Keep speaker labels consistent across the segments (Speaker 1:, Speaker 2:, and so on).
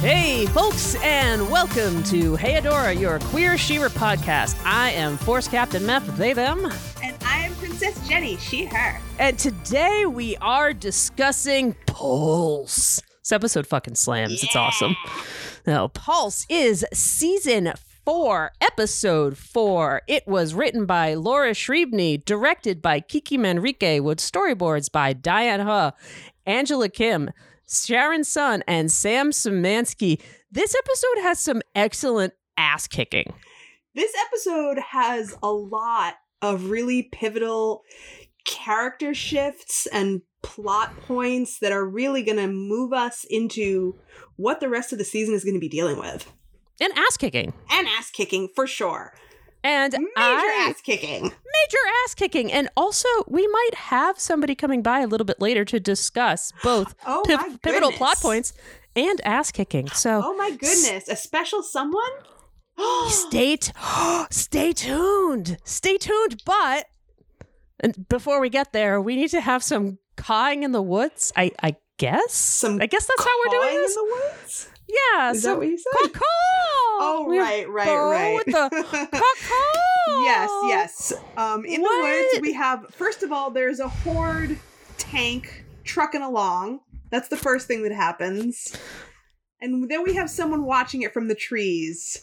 Speaker 1: Hey, folks, and welcome to Hey Adora, your queer Shearer podcast. I am Force Captain Mep, they, them.
Speaker 2: And I am Princess Jenny, she, her.
Speaker 1: And today we are discussing Pulse. This episode fucking slams. It's awesome. No, Pulse is season four, episode four. It was written by Laura Shriebney, directed by Kiki Manrique, with storyboards by Diane Huh, Angela Kim, Sharon Sun, and Sam Szymanski. This episode has some excellent ass kicking.
Speaker 2: This episode has a lot of really pivotal character shifts and plot points that are really going to move us into what the rest of the season is going to be dealing with.
Speaker 1: And ass kicking.
Speaker 2: And ass kicking for sure.
Speaker 1: And
Speaker 2: Major
Speaker 1: I,
Speaker 2: ass kicking.
Speaker 1: major ass kicking. And also, we might have somebody coming by a little bit later to discuss both
Speaker 2: Oh
Speaker 1: piv-
Speaker 2: my
Speaker 1: pivotal
Speaker 2: goodness.
Speaker 1: plot points and ass kicking. So
Speaker 2: Oh my goodness. A special someone? Oh.
Speaker 1: stay t- stay tuned. Stay tuned. But and before we get there, we need to have some cawing in the woods. I I guess.
Speaker 2: Some
Speaker 1: I guess that's how we're
Speaker 2: Cawing
Speaker 1: doing this.
Speaker 2: in the woods?
Speaker 1: yeah.
Speaker 2: Is that
Speaker 1: some
Speaker 2: what you said?
Speaker 1: caw caw.
Speaker 2: Oh,
Speaker 1: We
Speaker 2: right, right,
Speaker 1: go
Speaker 2: right.
Speaker 1: With the caw caw.
Speaker 2: Yes, yes. Um, in the
Speaker 1: What?
Speaker 2: woods, we have first of all, there's a horde tank trucking along. That's the first thing that happens, and then we have someone watching it from the trees,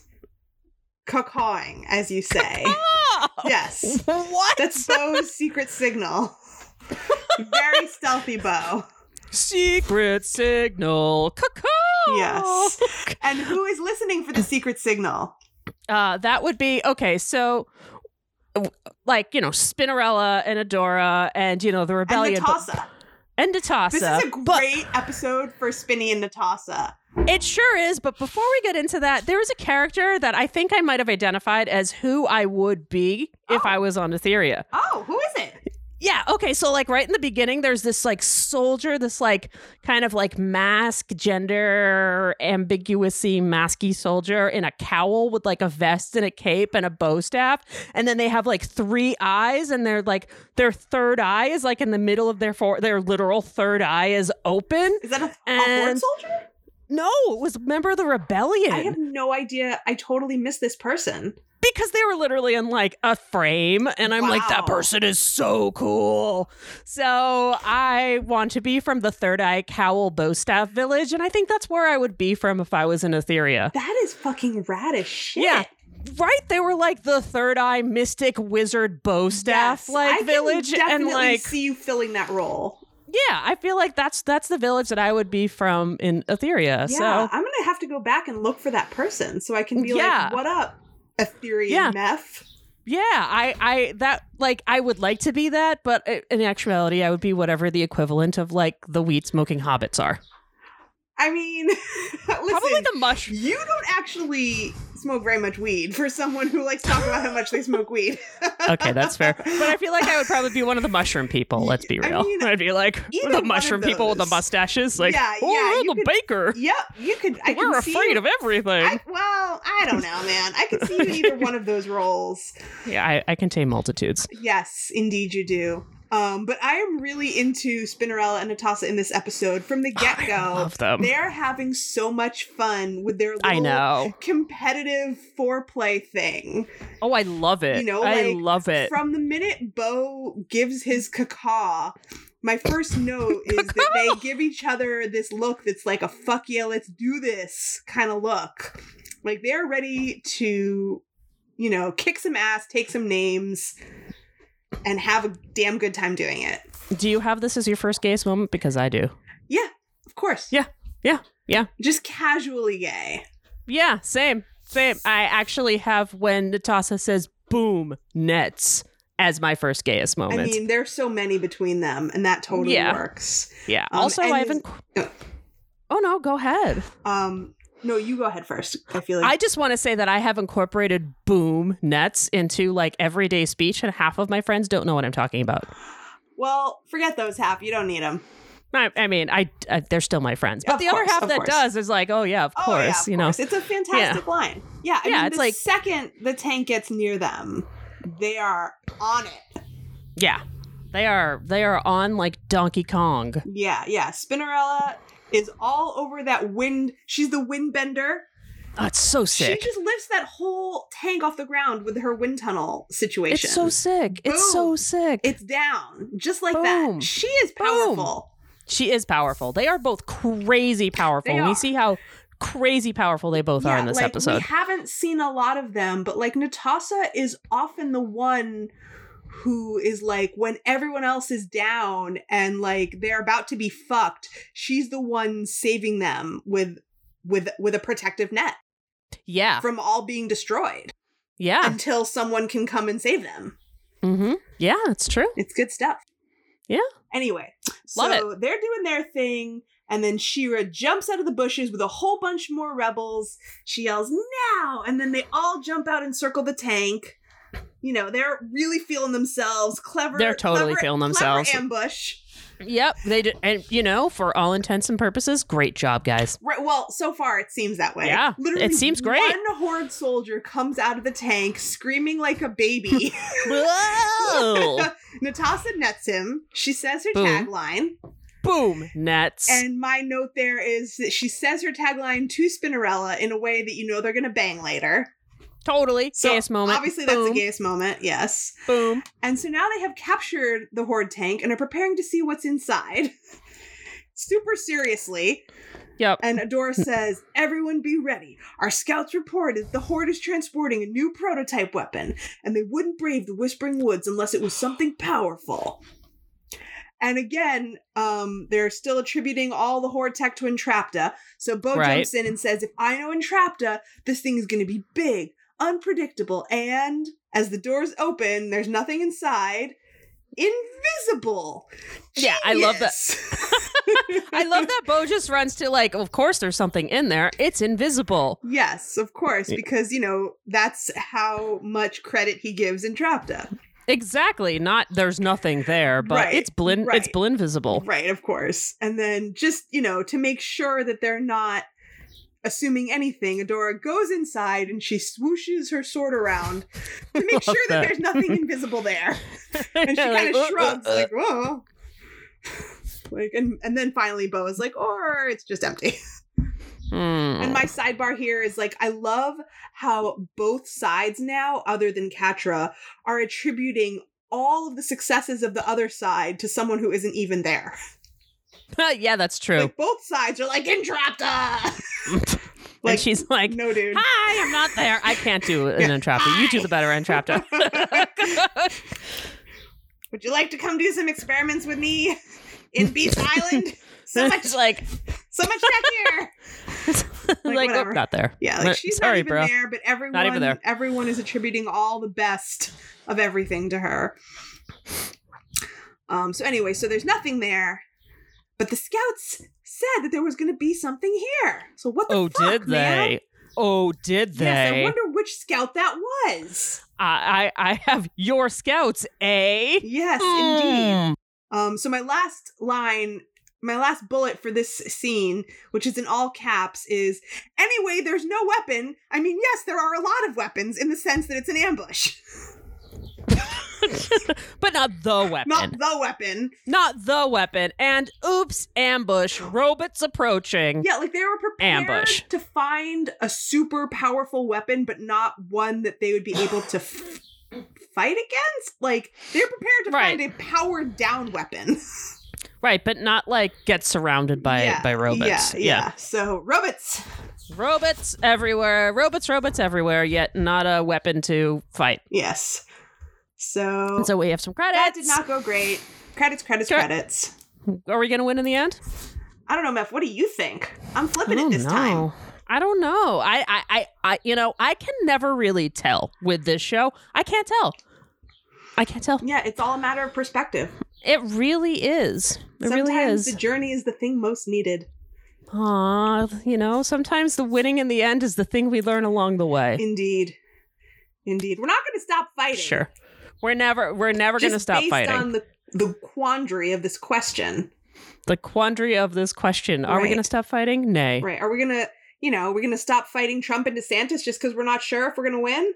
Speaker 2: cawing, as you say.
Speaker 1: Ah!
Speaker 2: Yes,
Speaker 1: What?
Speaker 2: that's Bo's secret signal. Very stealthy, Bo.
Speaker 1: Secret signal. Cuckoo.
Speaker 2: Yes. And who is listening for the secret signal?
Speaker 1: Uh, that would be okay. So, w- like you know, Spinnerella and Adora, and you know the
Speaker 2: And
Speaker 1: rebellion, but-
Speaker 2: Natasa.
Speaker 1: and Natasa.
Speaker 2: This is a
Speaker 1: but-
Speaker 2: great episode for Spinny and Natasa.
Speaker 1: It sure is, but before we get into that, there is a character that I think I might have identified as who I would be if
Speaker 2: Oh.
Speaker 1: I was on Etheria.
Speaker 2: Oh, who is it?
Speaker 1: Yeah, okay, so like right in the beginning, there's this like soldier, this like kind of like mask, gender ambiguousy, masky soldier in a cowl with like a vest and a cape and a bow staff. And then they have like three eyes, and they're like their third eye is like in the middle of their four their literal third eye is open.
Speaker 2: Is that a, a horde
Speaker 1: And-
Speaker 2: soldier?
Speaker 1: No, it was a member of the rebellion.
Speaker 2: I have no idea. I totally miss this person.
Speaker 1: because they were literally in like a frame and i'm like that
Speaker 2: Wow.
Speaker 1: person is so cool so i want to be from the third eye cowl bowstaff village and i think that's where i would be from if i was in etheria
Speaker 2: That is fucking rad as shit.
Speaker 1: yeah right they were like the third eye mystic wizard bowstaff
Speaker 2: Yes, I
Speaker 1: like
Speaker 2: can
Speaker 1: village and
Speaker 2: definitely
Speaker 1: like
Speaker 2: see you filling that role.
Speaker 1: yeah i feel like that's that's the village that i would be from in etheria
Speaker 2: Yeah,
Speaker 1: so
Speaker 2: I'm gonna have to go back and look for that person so I can be
Speaker 1: Yeah.
Speaker 2: like, "What up, Ethereum
Speaker 1: Yeah.
Speaker 2: Meth?"
Speaker 1: Yeah, I, I, that, like, I would like to be that, but i- in actuality, I would be whatever the equivalent of, like, the weed smoking hobbits are.
Speaker 2: I mean, listen,
Speaker 1: Probably the mush.
Speaker 2: you don't actually smoke very much weed for someone who likes to talk about how much they smoke weed.
Speaker 1: Okay, that's fair. But I feel like I would probably be one of the mushroom people, let's be
Speaker 2: I
Speaker 1: real. I
Speaker 2: mean,
Speaker 1: would be like,
Speaker 2: either one
Speaker 1: the
Speaker 2: of
Speaker 1: mushroom people with the
Speaker 2: those.
Speaker 1: mustaches, like,
Speaker 2: Yeah,
Speaker 1: oh,
Speaker 2: yeah,
Speaker 1: I'm
Speaker 2: you
Speaker 1: a
Speaker 2: could-
Speaker 1: baker.
Speaker 2: yep, you could. I
Speaker 1: We're
Speaker 2: can see
Speaker 1: afraid
Speaker 2: you-
Speaker 1: of everything.
Speaker 2: I, well, I don't know, man. I could see you in either one of those roles.
Speaker 1: yeah, I, I contain multitudes.
Speaker 2: Yes, indeed you do. Um, but I am really into Spinnerella and Natasa in this episode from the get
Speaker 1: Oh, I
Speaker 2: go.
Speaker 1: love them.
Speaker 2: They're having so much fun with their little
Speaker 1: I know.
Speaker 2: competitive foreplay thing.
Speaker 1: Oh, I love it.
Speaker 2: You know,
Speaker 1: I
Speaker 2: like,
Speaker 1: love it.
Speaker 2: From the minute Bo gives his cacaw, my first note is that they give each other this look that's like a fuck yeah, let's do this kind of look. Like they're ready to, you know, kick some ass, take some names, and have a damn good time doing it.
Speaker 1: do you have this as your first gayest moment? Because I do.
Speaker 2: Yeah, of course.
Speaker 1: Yeah, yeah, yeah.
Speaker 2: Just casually gay.
Speaker 1: Yeah, same, same. I actually have when Natasa says "boom nets" as my first gayest moment.
Speaker 2: I mean, there's so many between them, and that totally
Speaker 1: Yeah.
Speaker 2: works.
Speaker 1: yeah.
Speaker 2: um,
Speaker 1: also,
Speaker 2: and
Speaker 1: I haven't.
Speaker 2: his-
Speaker 1: Oh no, go ahead.
Speaker 2: Um, no, you go ahead first. I feel like
Speaker 1: I just want to say that I have incorporated "boom nets" into like everyday speech, and half of my friends don't know what I'm talking about.
Speaker 2: Well, forget those half. You don't need them.
Speaker 1: I, I mean, I, I they're still my friends, but
Speaker 2: Of
Speaker 1: the
Speaker 2: course,
Speaker 1: other half
Speaker 2: of
Speaker 1: that
Speaker 2: course.
Speaker 1: does is like, oh yeah, of
Speaker 2: Oh,
Speaker 1: course,
Speaker 2: yeah,
Speaker 1: you
Speaker 2: of course. it's a fantastic line. Yeah, I
Speaker 1: Yeah,
Speaker 2: mean,
Speaker 1: it's
Speaker 2: the
Speaker 1: like-
Speaker 2: second the tank gets near them, they are on it.
Speaker 1: know, yeah. They are they are on like Donkey Kong.
Speaker 2: Yeah, yeah. Spinnerella is all over that wind. She's the wind bender.
Speaker 1: Oh, it's so sick.
Speaker 2: She just lifts that whole tank off the ground with her wind tunnel situation.
Speaker 1: It's so sick. It's so
Speaker 2: Boom.
Speaker 1: sick.
Speaker 2: It's down, just like
Speaker 1: Boom.
Speaker 2: that. She is powerful.
Speaker 1: she is powerful. They are both crazy powerful.
Speaker 2: They
Speaker 1: We
Speaker 2: are.
Speaker 1: see how crazy powerful they both are in this
Speaker 2: like, We
Speaker 1: episode.
Speaker 2: haven't seen a lot of them, but like Natasa is often the one who is like when everyone else is down and like they're about to be fucked, she's the one saving them with with with a protective net
Speaker 1: yeah.
Speaker 2: from all being destroyed
Speaker 1: Yeah.
Speaker 2: until someone can come and save them.
Speaker 1: Mm-hmm. Yeah, it's true.
Speaker 2: It's good stuff.
Speaker 1: Yeah.
Speaker 2: Anyway,
Speaker 1: Love
Speaker 2: so they're doing their thing, and then Shira jumps out of the bushes with a whole bunch more rebels. She yells now, and then they all jump out and circle the tank. You know, they're really feeling themselves. Clever.
Speaker 1: They're totally
Speaker 2: clever-
Speaker 1: feeling
Speaker 2: clever
Speaker 1: themselves.
Speaker 2: ambush.
Speaker 1: Yep. They did, and you know, for all intents and purposes, great job, guys.
Speaker 2: Right. Well, so far it seems that way.
Speaker 1: Yeah, it seems great.
Speaker 2: One horde soldier comes out of the tank screaming like a baby.
Speaker 1: Whoa.
Speaker 2: Natasha nets him. She says her
Speaker 1: Boom.
Speaker 2: tagline.
Speaker 1: Boom. Nets.
Speaker 2: And my note there is that she says her tagline to Spinnerella in a way that you know they're going to bang later.
Speaker 1: totally.
Speaker 2: So
Speaker 1: Gayest moment.
Speaker 2: Obviously, that's the
Speaker 1: Boom.
Speaker 2: gayest moment, yes.
Speaker 1: Boom.
Speaker 2: And so now they have captured the Horde tank and are preparing to see what's inside. Super seriously.
Speaker 1: Yep.
Speaker 2: And Adora says, Everyone be ready. Our scouts reported the Horde is transporting a new prototype weapon, and they wouldn't brave the Whispering Woods unless it was something powerful. And again, um, they're still attributing all the Horde tech to Entrapta. So Bo
Speaker 1: Right.
Speaker 2: jumps in and says, If I know Entrapta, this thing is going to be big, unpredictable, and as the doors open, there's nothing inside. Invisible.
Speaker 1: Yeah, I love that.
Speaker 2: that.
Speaker 1: I love that Bo just runs to like, of course there's something in there. It's invisible.
Speaker 2: Yes, of course,
Speaker 1: Yeah.
Speaker 2: because you know that's how much credit he gives Entrapta.
Speaker 1: Exactly. Not there's nothing there, but
Speaker 2: Right,
Speaker 1: it's blin it's
Speaker 2: right.
Speaker 1: blinvisible.
Speaker 2: Right, of course. And then just, you know, to make sure that they're not assuming anything, Adora goes inside and she swooshes her sword around to make sure
Speaker 1: that.
Speaker 2: that. there's nothing invisible there. And she
Speaker 1: uh,
Speaker 2: kind of shrugs, like, whoa. Like and, and then finally Bo is like, or it's just empty.
Speaker 1: uh, hmm.
Speaker 2: And
Speaker 1: Oh.
Speaker 2: my sidebar here is like, I love how both sides now, other than Katra, are attributing all of the successes of the other side to someone who isn't even there.
Speaker 1: yeah, that's true.
Speaker 2: Like both sides are like Entrapta.
Speaker 1: and
Speaker 2: like-
Speaker 1: she's like,
Speaker 2: no, dude.
Speaker 1: "Hi, I'm not there. I can't do an entrapta. You do the better entrapta."
Speaker 2: Would you like to come do some experiments with me in Beast Island? So much,
Speaker 1: It's like,
Speaker 2: so much tech here.
Speaker 1: like,
Speaker 2: whatever.
Speaker 1: "Nope, not there.
Speaker 2: Yeah,
Speaker 1: Uh,
Speaker 2: like she's
Speaker 1: Sorry,
Speaker 2: not even
Speaker 1: bro.
Speaker 2: there, but everyone,
Speaker 1: even there.
Speaker 2: everyone is attributing all the best of everything to her. Um. So anyway, so there's nothing there, but the scouts said that there was going to be something here. So what? The
Speaker 1: Oh,
Speaker 2: fuck,
Speaker 1: did
Speaker 2: man?
Speaker 1: they? Oh, did they?
Speaker 2: Yes, I wonder which scout that was.
Speaker 1: I, I, I have your scouts, eh?
Speaker 2: Yes, indeed.
Speaker 1: Mm.
Speaker 2: Um, so my last line, my last bullet for this scene, which is in all caps, is anyway, there's no weapon. I mean, yes, there are a lot of weapons in the sense that it's an ambush.
Speaker 1: Hmm. but not the weapon.
Speaker 2: Not the weapon.
Speaker 1: Not the weapon. And oops, ambush. Robots approaching.
Speaker 2: Yeah, like they were prepared
Speaker 1: Ambush.
Speaker 2: to find a super powerful weapon, but not one that they would be able to f- fight against. Like they're prepared to
Speaker 1: Right.
Speaker 2: find a powered down weapon.
Speaker 1: Right, but not like get surrounded by
Speaker 2: Yeah,
Speaker 1: by robots.
Speaker 2: Yeah, yeah. So robots.
Speaker 1: Robots everywhere. Robots, robots everywhere, yet not a weapon to fight.
Speaker 2: Yes. So
Speaker 1: And so we have some credits.
Speaker 2: That did not go great. Credits, credits,
Speaker 1: Cre-
Speaker 2: credits.
Speaker 1: Are we going to win in the end?
Speaker 2: I don't know, Meph. What do you think? I'm flipping
Speaker 1: I
Speaker 2: it
Speaker 1: don't
Speaker 2: this
Speaker 1: know.
Speaker 2: time.
Speaker 1: I don't know. I, I, I, I, you know, I can never really tell with this show. I can't tell. I can't tell.
Speaker 2: Yeah, it's all a matter of perspective.
Speaker 1: It really is. It
Speaker 2: Sometimes
Speaker 1: really is.
Speaker 2: the journey is the thing most needed.
Speaker 1: Aw, you know, sometimes the winning in the end is the thing we learn along the way.
Speaker 2: Indeed. Indeed. We're not going to stop fighting.
Speaker 1: Sure. We're never we're never
Speaker 2: Just
Speaker 1: gonna stop
Speaker 2: based
Speaker 1: fighting.
Speaker 2: on the, the quandary of this question.
Speaker 1: the quandary of this question. Are we
Speaker 2: Right.
Speaker 1: gonna stop fighting? Nay.
Speaker 2: Right. Are we going to, you know, are we going to stop fighting Trump and DeSantis just because we're not sure if we're going to win?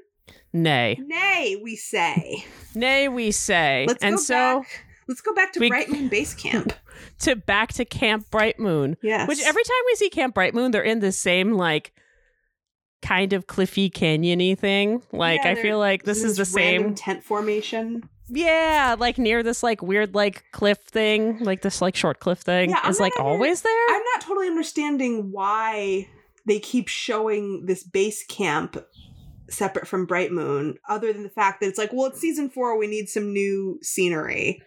Speaker 1: Nay.
Speaker 2: Nay, we say.
Speaker 1: Nay we say.
Speaker 2: Let's
Speaker 1: and
Speaker 2: go
Speaker 1: so
Speaker 2: back. Let's go back to
Speaker 1: We-
Speaker 2: Bright Moon Base Camp.
Speaker 1: to back to Camp Bright Moon.
Speaker 2: Yes.
Speaker 1: Which every time we see Camp Bright Moon, they're in the same like kind of cliffy canyony thing. Like
Speaker 2: Yeah,
Speaker 1: I
Speaker 2: they're
Speaker 1: feel like this is the
Speaker 2: random
Speaker 1: same.
Speaker 2: tent formation.
Speaker 1: Yeah, like near this like weird like cliff thing, like this like short cliff thing
Speaker 2: Yeah, I'm
Speaker 1: is
Speaker 2: not
Speaker 1: like
Speaker 2: ever-
Speaker 1: always there.
Speaker 2: I'm not totally understanding why they keep showing this base camp separate from Bright Moon, other than the fact that it's like, well, it's season four, we need some new scenery.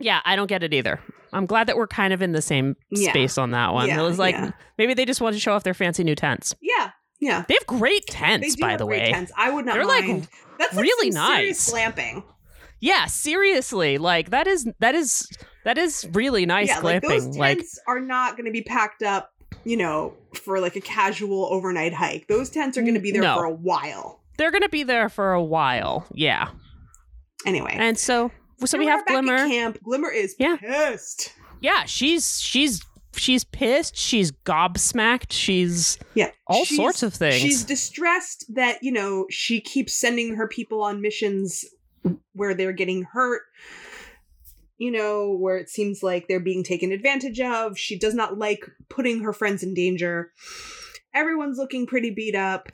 Speaker 1: yeah, I don't get it either. I'm glad that we're kind of in the same
Speaker 2: Yeah.
Speaker 1: space on that one.
Speaker 2: Yeah,
Speaker 1: it was like
Speaker 2: yeah.
Speaker 1: maybe they just want to show off their fancy new tents.
Speaker 2: Yeah, yeah.
Speaker 1: They have great
Speaker 2: They
Speaker 1: tents,
Speaker 2: do
Speaker 1: by
Speaker 2: have
Speaker 1: the
Speaker 2: great
Speaker 1: way.
Speaker 2: tents. I would not
Speaker 1: They're, like,
Speaker 2: mind. That's like
Speaker 1: really
Speaker 2: some serious
Speaker 1: nice.
Speaker 2: glamping.
Speaker 1: Yeah, seriously, like that is that is that is really nice
Speaker 2: yeah, like those
Speaker 1: glamping.
Speaker 2: tents
Speaker 1: Like
Speaker 2: are not going to be packed up, you know, for like a casual overnight hike. Those tents are going to be there
Speaker 1: No.
Speaker 2: for a while.
Speaker 1: they're gonna be there for a while. Yeah,
Speaker 2: Anyway,
Speaker 1: and so so
Speaker 2: Now
Speaker 1: we
Speaker 2: we're
Speaker 1: have
Speaker 2: back at
Speaker 1: Glimmer.
Speaker 2: Camp Glimmer is
Speaker 1: Yeah.
Speaker 2: pissed.
Speaker 1: Yeah, she's she's she's pissed. She's gobsmacked. She's
Speaker 2: Yeah,
Speaker 1: all
Speaker 2: she's-
Speaker 1: sorts of things.
Speaker 2: She's distressed that you know she keeps sending her people on missions where they're getting hurt. You know, where it seems like they're being taken advantage of. She does not like putting her friends in danger. Everyone's looking pretty beat up.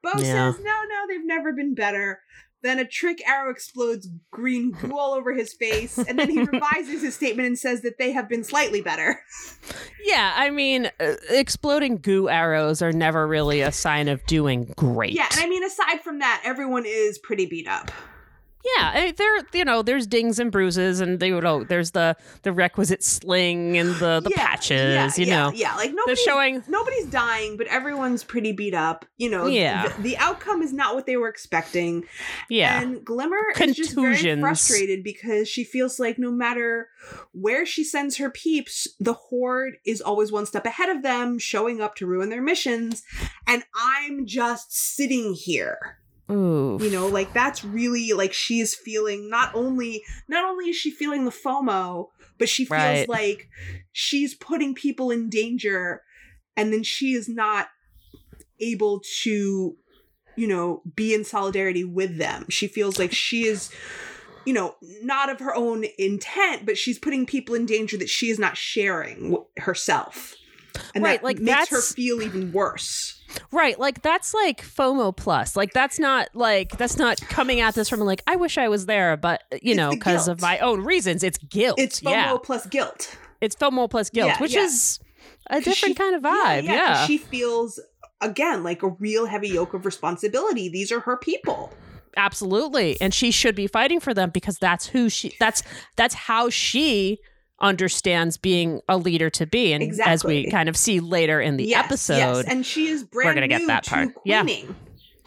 Speaker 2: Bo
Speaker 1: Yeah.
Speaker 2: says, "No, no, they've never been better." Then a trick arrow explodes green goo all over his face, and then he revises his statement and says that they have been slightly better.
Speaker 1: yeah, I mean, uh, exploding goo arrows are never really a sign of doing great.
Speaker 2: Yeah, and I mean, aside from that, everyone is pretty beat up.
Speaker 1: Yeah, I mean, there you know, there's dings and bruises, and they you know, there's the the requisite sling and the the
Speaker 2: Yeah,
Speaker 1: patches. you
Speaker 2: yeah,
Speaker 1: know,
Speaker 2: yeah, like
Speaker 1: they're
Speaker 2: nobody's
Speaker 1: showing
Speaker 2: nobody's dying, but everyone's pretty beat up. You know,
Speaker 1: Yeah.
Speaker 2: th- the outcome is not what they were expecting.
Speaker 1: yeah.
Speaker 2: and Glimmer is just very
Speaker 1: Contusions.
Speaker 2: frustrated because she feels like no matter where she sends her peeps, the horde is always one step ahead of them, showing up to ruin their missions, and I'm just sitting here
Speaker 1: Ooh.
Speaker 2: you know like that's really like she is feeling not only not only is she feeling the fomo but she feels
Speaker 1: Right.
Speaker 2: like she's putting people in danger and then she is not able to you know be in solidarity with them she feels like she is you know not of her own intent but she's putting people in danger that she is not sharing w- herself and
Speaker 1: Right,
Speaker 2: that
Speaker 1: like,
Speaker 2: makes her
Speaker 1: that's-
Speaker 2: feel even worse
Speaker 1: Right, like that's like FOMO plus. Like that's not like that's not coming at this from like I wish I was there, but uh, you
Speaker 2: It's
Speaker 1: know,
Speaker 2: the
Speaker 1: because
Speaker 2: guilt.
Speaker 1: of my own reasons, it's guilt.
Speaker 2: it's fomo
Speaker 1: yeah,
Speaker 2: plus guilt
Speaker 1: it's FOMO plus guilt,
Speaker 2: Yeah,
Speaker 1: which
Speaker 2: yeah.
Speaker 1: is a
Speaker 2: 'Cause
Speaker 1: different
Speaker 2: she-
Speaker 1: kind of vibe. Yeah,
Speaker 2: 'cause She feels again like a real heavy yoke of responsibility. These are her people.
Speaker 1: absolutely, and she should be fighting for them because that's who she. That's that's how she understands being a leader to be, and as
Speaker 2: Exactly.
Speaker 1: we kind of see later in the
Speaker 2: Yes,
Speaker 1: episode,
Speaker 2: Yes. And she is brand
Speaker 1: gonna get
Speaker 2: new
Speaker 1: that
Speaker 2: to
Speaker 1: part. Yeah.
Speaker 2: queening.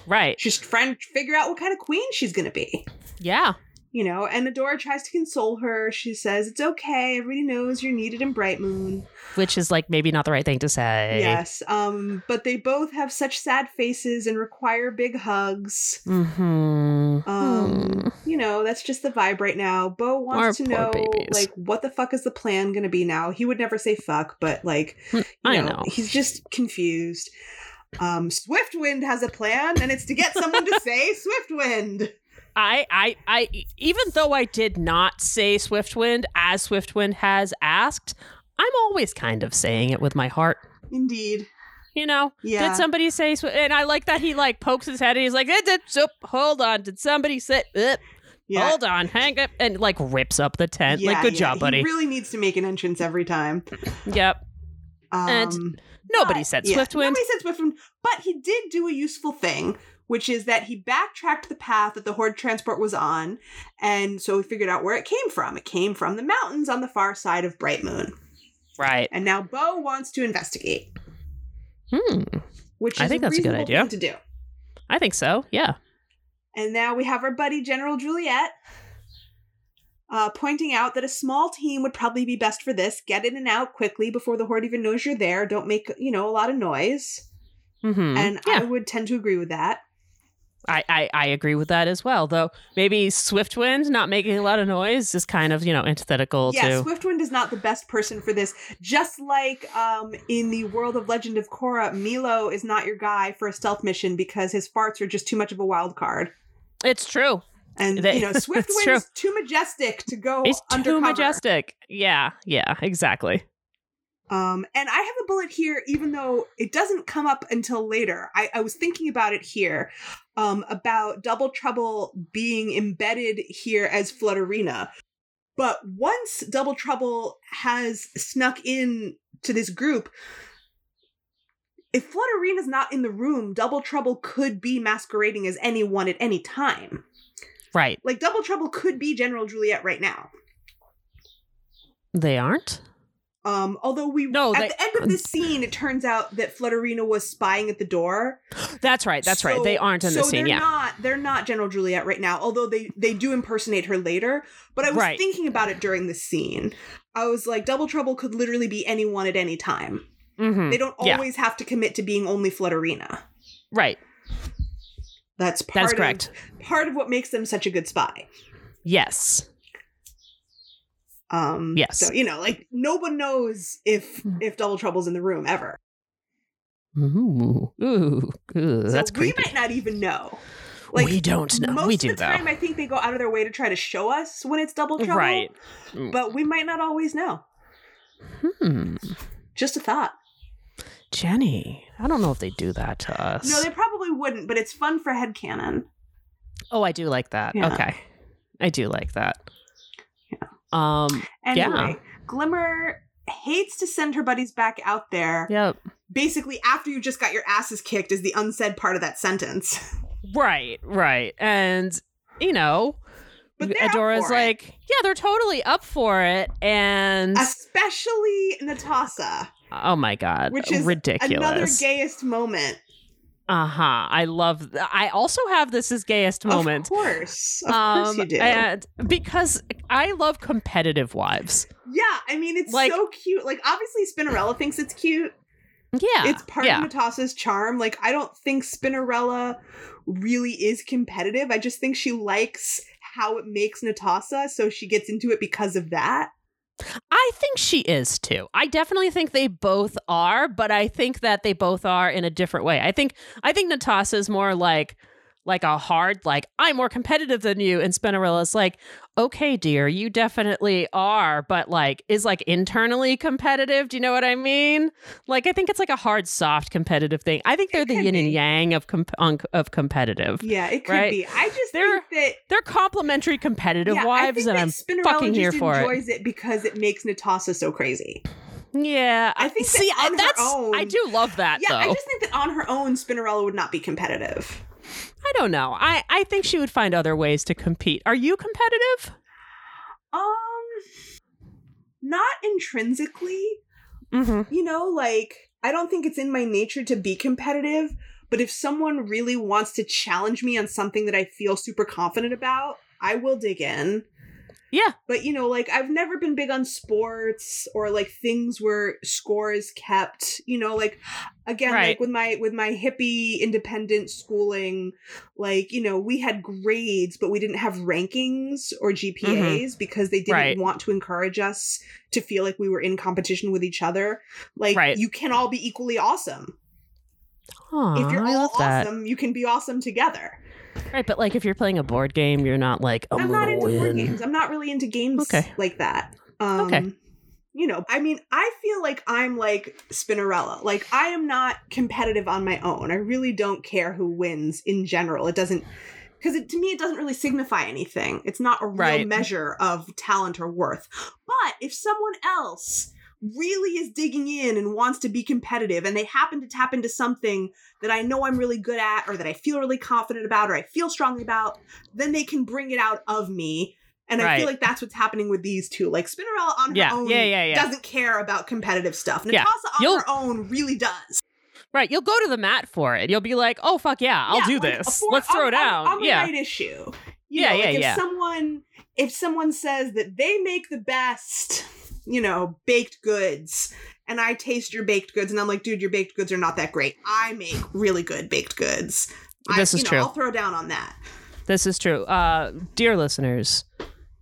Speaker 1: right?
Speaker 2: She's trying to figure out what kind of queen she's gonna be.
Speaker 1: Yeah,
Speaker 2: You know, and Adora tries to console her. She says, It's okay, everybody knows you're needed in Bright Moon.
Speaker 1: which is like maybe not the right thing to say.
Speaker 2: Yes. Um, but they both have such sad faces and require big hugs.
Speaker 1: Hmm.
Speaker 2: Um, you know, that's just the vibe right now. Bo wants
Speaker 1: Our
Speaker 2: to
Speaker 1: poor
Speaker 2: know,
Speaker 1: babies.
Speaker 2: like, what the fuck is the plan going to be now? He would never say fuck, but like, you
Speaker 1: I know.
Speaker 2: he's just confused. Um, Swiftwind has a plan, and it's to get someone to say Swiftwind.
Speaker 1: I, I, I, even though I did not say Swiftwind as Swiftwind has asked, I'm always kind of saying it with my heart.
Speaker 2: Indeed,
Speaker 1: You know,
Speaker 2: yeah.
Speaker 1: did somebody say? Swi- And I like that he like pokes his head and he's like, eh, did, so, "Hold on, did somebody sit? eh,
Speaker 2: yeah.
Speaker 1: Hold on, hang up," and like rips up the tent.
Speaker 2: Yeah,
Speaker 1: like, good
Speaker 2: yeah.
Speaker 1: job, buddy.
Speaker 2: He really needs to make an entrance every time.
Speaker 1: yep.
Speaker 2: Um,
Speaker 1: And Nobody
Speaker 2: but-
Speaker 1: said
Speaker 2: yeah,
Speaker 1: Swiftwind.
Speaker 2: Nobody said Swiftwind, but he did do a useful thing, which is that he backtracked the path that the horde transport was on, and so we figured out where it came from. It came from the mountains on the far side of Bright Moon,
Speaker 1: right.
Speaker 2: and now Bo wants to investigate,
Speaker 1: Hmm.
Speaker 2: which is
Speaker 1: I think that's a good
Speaker 2: reasonable
Speaker 1: idea.
Speaker 2: thing to do.
Speaker 1: I think so. Yeah.
Speaker 2: And now we have our buddy General Juliet. Uh, pointing out that a small team would probably be best for this. Get in and out quickly before the horde even knows you're there. Don't make, you know, a lot of noise.
Speaker 1: Mm-hmm.
Speaker 2: And
Speaker 1: yeah.
Speaker 2: I would tend to agree with that.
Speaker 1: I, I, I agree with that as well, though maybe Swiftwind not making a lot of noise is kind of, you know, antithetical
Speaker 2: Yeah,
Speaker 1: to.
Speaker 2: Swiftwind is not the best person for this. Just like um, in the world of Legend of Korra, Milo is not your guy for a stealth mission because his farts are just too much of a wild card.
Speaker 1: It's true.
Speaker 2: And
Speaker 1: They-
Speaker 2: you know, Swift
Speaker 1: That's
Speaker 2: Wind's too majestic to go
Speaker 1: It's
Speaker 2: Oh, undercover.
Speaker 1: too majestic. Yeah, yeah, exactly.
Speaker 2: Um, and I have a bullet here, even though it doesn't come up until later. I, I was thinking about it here, um, about Double Trouble being embedded here as Flutterina. But once Double Trouble has snuck in to this group, if Flutterina's not in the room, Double Trouble could be masquerading as anyone at any time.
Speaker 1: Right.
Speaker 2: Like Double Trouble could be General Juliet right now.
Speaker 1: They aren't?
Speaker 2: Um, although we
Speaker 1: No,
Speaker 2: at
Speaker 1: they-
Speaker 2: the end of this scene, it turns out that Flutterina was spying at the door.
Speaker 1: That's right. That's right.
Speaker 2: So-
Speaker 1: They aren't in
Speaker 2: so
Speaker 1: the scene.
Speaker 2: They're
Speaker 1: Yeah.
Speaker 2: not. They're not General Juliet right now. Although they they do impersonate her later. But I was
Speaker 1: Right.
Speaker 2: thinking about it during this scene. I was like, Double Trouble could literally be anyone at any time.
Speaker 1: Mhm.
Speaker 2: They don't
Speaker 1: Yeah.
Speaker 2: always have to commit to being only Flutterina.
Speaker 1: Right.
Speaker 2: That's part
Speaker 1: That's
Speaker 2: of,
Speaker 1: correct.
Speaker 2: Part of what makes them such a good spy.
Speaker 1: Yes.
Speaker 2: Um,
Speaker 1: Yes. Mm.
Speaker 2: So you know, like no one knows if if Double Trouble's in the room ever.
Speaker 1: Ooh. Ooh. Ooh.
Speaker 2: So
Speaker 1: That's
Speaker 2: we
Speaker 1: creepy.
Speaker 2: might not even know.
Speaker 1: we don't know.
Speaker 2: Most
Speaker 1: we
Speaker 2: of
Speaker 1: do
Speaker 2: the
Speaker 1: though.
Speaker 2: time, I think they go out of their way to try to show us when it's double trouble.
Speaker 1: Right. Mm.
Speaker 2: But we might not always know.
Speaker 1: Hmm.
Speaker 2: Just a thought.
Speaker 1: Jenny, I don't know if they do that to us.
Speaker 2: No, they probably wouldn't, but it's fun for headcanon.
Speaker 1: oh, I do like that.
Speaker 2: Yeah.
Speaker 1: Okay. I do like that.
Speaker 2: Yeah.
Speaker 1: Um,
Speaker 2: Anyway, Glimmer hates to send her buddies back out there.
Speaker 1: yep.
Speaker 2: Basically, after you just got your asses kicked is the unsaid part of that sentence.
Speaker 1: Right, right. And you know,
Speaker 2: But they're up
Speaker 1: Adora's
Speaker 2: for it.
Speaker 1: like, yeah, they're totally up for it and
Speaker 2: Especially Natasa.
Speaker 1: oh my god,
Speaker 2: Which is Another
Speaker 1: ridiculous.
Speaker 2: gayest moment.
Speaker 1: uh-huh. I love th- I also have this as gayest moment. Um,
Speaker 2: Of course. Of course you do.
Speaker 1: and because I love competitive wives.
Speaker 2: yeah, I mean it's
Speaker 1: like-
Speaker 2: so cute. Like obviously Spinnerella thinks it's cute.
Speaker 1: Yeah.
Speaker 2: it's part
Speaker 1: yeah.
Speaker 2: of Natasa's charm. Like, I don't think Spinnerella really is competitive. I just think she likes how it makes Natasa, so she gets into it because of that.
Speaker 1: I think she is too. I definitely think they both are, but I think that they both are in a different way. I think I think Natasha is more like like a hard like I'm more competitive than you, and Spinnerella's like, okay, dear, you definitely are, but like is like internally competitive. Do you know what I mean? Like I think it's like a hard, soft competitive thing. I think they're the
Speaker 2: could
Speaker 1: yin and
Speaker 2: be.
Speaker 1: yang of comp- on, of competitive.
Speaker 2: Yeah, it could
Speaker 1: Right.
Speaker 2: be. I just
Speaker 1: There-
Speaker 2: think that
Speaker 1: They're complementary competitive
Speaker 2: yeah, I
Speaker 1: wives,
Speaker 2: think
Speaker 1: and
Speaker 2: that
Speaker 1: I'm
Speaker 2: Spinnerella
Speaker 1: fucking here
Speaker 2: just
Speaker 1: for it.
Speaker 2: enjoys it. because it makes Natasa so crazy.
Speaker 1: yeah.
Speaker 2: I think that
Speaker 1: see I-
Speaker 2: on her
Speaker 1: that's I
Speaker 2: own-
Speaker 1: do love that
Speaker 2: Yeah,
Speaker 1: Uh, though.
Speaker 2: I just think that on her own, Spinnerella would not be competitive.
Speaker 1: I don't know. I, I think she would find other ways to compete. Are you competitive?
Speaker 2: Um, not intrinsically.
Speaker 1: Mm-hmm.
Speaker 2: you know, like I don't think it's in my nature to be competitive, but if someone really wants to challenge me on something that I feel super confident about, I will dig in.
Speaker 1: Yeah.
Speaker 2: But you know, like I've never been big on sports or like things where score is kept, you know, like again,
Speaker 1: Right.
Speaker 2: like with my with my hippie independent schooling, like, you know, we had grades, but we didn't have rankings or GPAs because they didn't
Speaker 1: Mm-hmm. Right.
Speaker 2: want to encourage us to feel like we were in competition with each other. Like
Speaker 1: Right.
Speaker 2: you can all be equally awesome. if you're
Speaker 1: I
Speaker 2: all
Speaker 1: love that.
Speaker 2: awesome, you can be awesome together.
Speaker 1: Right, but like if you're playing a board game, you're not like I'm,
Speaker 2: I'm not
Speaker 1: gonna
Speaker 2: into
Speaker 1: win.
Speaker 2: board games. I'm not really into games
Speaker 1: Okay.
Speaker 2: like that. Um,
Speaker 1: Okay.
Speaker 2: You know, I mean, I feel like I'm like Spinnerella. Like I am not competitive on my own. I really don't care who wins in general. It doesn't because it, to me it doesn't really signify anything. It's not a real
Speaker 1: Right.
Speaker 2: measure of talent or worth. But if someone else really is digging in and wants to be competitive and they happen to tap into something that I know I'm really good at or that I feel really confident about or I feel strongly about, then they can bring it out of me. And I feel
Speaker 1: Right.
Speaker 2: like that's what's happening with these two. Like Spinnerella on her
Speaker 1: Yeah,
Speaker 2: own
Speaker 1: yeah, yeah, yeah.
Speaker 2: doesn't care about competitive stuff. Natasa
Speaker 1: Yeah.
Speaker 2: on
Speaker 1: You'll-
Speaker 2: her own really does.
Speaker 1: Right, you'll go to the mat for it. You'll be like, oh fuck yeah, I'll
Speaker 2: Yeah,
Speaker 1: do
Speaker 2: like,
Speaker 1: this.
Speaker 2: for-
Speaker 1: Let's throw
Speaker 2: on-
Speaker 1: it down.
Speaker 2: On, on the
Speaker 1: yeah,
Speaker 2: right issue. You
Speaker 1: Yeah,
Speaker 2: know,
Speaker 1: yeah,
Speaker 2: like if
Speaker 1: yeah.
Speaker 2: someone if someone says that they make the best, you know, baked goods, and I taste your baked goods, and I'm like, dude, your baked goods are not that great. I make really good baked goods. I,
Speaker 1: This is
Speaker 2: you know,
Speaker 1: true.
Speaker 2: I'll throw down on that.
Speaker 1: this is true. Uh, dear listeners,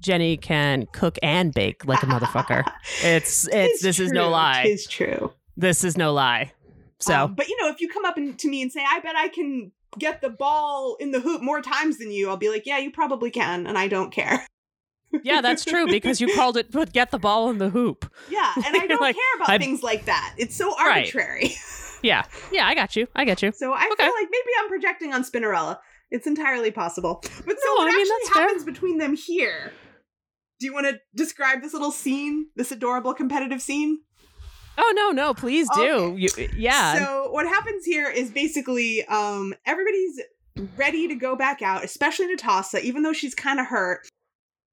Speaker 1: Jenny can cook and bake like a motherfucker. It's it's this is no lie.
Speaker 2: It's true.
Speaker 1: This is no lie. So
Speaker 2: Um, but you know, if you come up and, to me and say, "I bet I can get the ball in the hoop more times than you, I'll be like, yeah, you probably can, and I don't care.
Speaker 1: Yeah, that's true because you called it but get the ball in the hoop.
Speaker 2: Yeah, and I
Speaker 1: You're
Speaker 2: don't
Speaker 1: like,
Speaker 2: care about
Speaker 1: I-
Speaker 2: things like that. It's so
Speaker 1: Right.
Speaker 2: arbitrary.
Speaker 1: Yeah. Yeah, I got you. I got you.
Speaker 2: So I
Speaker 1: Okay.
Speaker 2: feel like maybe I'm projecting on Spinnerella. It's entirely possible. But so
Speaker 1: No,
Speaker 2: what
Speaker 1: I mean, that's
Speaker 2: actually
Speaker 1: fair.
Speaker 2: happens between them here? Do you want to describe this little scene, this adorable competitive scene?
Speaker 1: Oh no, no, please do.
Speaker 2: Okay.
Speaker 1: You, yeah.
Speaker 2: So what happens here is basically um, everybody's ready to go back out, especially Natasa, even though she's kind of hurt.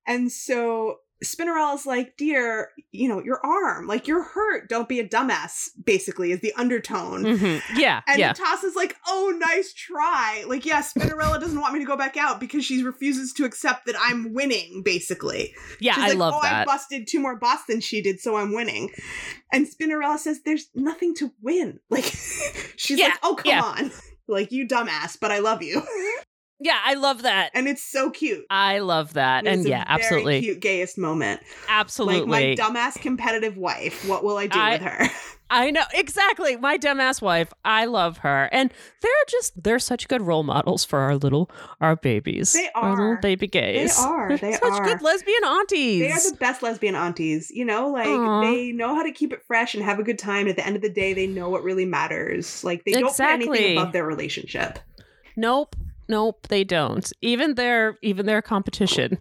Speaker 2: And so Spinnerella's like, "Dear, you know your arm, like you're hurt. Don't be a dumbass." Basically, is the undertone.
Speaker 1: Mhm. Yeah.
Speaker 2: And
Speaker 1: yeah.
Speaker 2: Natasha's like, oh, nice try. Like, yeah, Spinnerella doesn't want me to go back out because she refuses to accept that I'm winning, basically.
Speaker 1: Yeah,
Speaker 2: She's
Speaker 1: I
Speaker 2: like,
Speaker 1: love
Speaker 2: oh, I
Speaker 1: that.
Speaker 2: busted two more bots than she did, so I'm winning. And Spinnerella says, there's nothing to win. Like, she's
Speaker 1: Yeah,
Speaker 2: like, oh, come
Speaker 1: yeah.
Speaker 2: on. Like, you dumbass, but I love you.
Speaker 1: yeah, I love that.
Speaker 2: And it's so cute.
Speaker 1: I love that.
Speaker 2: It's
Speaker 1: Uh, And
Speaker 2: a
Speaker 1: yeah,
Speaker 2: very
Speaker 1: absolutely.
Speaker 2: cute, gayest moment.
Speaker 1: Absolutely.
Speaker 2: Like, my dumbass competitive wife, what will I do
Speaker 1: I-
Speaker 2: with her?
Speaker 1: I know exactly. My dumbass wife. I love her, and they're just they're such good role models for our little our babies.
Speaker 2: They
Speaker 1: our
Speaker 2: are.
Speaker 1: little baby
Speaker 2: They
Speaker 1: gays.
Speaker 2: are. They
Speaker 1: such
Speaker 2: are.
Speaker 1: good lesbian aunties.
Speaker 2: They are the best lesbian aunties. You know, like
Speaker 1: Aw.
Speaker 2: they know how to keep it fresh and have a good time. At the end of the day, they know what really matters. Like they don't put
Speaker 1: Exactly.
Speaker 2: anything above their relationship.
Speaker 1: nope, nope, they don't. Even their even their competition.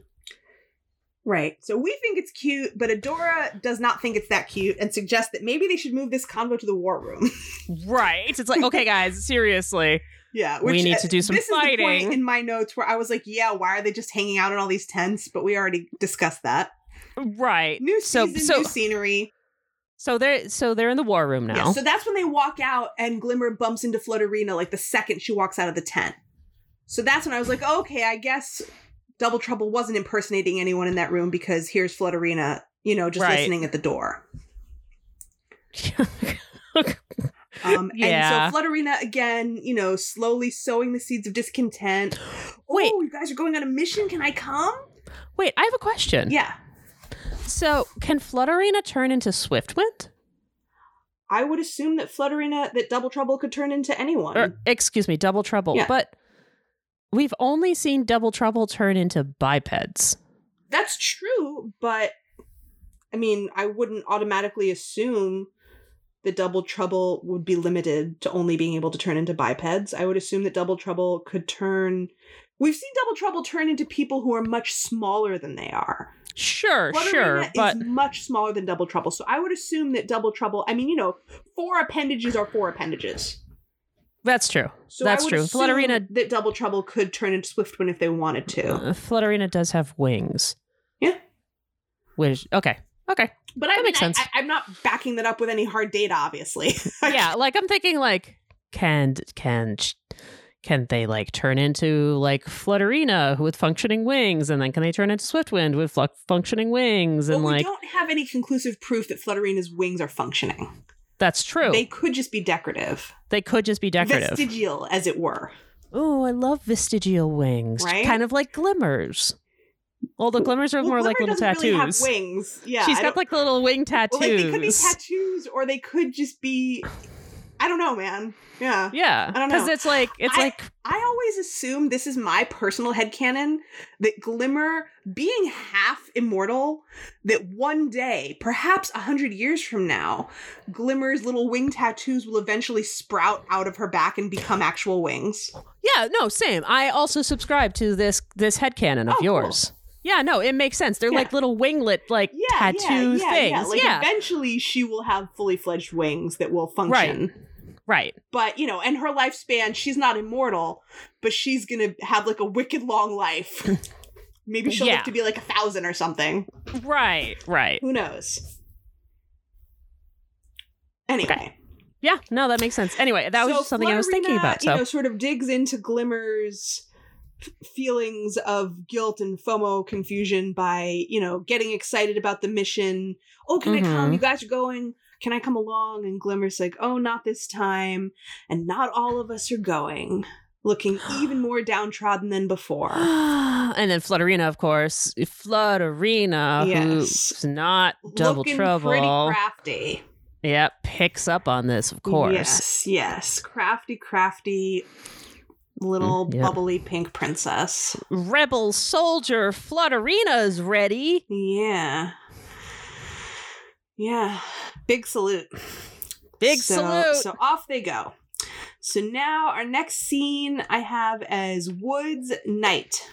Speaker 2: Right. So we think it's cute, but Adora does not think it's that cute and suggests that maybe they should move this convo to the war room.
Speaker 1: Right. It's like okay, guys, seriously.
Speaker 2: yeah.
Speaker 1: We need to do
Speaker 2: uh,
Speaker 1: some
Speaker 2: this Is the
Speaker 1: fighting.
Speaker 2: point in my notes where I was like, yeah, why are they just hanging out in all these tents? But we already discussed that.
Speaker 1: Right.
Speaker 2: New
Speaker 1: so
Speaker 2: season,
Speaker 1: so
Speaker 2: new scenery.
Speaker 1: so they're so they're in the war room now.
Speaker 2: Yeah, so that's when they walk out and Glimmer bumps into Flutterina like the second she walks out of the tent. So that's when I was like, okay, I guess Double Trouble wasn't impersonating anyone in that room because here's Flutterina, you know, just
Speaker 1: Right.
Speaker 2: listening at the door. Um,
Speaker 1: Yeah.
Speaker 2: And so Flutterina again, you know, slowly sowing the seeds of discontent.
Speaker 1: Wait.
Speaker 2: oh, you guys are going on a mission. Can I come?
Speaker 1: Wait, I have a question.
Speaker 2: Yeah,
Speaker 1: So can Flutterina turn into Swiftwind?
Speaker 2: I would assume that Flutterina, that Double Trouble could turn into anyone.
Speaker 1: or excuse me, double trouble.
Speaker 2: Um, Yeah.
Speaker 1: But we've only seen double trouble turn into bipeds.
Speaker 2: That's true, but I mean, I wouldn't automatically assume that Double Trouble would be limited to only being able to turn into bipeds. I would assume that Double Trouble could turn. We've seen Double Trouble turn into people who are much smaller than they are.
Speaker 1: Sure,
Speaker 2: Flutterina
Speaker 1: sure, but
Speaker 2: is much smaller than Double Trouble, so I would assume that Double Trouble. I mean, you know, four appendages are four appendages.
Speaker 1: that's true.
Speaker 2: So
Speaker 1: that's
Speaker 2: I would
Speaker 1: true.
Speaker 2: assume
Speaker 1: Flutterina,
Speaker 2: that Double Trouble could turn into Swiftwind if they wanted to.
Speaker 1: uh, Flutterina does have wings.
Speaker 2: Yeah.
Speaker 1: Which okay, okay,
Speaker 2: But I
Speaker 1: That
Speaker 2: mean,
Speaker 1: makes sense.
Speaker 2: I, I, I'm not backing that up with any hard data, obviously.
Speaker 1: yeah. Like I'm thinking, like can can can they like turn into like Flutterina with functioning wings, and then can they turn into Swiftwind with flu- functioning wings,
Speaker 2: But
Speaker 1: and
Speaker 2: we
Speaker 1: like
Speaker 2: don't have any conclusive proof that Flutterina's wings are functioning.
Speaker 1: that's true.
Speaker 2: They
Speaker 1: They,
Speaker 2: could just be decorative,
Speaker 1: could just be decorative.
Speaker 2: vestigial, as it were.
Speaker 1: Oh, I love vestigial wings.
Speaker 2: Right?
Speaker 1: Kind of like glimmers. Although glimmers are
Speaker 2: Well,
Speaker 1: more like
Speaker 2: Glimmer
Speaker 1: little
Speaker 2: doesn't
Speaker 1: tattoos.
Speaker 2: really have wings. Yeah,
Speaker 1: She's
Speaker 2: I
Speaker 1: got
Speaker 2: don't-
Speaker 1: like the little wing tattoos.
Speaker 2: well, like, they could be tattoos, or they could just be. I don't know, man. Yeah,
Speaker 1: yeah,
Speaker 2: I don't
Speaker 1: because
Speaker 2: know.
Speaker 1: it's like it's
Speaker 2: I-
Speaker 1: like
Speaker 2: I always assume this is my personal headcanon that Glimmer, being half immortal, that one day, perhaps a hundred years from now, Glimmer's little wing tattoos will eventually sprout out of her back and become actual wings.
Speaker 1: yeah, no, same. I also subscribe to this this headcanon of
Speaker 2: Oh, cool.
Speaker 1: yours. Yeah, no, it makes sense. They're
Speaker 2: Yeah.
Speaker 1: like little winglet like tattoo things. Yeah,
Speaker 2: Like eventually she will have fully fledged wings that will function.
Speaker 1: right.
Speaker 2: But you know, in her lifespan, she's not immortal, but she's gonna have like a wicked long life. Maybe she'll
Speaker 1: Yeah.
Speaker 2: live to be like a thousand or something.
Speaker 1: Right, right.
Speaker 2: Who knows? Anyway.
Speaker 1: Yeah, no, that makes sense. Anyway, that was
Speaker 2: So
Speaker 1: just something I was thinking
Speaker 2: Flutterina,
Speaker 1: about. So
Speaker 2: You know, sort of digs into Glimmer's f- feelings of guilt and FOMO confusion by, you know, getting excited about the mission. Oh, can I come?
Speaker 1: Mhm.
Speaker 2: You guys are going. Can I come along? And Glimmer's like, oh, not this time. And not all of us are going. Looking even more downtrodden than before.
Speaker 1: and then Flutterina, of course, Flutterina,
Speaker 2: Yes.
Speaker 1: who's not double
Speaker 2: Looking pretty
Speaker 1: trouble.
Speaker 2: crafty.
Speaker 1: Yep, picks up on this, of course.
Speaker 2: Yes, yes. Crafty, crafty. little
Speaker 1: Mm, yeah.
Speaker 2: bubbly pink princess.
Speaker 1: Rebel soldier Flutterina's ready.
Speaker 2: Yeah. Yeah. Big salute.
Speaker 1: Big
Speaker 2: So-
Speaker 1: salute.
Speaker 2: So off they go. So now our next scene I have as Woods Knight.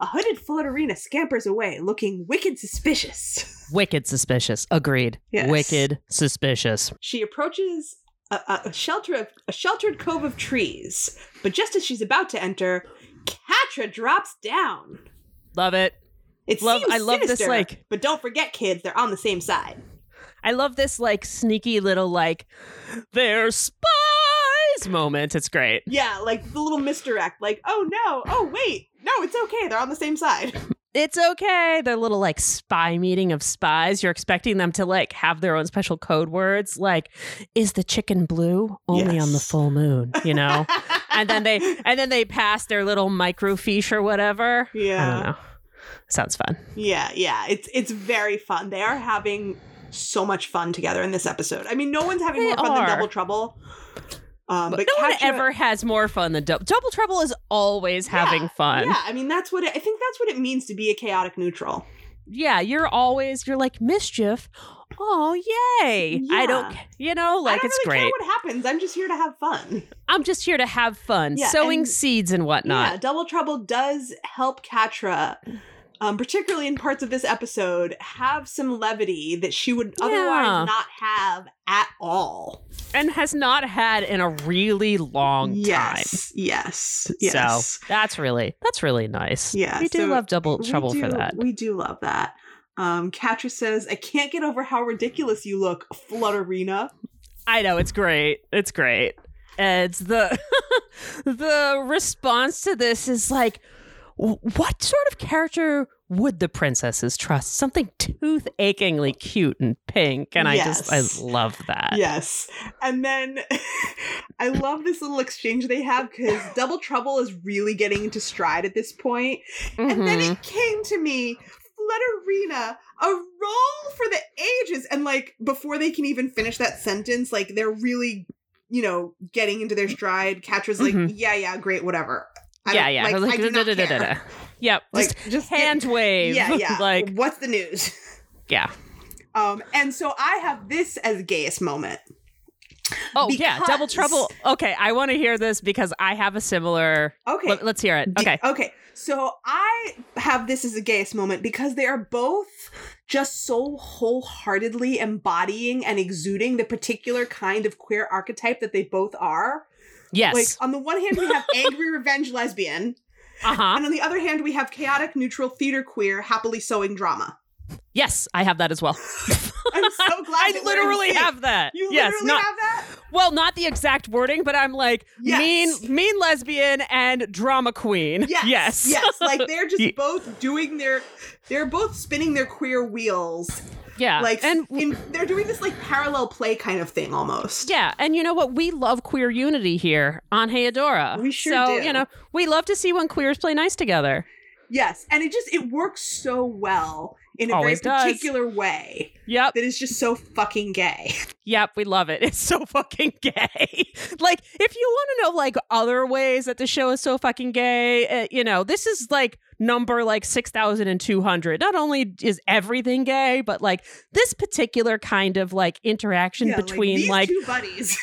Speaker 2: A hooded Flutterina scampers away, looking wicked suspicious.
Speaker 1: Wicked suspicious. Agreed.
Speaker 2: Yes.
Speaker 1: Wicked suspicious.
Speaker 2: She approaches a, a, a shelter of, a sheltered cove of trees, but just as she's about to enter, Catra drops down.
Speaker 1: Love it.
Speaker 2: It
Speaker 1: Love-
Speaker 2: seems
Speaker 1: I love this,
Speaker 2: sinister,
Speaker 1: like-
Speaker 2: but don't forget, kids, they're on the same side.
Speaker 1: I love this like sneaky little like they're spies moment. It's great.
Speaker 2: Yeah, like the little misdirect, like, oh no, oh wait, no, it's okay, they're on the same side.
Speaker 1: It's okay. Their little like spy meeting of spies. You're expecting them to like have their own special code words like is the chicken blue only on the
Speaker 2: Yes.
Speaker 1: full moon, you know? Oh. and then they and then they pass their little microfiche or whatever. I don't
Speaker 2: Yeah.
Speaker 1: know. Sounds fun.
Speaker 2: Yeah, yeah. It's it's very fun. They are having so much fun together in this episode. I mean, no one's having
Speaker 1: They
Speaker 2: more fun
Speaker 1: are.
Speaker 2: than Double Trouble. Um, but
Speaker 1: no one
Speaker 2: Katra-
Speaker 1: ever has more fun than Double Double Trouble is always having fun.
Speaker 2: Yeah, I mean that's what it, I think that's what it means to be a chaotic neutral.
Speaker 1: yeah, you're always you're like mischief. Oh yay! I don't,
Speaker 2: Yeah.
Speaker 1: you know,
Speaker 2: I
Speaker 1: like
Speaker 2: don't
Speaker 1: it's great.
Speaker 2: really care what happens. I'm just here to have fun.
Speaker 1: I'm just here to have fun,
Speaker 2: Yeah,
Speaker 1: sowing
Speaker 2: and-
Speaker 1: seeds and whatnot.
Speaker 2: Yeah, Double Trouble does help Katra, um, particularly in parts of this episode, have some levity that she would
Speaker 1: Yeah.
Speaker 2: otherwise not have at all.
Speaker 1: and has not had in a really long time.
Speaker 2: yes, yes, yes.
Speaker 1: So that's really that's really nice.
Speaker 2: Yeah,
Speaker 1: we do
Speaker 2: so
Speaker 1: love double
Speaker 2: We
Speaker 1: trouble for
Speaker 2: do-
Speaker 1: that.
Speaker 2: We do love that. Um, Katra says, I can't get over how ridiculous you look, Flutterina.
Speaker 1: I know it's great. It's great. And It's the the response to this is like, w- what sort of character would the princesses trust? Something tooth achingly cute and pink, and I
Speaker 2: Yes.
Speaker 1: just I love that.
Speaker 2: Yes. And then I love this little exchange they have because Double Trouble is really getting into stride at this point. And then
Speaker 1: Mhm.
Speaker 2: it came to me, Flutterina, a role for the ages. And like before they can even finish that sentence, like they're really, you know, getting into their stride. Catra's like,
Speaker 1: Mhm.
Speaker 2: yeah, yeah, great, whatever. I
Speaker 1: yeah,
Speaker 2: don't-
Speaker 1: yeah.
Speaker 2: Like,
Speaker 1: Like,
Speaker 2: I do not
Speaker 1: da- da- da- da-
Speaker 2: care.
Speaker 1: da. Yep.
Speaker 2: Like,
Speaker 1: just
Speaker 2: just get-
Speaker 1: hand wave.
Speaker 2: Yeah, yeah.
Speaker 1: like
Speaker 2: what's the news?
Speaker 1: yeah.
Speaker 2: Um, and so I have this as gayest moment.
Speaker 1: Oh yeah. Double
Speaker 2: Because-
Speaker 1: trouble. Okay, I want to hear this because I have a similar.
Speaker 2: Okay.
Speaker 1: Let, us hear it.
Speaker 2: D-
Speaker 1: Okay.
Speaker 2: Okay. So I have this as a gayest moment because they are both just so wholeheartedly embodying and exuding the particular kind of queer archetype that they both are. Like
Speaker 1: Yes.
Speaker 2: on the one hand we have angry revenge lesbian,
Speaker 1: uh huh.
Speaker 2: and on the other hand we have chaotic neutral theater queer happily sewing drama.
Speaker 1: Yes, I have that as well.
Speaker 2: I'm so glad
Speaker 1: I
Speaker 2: that we're in
Speaker 1: literally
Speaker 2: sync.
Speaker 1: have that.
Speaker 2: You
Speaker 1: yes,
Speaker 2: literally
Speaker 1: not
Speaker 2: have that?
Speaker 1: well, not the exact wording, but I'm like
Speaker 2: Yes.
Speaker 1: mean, mean lesbian and drama queen.
Speaker 2: Yes.
Speaker 1: yes,
Speaker 2: yes. Like they're
Speaker 1: Ye-
Speaker 2: just both doing their they're both spinning their queer wheels
Speaker 1: yeah.
Speaker 2: like
Speaker 1: Ah, and
Speaker 2: and they're doing this like parallel play kind of thing almost.
Speaker 1: yeah, and you know what? We love queer unity here on Heodora.
Speaker 2: We sure
Speaker 1: so,
Speaker 2: do.
Speaker 1: You know, we love to see when queers play nice together.
Speaker 2: Yes, and it just it works so well in a
Speaker 1: Always
Speaker 2: very
Speaker 1: does.
Speaker 2: particular way
Speaker 1: Yep,
Speaker 2: that is just so fucking gay.
Speaker 1: yep, we love it. It's so fucking gay. like, if you want to know like other ways that the show is so fucking gay, uh, you know, this is like number like 6200 not only is everything gay but like this particular kind of like interaction
Speaker 2: Yeah,
Speaker 1: between
Speaker 2: these
Speaker 1: like
Speaker 2: two buddies.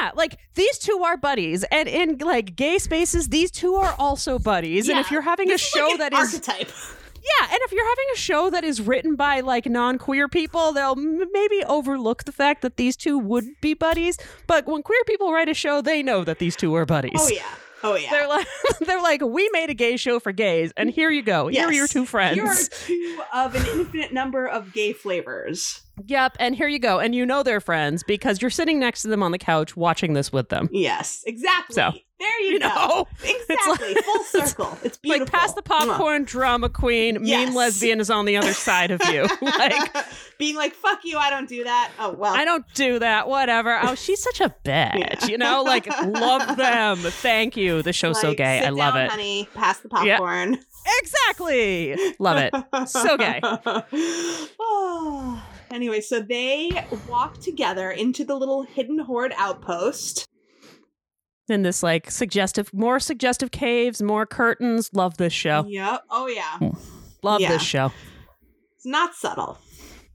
Speaker 1: Yeah, like these two are buddies, and in like gay spaces, these two are also buddies. And
Speaker 2: Yeah.
Speaker 1: if you're having a show
Speaker 2: like an
Speaker 1: that is
Speaker 2: archetype.
Speaker 1: yeah, and if you're having a show that is written by like non-queer people, they'll m- maybe overlook the fact that these two would be buddies. But when queer people write a show, they know that these two are buddies.
Speaker 2: Oh yeah. Oh yeah.
Speaker 1: They're like, they're like, we made a gay show for gays, and here you go. Here are
Speaker 2: Yes.
Speaker 1: your two friends.
Speaker 2: Here are two of an infinite number of gay flavors.
Speaker 1: Yep, and here you go. And you know they're friends because you're sitting next to them on the couch watching this with them.
Speaker 2: Yes, exactly.
Speaker 1: So,
Speaker 2: there you,
Speaker 1: You
Speaker 2: go.
Speaker 1: know?
Speaker 2: Exactly. Full circle. It's beautiful.
Speaker 1: Like past the
Speaker 2: Mwah.
Speaker 1: popcorn, drama queen, mean
Speaker 2: Yes.
Speaker 1: lesbian is on the other side of you. like
Speaker 2: being like, "Fuck you, I don't do that." Oh well,
Speaker 1: I don't do that. Whatever. Oh, she's such a bitch.
Speaker 2: Yeah.
Speaker 1: You know, like love them. Thank you. The show's so
Speaker 2: Like,
Speaker 1: gay.
Speaker 2: sit
Speaker 1: I love
Speaker 2: down,
Speaker 1: it.
Speaker 2: Honey, pass the
Speaker 1: Yeah.
Speaker 2: popcorn.
Speaker 1: Exactly. Love it. So gay.
Speaker 2: Oh. anyway, so they walk together into the little hidden horde outpost.
Speaker 1: in this like suggestive, more suggestive caves, more curtains. Love this show.
Speaker 2: Yep. Oh yeah.
Speaker 1: Hmm. Love
Speaker 2: Yeah.
Speaker 1: this show.
Speaker 2: It's not subtle.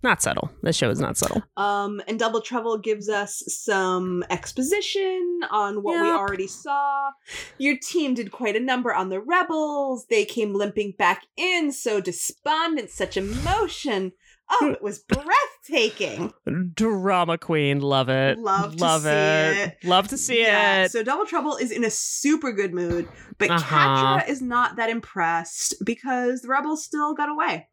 Speaker 1: Not subtle. This show is not subtle.
Speaker 2: Um, and Double Trouble gives us some exposition on what we
Speaker 1: Yep.
Speaker 2: already saw. Your team did quite a number on the rebels. They came limping back in, so despondent, such emotion.
Speaker 1: Hmm.
Speaker 2: Oh, it was breathtaking.
Speaker 1: Drama queen. Love it.
Speaker 2: Love to
Speaker 1: Love
Speaker 2: see
Speaker 1: it.
Speaker 2: it.
Speaker 1: Love to see
Speaker 2: Yeah,
Speaker 1: it.
Speaker 2: So Double Trouble is in a super good mood, but
Speaker 1: Uh-huh.
Speaker 2: Katra is not that impressed because the rebels still got away.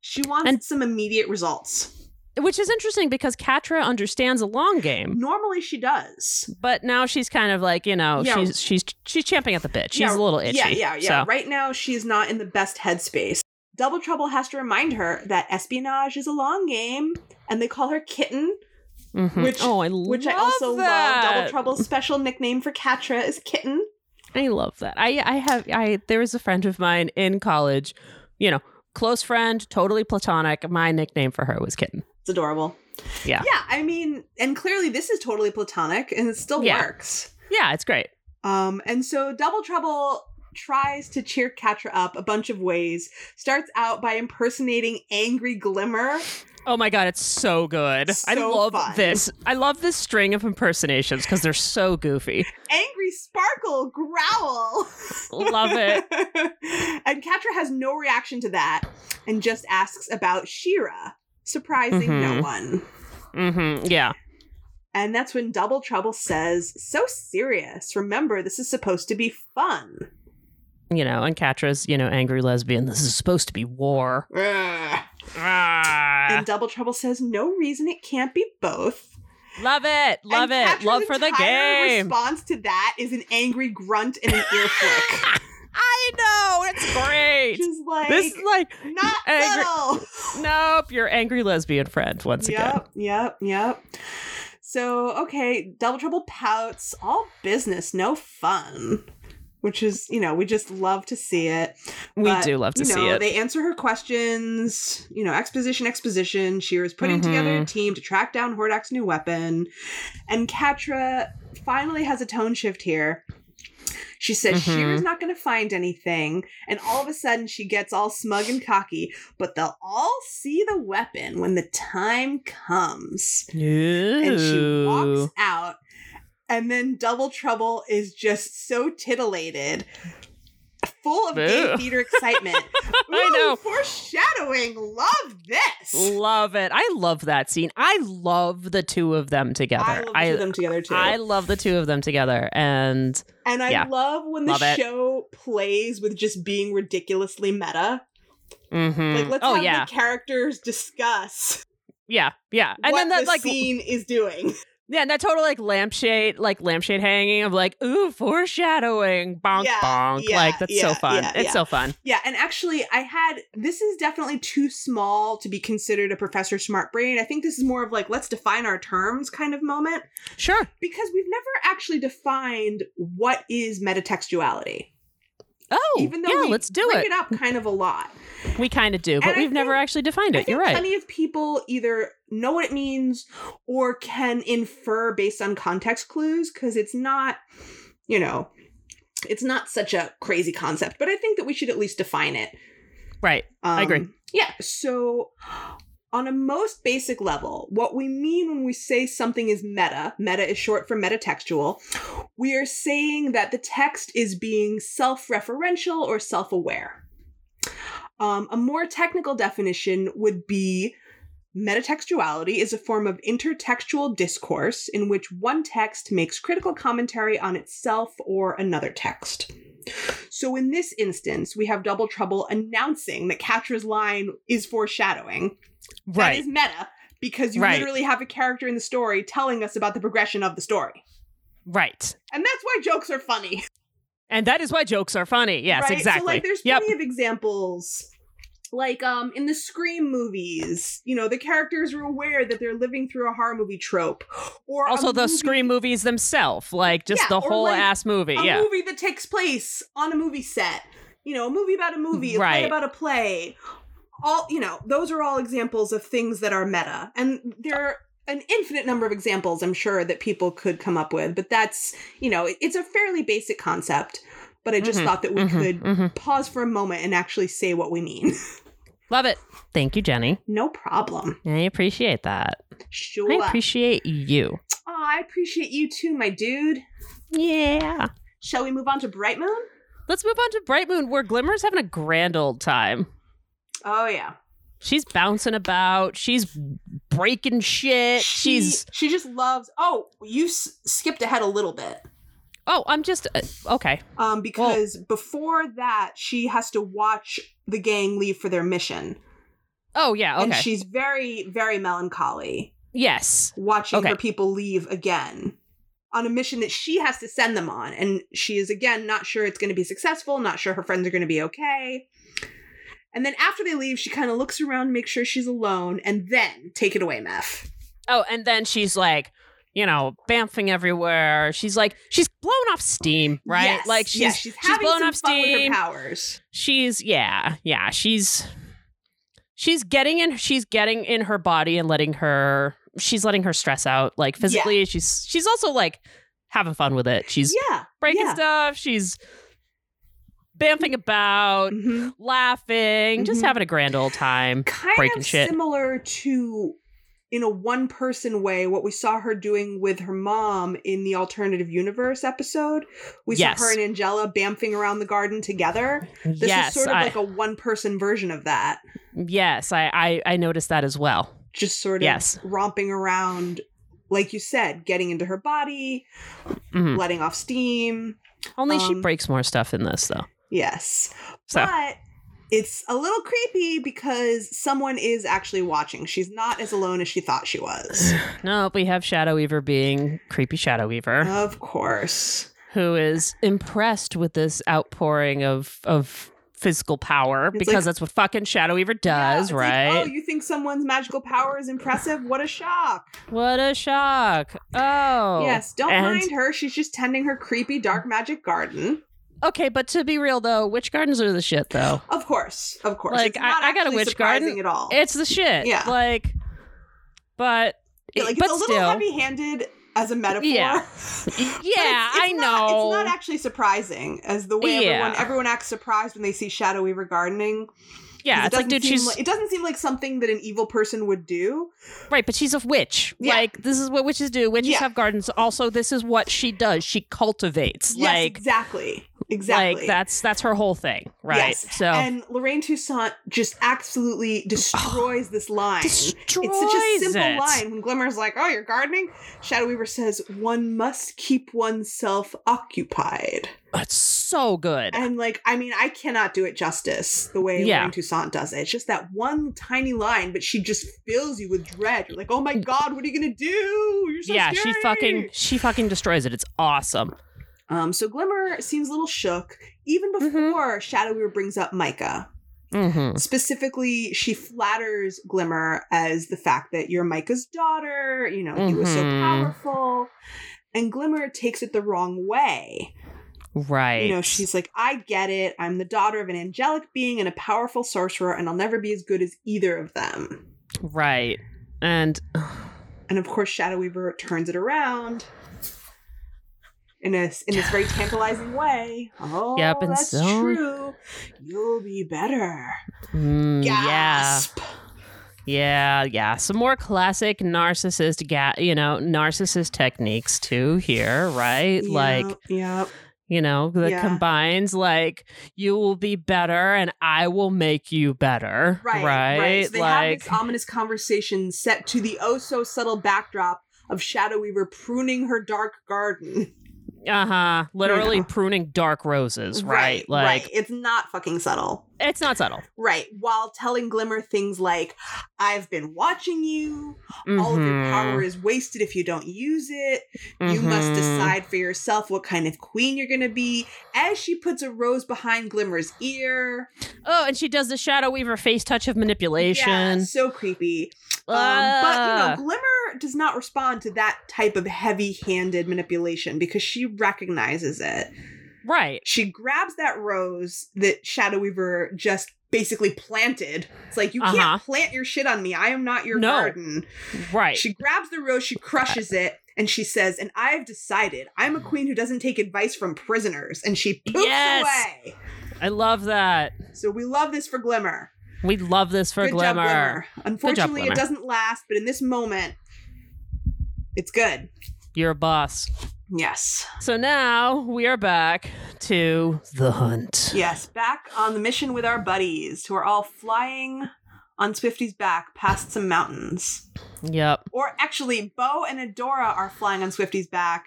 Speaker 2: She wants
Speaker 1: And-
Speaker 2: some immediate results.
Speaker 1: Which is interesting because Katra understands a long game.
Speaker 2: Normally she does.
Speaker 1: But now she's kind of like, you know,
Speaker 2: Yeah.
Speaker 1: she's she's she's champing at the bit. She's
Speaker 2: Yeah,
Speaker 1: a little itchy.
Speaker 2: Yeah, yeah, yeah.
Speaker 1: So-
Speaker 2: Right now, she's not in the best headspace. Double Trouble has to remind her that espionage is a long game, and they call her Kitten,
Speaker 1: Mhm.
Speaker 2: Which-
Speaker 1: oh, I
Speaker 2: which I
Speaker 1: love
Speaker 2: also
Speaker 1: that.
Speaker 2: love. Double Trouble's special nickname for Katra is Kitten.
Speaker 1: I love that. I I have I there was a friend of mine in college, you know, close friend, totally platonic. My nickname for her was kitten.
Speaker 2: It's adorable.
Speaker 1: Yeah.
Speaker 2: Yeah, I mean, and clearly this is totally platonic, and it still
Speaker 1: Yeah.
Speaker 2: works.
Speaker 1: Yeah, it's great.
Speaker 2: Um, and so Double Trouble tries to cheer Katra up a bunch of ways. Starts out by impersonating Angry Glimmer.
Speaker 1: Oh my god, it's so good. I
Speaker 2: So
Speaker 1: love
Speaker 2: fun.
Speaker 1: this. I love this string of impersonations because they're so goofy.
Speaker 2: Angry Sparkle Growl.
Speaker 1: love it.
Speaker 2: and Katra has no reaction to that and just asks about Shira, surprising no
Speaker 1: Mhm.
Speaker 2: one.
Speaker 1: hmm Yeah.
Speaker 2: And that's when Double Trouble says, "So serious. Remember, this is supposed to be fun."
Speaker 1: You know, and Katra's, you know, angry lesbian. This is supposed to be war.
Speaker 2: Ugh.
Speaker 1: Ah,
Speaker 2: And Double Trouble says, "No reason it can't be both."
Speaker 1: love it. Love
Speaker 2: And
Speaker 1: it.
Speaker 2: Katra's
Speaker 1: Love for the
Speaker 2: entire
Speaker 1: game.
Speaker 2: Response to that is an angry grunt and an ear flick.
Speaker 1: I know. It's great.
Speaker 2: Just like
Speaker 1: this is like
Speaker 2: not
Speaker 1: angry-
Speaker 2: subtle.
Speaker 1: Nope, your angry lesbian friend once again.
Speaker 2: Yep, yep, yep. So, okay, Double Trouble pouts, all business, no fun. Which is, you know, we just love to see it.
Speaker 1: We
Speaker 2: But,
Speaker 1: do love to
Speaker 2: you know,
Speaker 1: see it.
Speaker 2: They answer her questions, you know, exposition, exposition. Shira's putting
Speaker 1: Mhm.
Speaker 2: together a team to track down Hordak's new weapon. And Katra finally has a tone shift here. She says
Speaker 1: Mhm.
Speaker 2: Shira's not going to find anything. And all of a sudden, she gets all smug and cocky, but they'll all see the weapon when the time comes. And she walks out. And then Double Trouble is just so titillated, full of gay
Speaker 1: Boo.
Speaker 2: theater excitement.
Speaker 1: I
Speaker 2: Ooh,
Speaker 1: know.
Speaker 2: Foreshadowing. Love this.
Speaker 1: Love it. I love that scene. I love the two of them together.
Speaker 2: I love the two of them together too.
Speaker 1: I love the two of them together. And
Speaker 2: and I
Speaker 1: yeah.
Speaker 2: love when the
Speaker 1: Love it.
Speaker 2: show plays with just being ridiculously meta.
Speaker 1: mhm.
Speaker 2: Like, let's
Speaker 1: oh
Speaker 2: have
Speaker 1: yeah.
Speaker 2: the characters discuss
Speaker 1: yeah. Yeah. And
Speaker 2: what
Speaker 1: then that
Speaker 2: the
Speaker 1: like
Speaker 2: scene is doing.
Speaker 1: yeah, and that total like lampshade, like lampshade hanging of like, ooh, foreshadowing. Bonk
Speaker 2: Yeah,
Speaker 1: bonk.
Speaker 2: yeah,
Speaker 1: like that's so
Speaker 2: yeah,
Speaker 1: fun.
Speaker 2: yeah,
Speaker 1: it's
Speaker 2: yeah.
Speaker 1: so fun.
Speaker 2: Yeah, and actually, I had this is definitely too small to be considered a Professor Smart Brain. I think this is more of like let's define our terms kind of moment
Speaker 1: Sure.
Speaker 2: because we've never actually defined what is metatextuality.
Speaker 1: Oh
Speaker 2: Even though
Speaker 1: yeah,
Speaker 2: we
Speaker 1: let's do
Speaker 2: bring
Speaker 1: it.
Speaker 2: it. up kind of a lot.
Speaker 1: We kinda do, but
Speaker 2: I
Speaker 1: we've never
Speaker 2: think-
Speaker 1: actually defined
Speaker 2: I
Speaker 1: it.
Speaker 2: think
Speaker 1: You're right.
Speaker 2: plenty of people either know what it means or can infer based on context clues because it's not, you know, it's not such a crazy concept. But I think that we should at least define it.
Speaker 1: Right.
Speaker 2: Um,
Speaker 1: I agree.
Speaker 2: Yeah. So, on a most basic level, what we mean when we say something is meta, meta is short for metatextual, we are saying that the text is being self referential or self aware. Um, a more technical definition would be metatextuality is a form of intertextual discourse in which one text makes critical commentary on itself or another text. So in this instance, we have Double Trouble announcing that Katra's line is foreshadowing. That
Speaker 1: Right.
Speaker 2: is meta because you
Speaker 1: Right.
Speaker 2: literally have a character in the story telling us about the progression of the story.
Speaker 1: right.
Speaker 2: And that's why jokes are funny.
Speaker 1: And that is why jokes are funny. Yes,
Speaker 2: right?
Speaker 1: exactly.
Speaker 2: So like there's
Speaker 1: yep.
Speaker 2: plenty of examples. Like um in the Scream movies, you know, the characters are aware that they're living through a horror movie trope. Or a
Speaker 1: Also, the
Speaker 2: movie-
Speaker 1: Scream movies themselves, like just
Speaker 2: Yeah,
Speaker 1: the
Speaker 2: or,
Speaker 1: whole
Speaker 2: like,
Speaker 1: ass movie.
Speaker 2: a
Speaker 1: Yeah.
Speaker 2: movie that takes place on a movie set. You know, a movie about a movie, a play
Speaker 1: Right.
Speaker 2: about a play. All you know, those are all examples of things that are meta, and they're an infinite number of examples i'm sure that people could come up with but that's you know it- it's a fairly basic concept but i just
Speaker 1: Mhm.
Speaker 2: thought that we
Speaker 1: Mhm,
Speaker 2: could
Speaker 1: mhm.
Speaker 2: pause for a moment and actually say what we mean
Speaker 1: Love it. Thank you, Jenny.
Speaker 2: no problem
Speaker 1: I appreciate that.
Speaker 2: sure
Speaker 1: I appreciate you.
Speaker 2: Aw, i appreciate you too my dude
Speaker 1: Yeah.
Speaker 2: shall we move on to bright moon
Speaker 1: Let's move on to Bright Moon, where Glimmer's having a grand old time.
Speaker 2: oh yeah
Speaker 1: She's bouncing about. She's breaking shit.
Speaker 2: She-
Speaker 1: She's
Speaker 2: she just loves oh you s- skipped ahead a little bit
Speaker 1: oh, I'm just uh, okay.
Speaker 2: um, because before that she has to watch the gang leave for their mission
Speaker 1: Oh yeah,
Speaker 2: and
Speaker 1: okay.
Speaker 2: she's very very melancholy
Speaker 1: yes,
Speaker 2: watching
Speaker 1: Okay.
Speaker 2: her people leave again on a mission that she has to send them on and she is again not sure it's going to be successful not sure her friends are going to be okay and then after they leave she kind of looks around makes sure she's alone and then take it away meth
Speaker 1: Oh, and then she's like, you know, bamfing everywhere. She's like, she's blown off steam, right?
Speaker 2: Yes,
Speaker 1: like she's
Speaker 2: yes,
Speaker 1: she's,
Speaker 2: having
Speaker 1: blown
Speaker 2: some
Speaker 1: off
Speaker 2: fun with
Speaker 1: steam.
Speaker 2: her powers
Speaker 1: She's yeah, yeah. She's she's getting in. She's getting in her body and letting her. She's letting her stress out, like physically. She's she's also like having fun with it. She's
Speaker 2: yeah
Speaker 1: breaking
Speaker 2: yeah.
Speaker 1: stuff. She's bamfing about,
Speaker 2: Mhm.
Speaker 1: laughing, just
Speaker 2: Mhm.
Speaker 1: having a grand old time.
Speaker 2: kind
Speaker 1: breaking
Speaker 2: of
Speaker 1: shit.
Speaker 2: similar to in a one person way what we saw her doing with her mom in the alternative universe episode we
Speaker 1: Yes.
Speaker 2: saw her and angela bamfing around the garden together this
Speaker 1: yes,
Speaker 2: is sort of
Speaker 1: I,
Speaker 2: like a one person version of that
Speaker 1: yes, I, I I noticed that as well.
Speaker 2: just sort of
Speaker 1: Yes.
Speaker 2: romping around like you said getting into her body
Speaker 1: Mhm.
Speaker 2: letting off steam
Speaker 1: Only she
Speaker 2: Um,
Speaker 1: breaks more stuff in this, though.
Speaker 2: yes
Speaker 1: So
Speaker 2: but it's a little creepy because someone is actually watching she's not as alone as she thought she was
Speaker 1: no, we have Shadow Weaver being creepy Shadow Weaver,
Speaker 2: of course
Speaker 1: who is impressed with this outpouring of of physical power
Speaker 2: It's
Speaker 1: because
Speaker 2: like-
Speaker 1: that's what fucking Shadow Weaver
Speaker 2: Yeah,
Speaker 1: does,
Speaker 2: it's like,
Speaker 1: right?
Speaker 2: oh, you think someone's magical power is impressive? What a shock.
Speaker 1: what a shock! Oh,
Speaker 2: yes, don't
Speaker 1: and-
Speaker 2: mind her. She's just tending her creepy dark magic garden.
Speaker 1: Okay, but to be real though, witch gardens are the shit, though.
Speaker 2: Of course, of course.
Speaker 1: Like,
Speaker 2: It's not
Speaker 1: I- I got a
Speaker 2: actually
Speaker 1: witch
Speaker 2: surprising
Speaker 1: garden.
Speaker 2: at all.
Speaker 1: It's the shit.
Speaker 2: Yeah.
Speaker 1: like, but
Speaker 2: Yeah, like,
Speaker 1: but
Speaker 2: it's a little
Speaker 1: still,
Speaker 2: heavy-handed as a metaphor.
Speaker 1: Yeah.
Speaker 2: But
Speaker 1: yeah,
Speaker 2: it's-
Speaker 1: I
Speaker 2: it's not-
Speaker 1: know.
Speaker 2: it's not actually surprising as the way everyone
Speaker 1: Yeah.
Speaker 2: everyone acts surprised when they see Shadow Weaver gardening. 'Cause
Speaker 1: yeah,
Speaker 2: it
Speaker 1: it's like,
Speaker 2: doesn't
Speaker 1: dude,
Speaker 2: seem
Speaker 1: she's
Speaker 2: like- it doesn't seem like something that an evil person would do.
Speaker 1: Right, but she's a witch.
Speaker 2: Yeah.
Speaker 1: Like this is what witches do. Witches
Speaker 2: Yeah.
Speaker 1: have gardens. Also, this is what she does. She cultivates.
Speaker 2: Yes,
Speaker 1: like
Speaker 2: exactly. Exactly.
Speaker 1: like that's that's her whole thing. Right.
Speaker 2: Yes.
Speaker 1: So
Speaker 2: And Lorraine Toussaint just absolutely destroys this line.
Speaker 1: destroys
Speaker 2: it's such a simple
Speaker 1: it.
Speaker 2: line. When Glimmer's like, "Oh, you're gardening," Shadow Weaver says, "One must keep oneself occupied."
Speaker 1: It's so good.
Speaker 2: And like, I mean, I cannot do it justice the way
Speaker 1: Yeah.
Speaker 2: Lorraine Toussaint does it. It's just that one tiny line, but she just fills you with dread. You're like, "Oh my god, what are you gonna do?" You're so
Speaker 1: Mm. yeah,
Speaker 2: scary.
Speaker 1: she fucking she fucking destroys it. It's awesome.
Speaker 2: Um, so Glimmer seems a little shook even
Speaker 1: Mhm.
Speaker 2: before Shadow Weaver brings up Micah.
Speaker 1: hmm
Speaker 2: specifically she flatters glimmer as the fact that you're micah's daughter you know you were so
Speaker 1: Mhm.
Speaker 2: powerful and glimmer takes it the wrong way
Speaker 1: Right.
Speaker 2: you know she's like i get it i'm the daughter of an angelic being and a powerful sorcerer and i'll never be as good as either of them
Speaker 1: right. And
Speaker 2: and of course shadow weaver turns it around in a, in this very tantalizing way. Oh,
Speaker 1: Yep, and
Speaker 2: that's
Speaker 1: so-
Speaker 2: true. You'll be better.
Speaker 1: mm, yeah.
Speaker 2: Gasp.
Speaker 1: Yeah, yeah. Some more classic narcissist ga- you know, narcissist techniques too here, right? Like
Speaker 2: yeah.
Speaker 1: you know, that
Speaker 2: Yeah.
Speaker 1: combines like you will be better and I will make you better.
Speaker 2: Right, right. So they have
Speaker 1: like
Speaker 2: this ominous conversation set to the oh so subtle backdrop of Shadow Weaver pruning her dark garden.
Speaker 1: uh-huh. Literally
Speaker 2: Yeah.
Speaker 1: pruning dark roses, right? like
Speaker 2: right. It's not fucking subtle.
Speaker 1: it's not subtle.
Speaker 2: Right. While telling Glimmer things like, I've been watching you, all of your
Speaker 1: Mhm.
Speaker 2: power is wasted if you don't use it. You must
Speaker 1: Mhm.
Speaker 2: decide for yourself what kind of queen you're gonna be. As she puts a rose behind Glimmer's ear.
Speaker 1: Oh, and she does the shadow weaver face touch of manipulation.
Speaker 2: Yeah, so creepy. Um, but you know, Glimmer does not respond to that type of heavy-handed manipulation because she recognizes it.
Speaker 1: Ah, right.
Speaker 2: She grabs that rose that Shadow Weaver just basically planted. It's like you can't
Speaker 1: Uh-huh.
Speaker 2: plant your shit on me. I am not your
Speaker 1: No.
Speaker 2: garden.
Speaker 1: Right.
Speaker 2: She grabs the rose, she crushes it, and she says, "And I've decided I'm a queen who doesn't take advice from prisoners." And she poops
Speaker 1: Yes.
Speaker 2: away.
Speaker 1: I love that.
Speaker 2: So we love this for Glimmer.
Speaker 1: We love this for
Speaker 2: good
Speaker 1: Glimmer.
Speaker 2: job, Glimmer. Unfortunately,
Speaker 1: Glimmer.
Speaker 2: it doesn't last, but in this moment, it's good.
Speaker 1: You're a boss.
Speaker 2: Yes.
Speaker 1: So now we are back to the hunt.
Speaker 2: Yes. Back on the mission with our buddies who are all flying on Swifty's back past some mountains.
Speaker 1: Yep.
Speaker 2: Or actually, Bo and Adora are flying on Swifty's back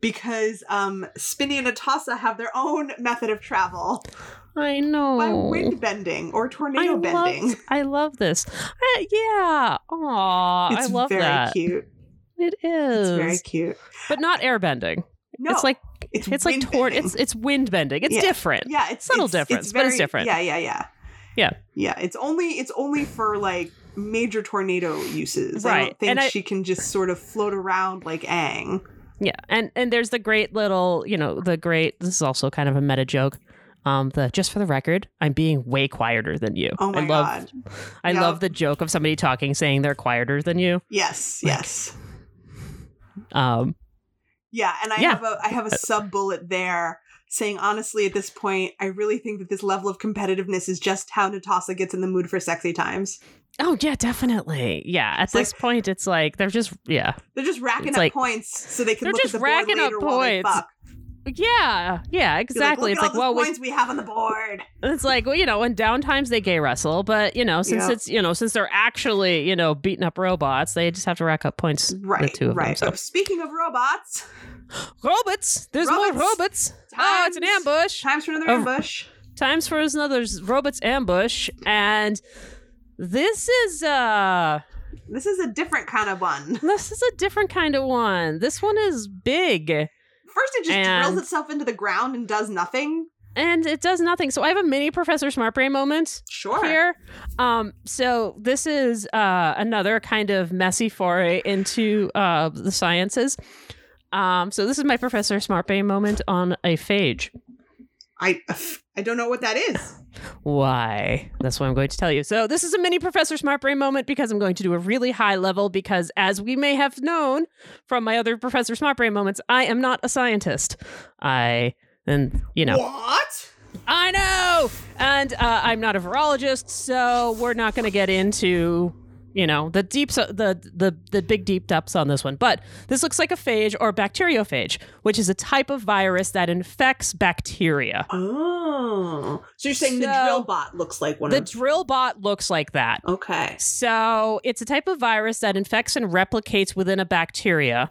Speaker 2: because um, Spinny and Atassa have their own method of travel
Speaker 1: I know.
Speaker 2: by wind bending or tornado
Speaker 1: Oh. I
Speaker 2: bending.
Speaker 1: love, I love this. I- yeah. Aw. I
Speaker 2: it's
Speaker 1: love
Speaker 2: very
Speaker 1: that.
Speaker 2: cute.
Speaker 1: It
Speaker 2: It's
Speaker 1: is.
Speaker 2: very cute.
Speaker 1: But not airbending.
Speaker 2: No,
Speaker 1: it's like
Speaker 2: it's,
Speaker 1: it's like
Speaker 2: wind
Speaker 1: tor-
Speaker 2: bending.
Speaker 1: it's it's wind bending. It's
Speaker 2: Yeah.
Speaker 1: different.
Speaker 2: yeah it's
Speaker 1: Subtle
Speaker 2: it's-
Speaker 1: difference,
Speaker 2: it's
Speaker 1: but
Speaker 2: very,
Speaker 1: it's different.
Speaker 2: yeah yeah yeah
Speaker 1: Yeah.
Speaker 2: yeah it's only it's only for like major tornado uses i
Speaker 1: Right,
Speaker 2: don't think
Speaker 1: and I-
Speaker 2: she can just sort of float around like ang
Speaker 1: Yeah, and and there's the great little, you know, the great. This is also kind of a meta joke. Um, the just for the record, I'm being way quieter than you.
Speaker 2: oh
Speaker 1: I
Speaker 2: my
Speaker 1: love,
Speaker 2: god
Speaker 1: I
Speaker 2: Yep.
Speaker 1: love the joke of somebody talking saying they're quieter than you.
Speaker 2: yes
Speaker 1: Like-
Speaker 2: yes
Speaker 1: Um,
Speaker 2: yeah and i
Speaker 1: Yeah. Uh,
Speaker 2: have a i have a sub bullet there saying honestly at this point i really think that this level of competitiveness is just how natasa gets in the mood for sexy times
Speaker 1: oh yeah, definitely. Yeah, at
Speaker 2: It's like-
Speaker 1: this point, it's like they're just yeah,
Speaker 2: they're just racking
Speaker 1: It's
Speaker 2: up
Speaker 1: like-
Speaker 2: points so they can
Speaker 1: They're
Speaker 2: look
Speaker 1: just
Speaker 2: at the
Speaker 1: racking
Speaker 2: board
Speaker 1: up
Speaker 2: later while they
Speaker 1: points.
Speaker 2: fuck.
Speaker 1: yeah, yeah,
Speaker 2: Be like,
Speaker 1: exactly.
Speaker 2: look
Speaker 1: it's like
Speaker 2: at all
Speaker 1: well,
Speaker 2: the
Speaker 1: we
Speaker 2: points we have on the board
Speaker 1: It's like, well, you know, in downtimes they gay wrestle, but you know, since
Speaker 2: Yeah.
Speaker 1: it's you know, since they're actually, you know, beating up robots, they just have to rack up points.
Speaker 2: right
Speaker 1: The two of them,
Speaker 2: right
Speaker 1: so.
Speaker 2: speaking of robots
Speaker 1: Robots! There's more robots. Oh, it's an
Speaker 2: Times-
Speaker 1: ambush.
Speaker 2: Times for another
Speaker 1: Oh.
Speaker 2: ambush.
Speaker 1: Times for another robots ambush. And this is uh
Speaker 2: This is a different kind of one.
Speaker 1: this is a different kind of one. This one is big.
Speaker 2: First, it just
Speaker 1: And-
Speaker 2: drills itself into the ground and does nothing.
Speaker 1: And it does nothing. So I have a mini Professor Smartbrain moment.
Speaker 2: Sure.
Speaker 1: here. Um, so this is uh, another kind of messy foray into uh, the sciences. Um, so this is my Professor Smartbay moment on a phage.
Speaker 2: I I don't know what that is.
Speaker 1: Why? That's what I'm going to tell you. So this is a mini Professor Smartbrain moment because I'm going to do a really high level because as we may have known from my other Professor Smartbrain moments, I am not a scientist. I and you know
Speaker 2: What?
Speaker 1: I know, and uh, I'm not a virologist, so we're not going to get into you know the deep the the the big deep depths on this one. But this looks like a phage or bacteriophage, which is a type of virus that infects bacteria.
Speaker 2: Oh. So you're saying the
Speaker 1: So-
Speaker 2: drill bot looks like one
Speaker 1: The
Speaker 2: of
Speaker 1: drill bot looks like that.
Speaker 2: Okay.
Speaker 1: So it's a type of virus that infects and replicates within a bacteria.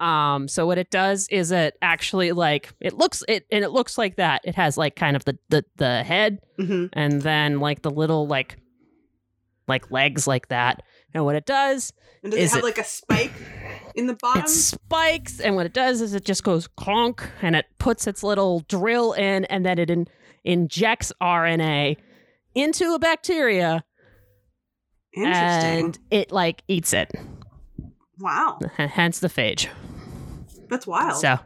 Speaker 1: Um, so what it does is it actually like it looks it and it looks like that. It has like kind of the the, the head
Speaker 2: Mm-hmm.
Speaker 1: and then like the little like like legs like that and what it does
Speaker 2: And does
Speaker 1: Is
Speaker 2: it have
Speaker 1: it-
Speaker 2: like a spike in the bottom?
Speaker 1: it spikes and what it does is it just goes clonk and it puts its little drill in and then it in- injects rna into a bacteria
Speaker 2: Interesting.
Speaker 1: and it like eats it
Speaker 2: wow.
Speaker 1: H- hence the phage
Speaker 2: That's wild.
Speaker 1: so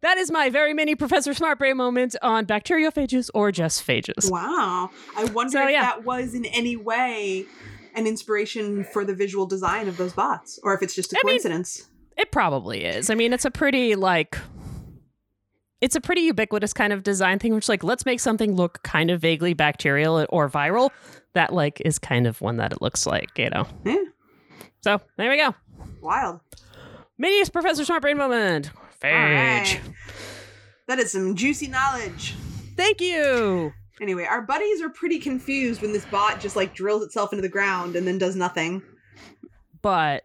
Speaker 1: that is my very mini professor smartbrain moment on bacteriophages or just phages
Speaker 2: Wow. I wonder
Speaker 1: So,
Speaker 2: if
Speaker 1: yeah.
Speaker 2: that was in any way an inspiration for the visual design of those bots, or if it's just a
Speaker 1: I mean,
Speaker 2: coincidence.
Speaker 1: It probably is. I mean, it's a pretty like it's a pretty ubiquitous kind of design thing, which like let's make something look kind of vaguely bacterial or viral. That like is kind of one that it looks like, you know.
Speaker 2: Yeah.
Speaker 1: So there we go.
Speaker 2: Wild.
Speaker 1: Minius Professor Smartbrain moment.
Speaker 2: All
Speaker 1: Phage.
Speaker 2: right. That is some juicy knowledge.
Speaker 1: Thank you.
Speaker 2: Anyway, our buddies are pretty confused when this bot just like drills itself into the ground and then does nothing.
Speaker 1: But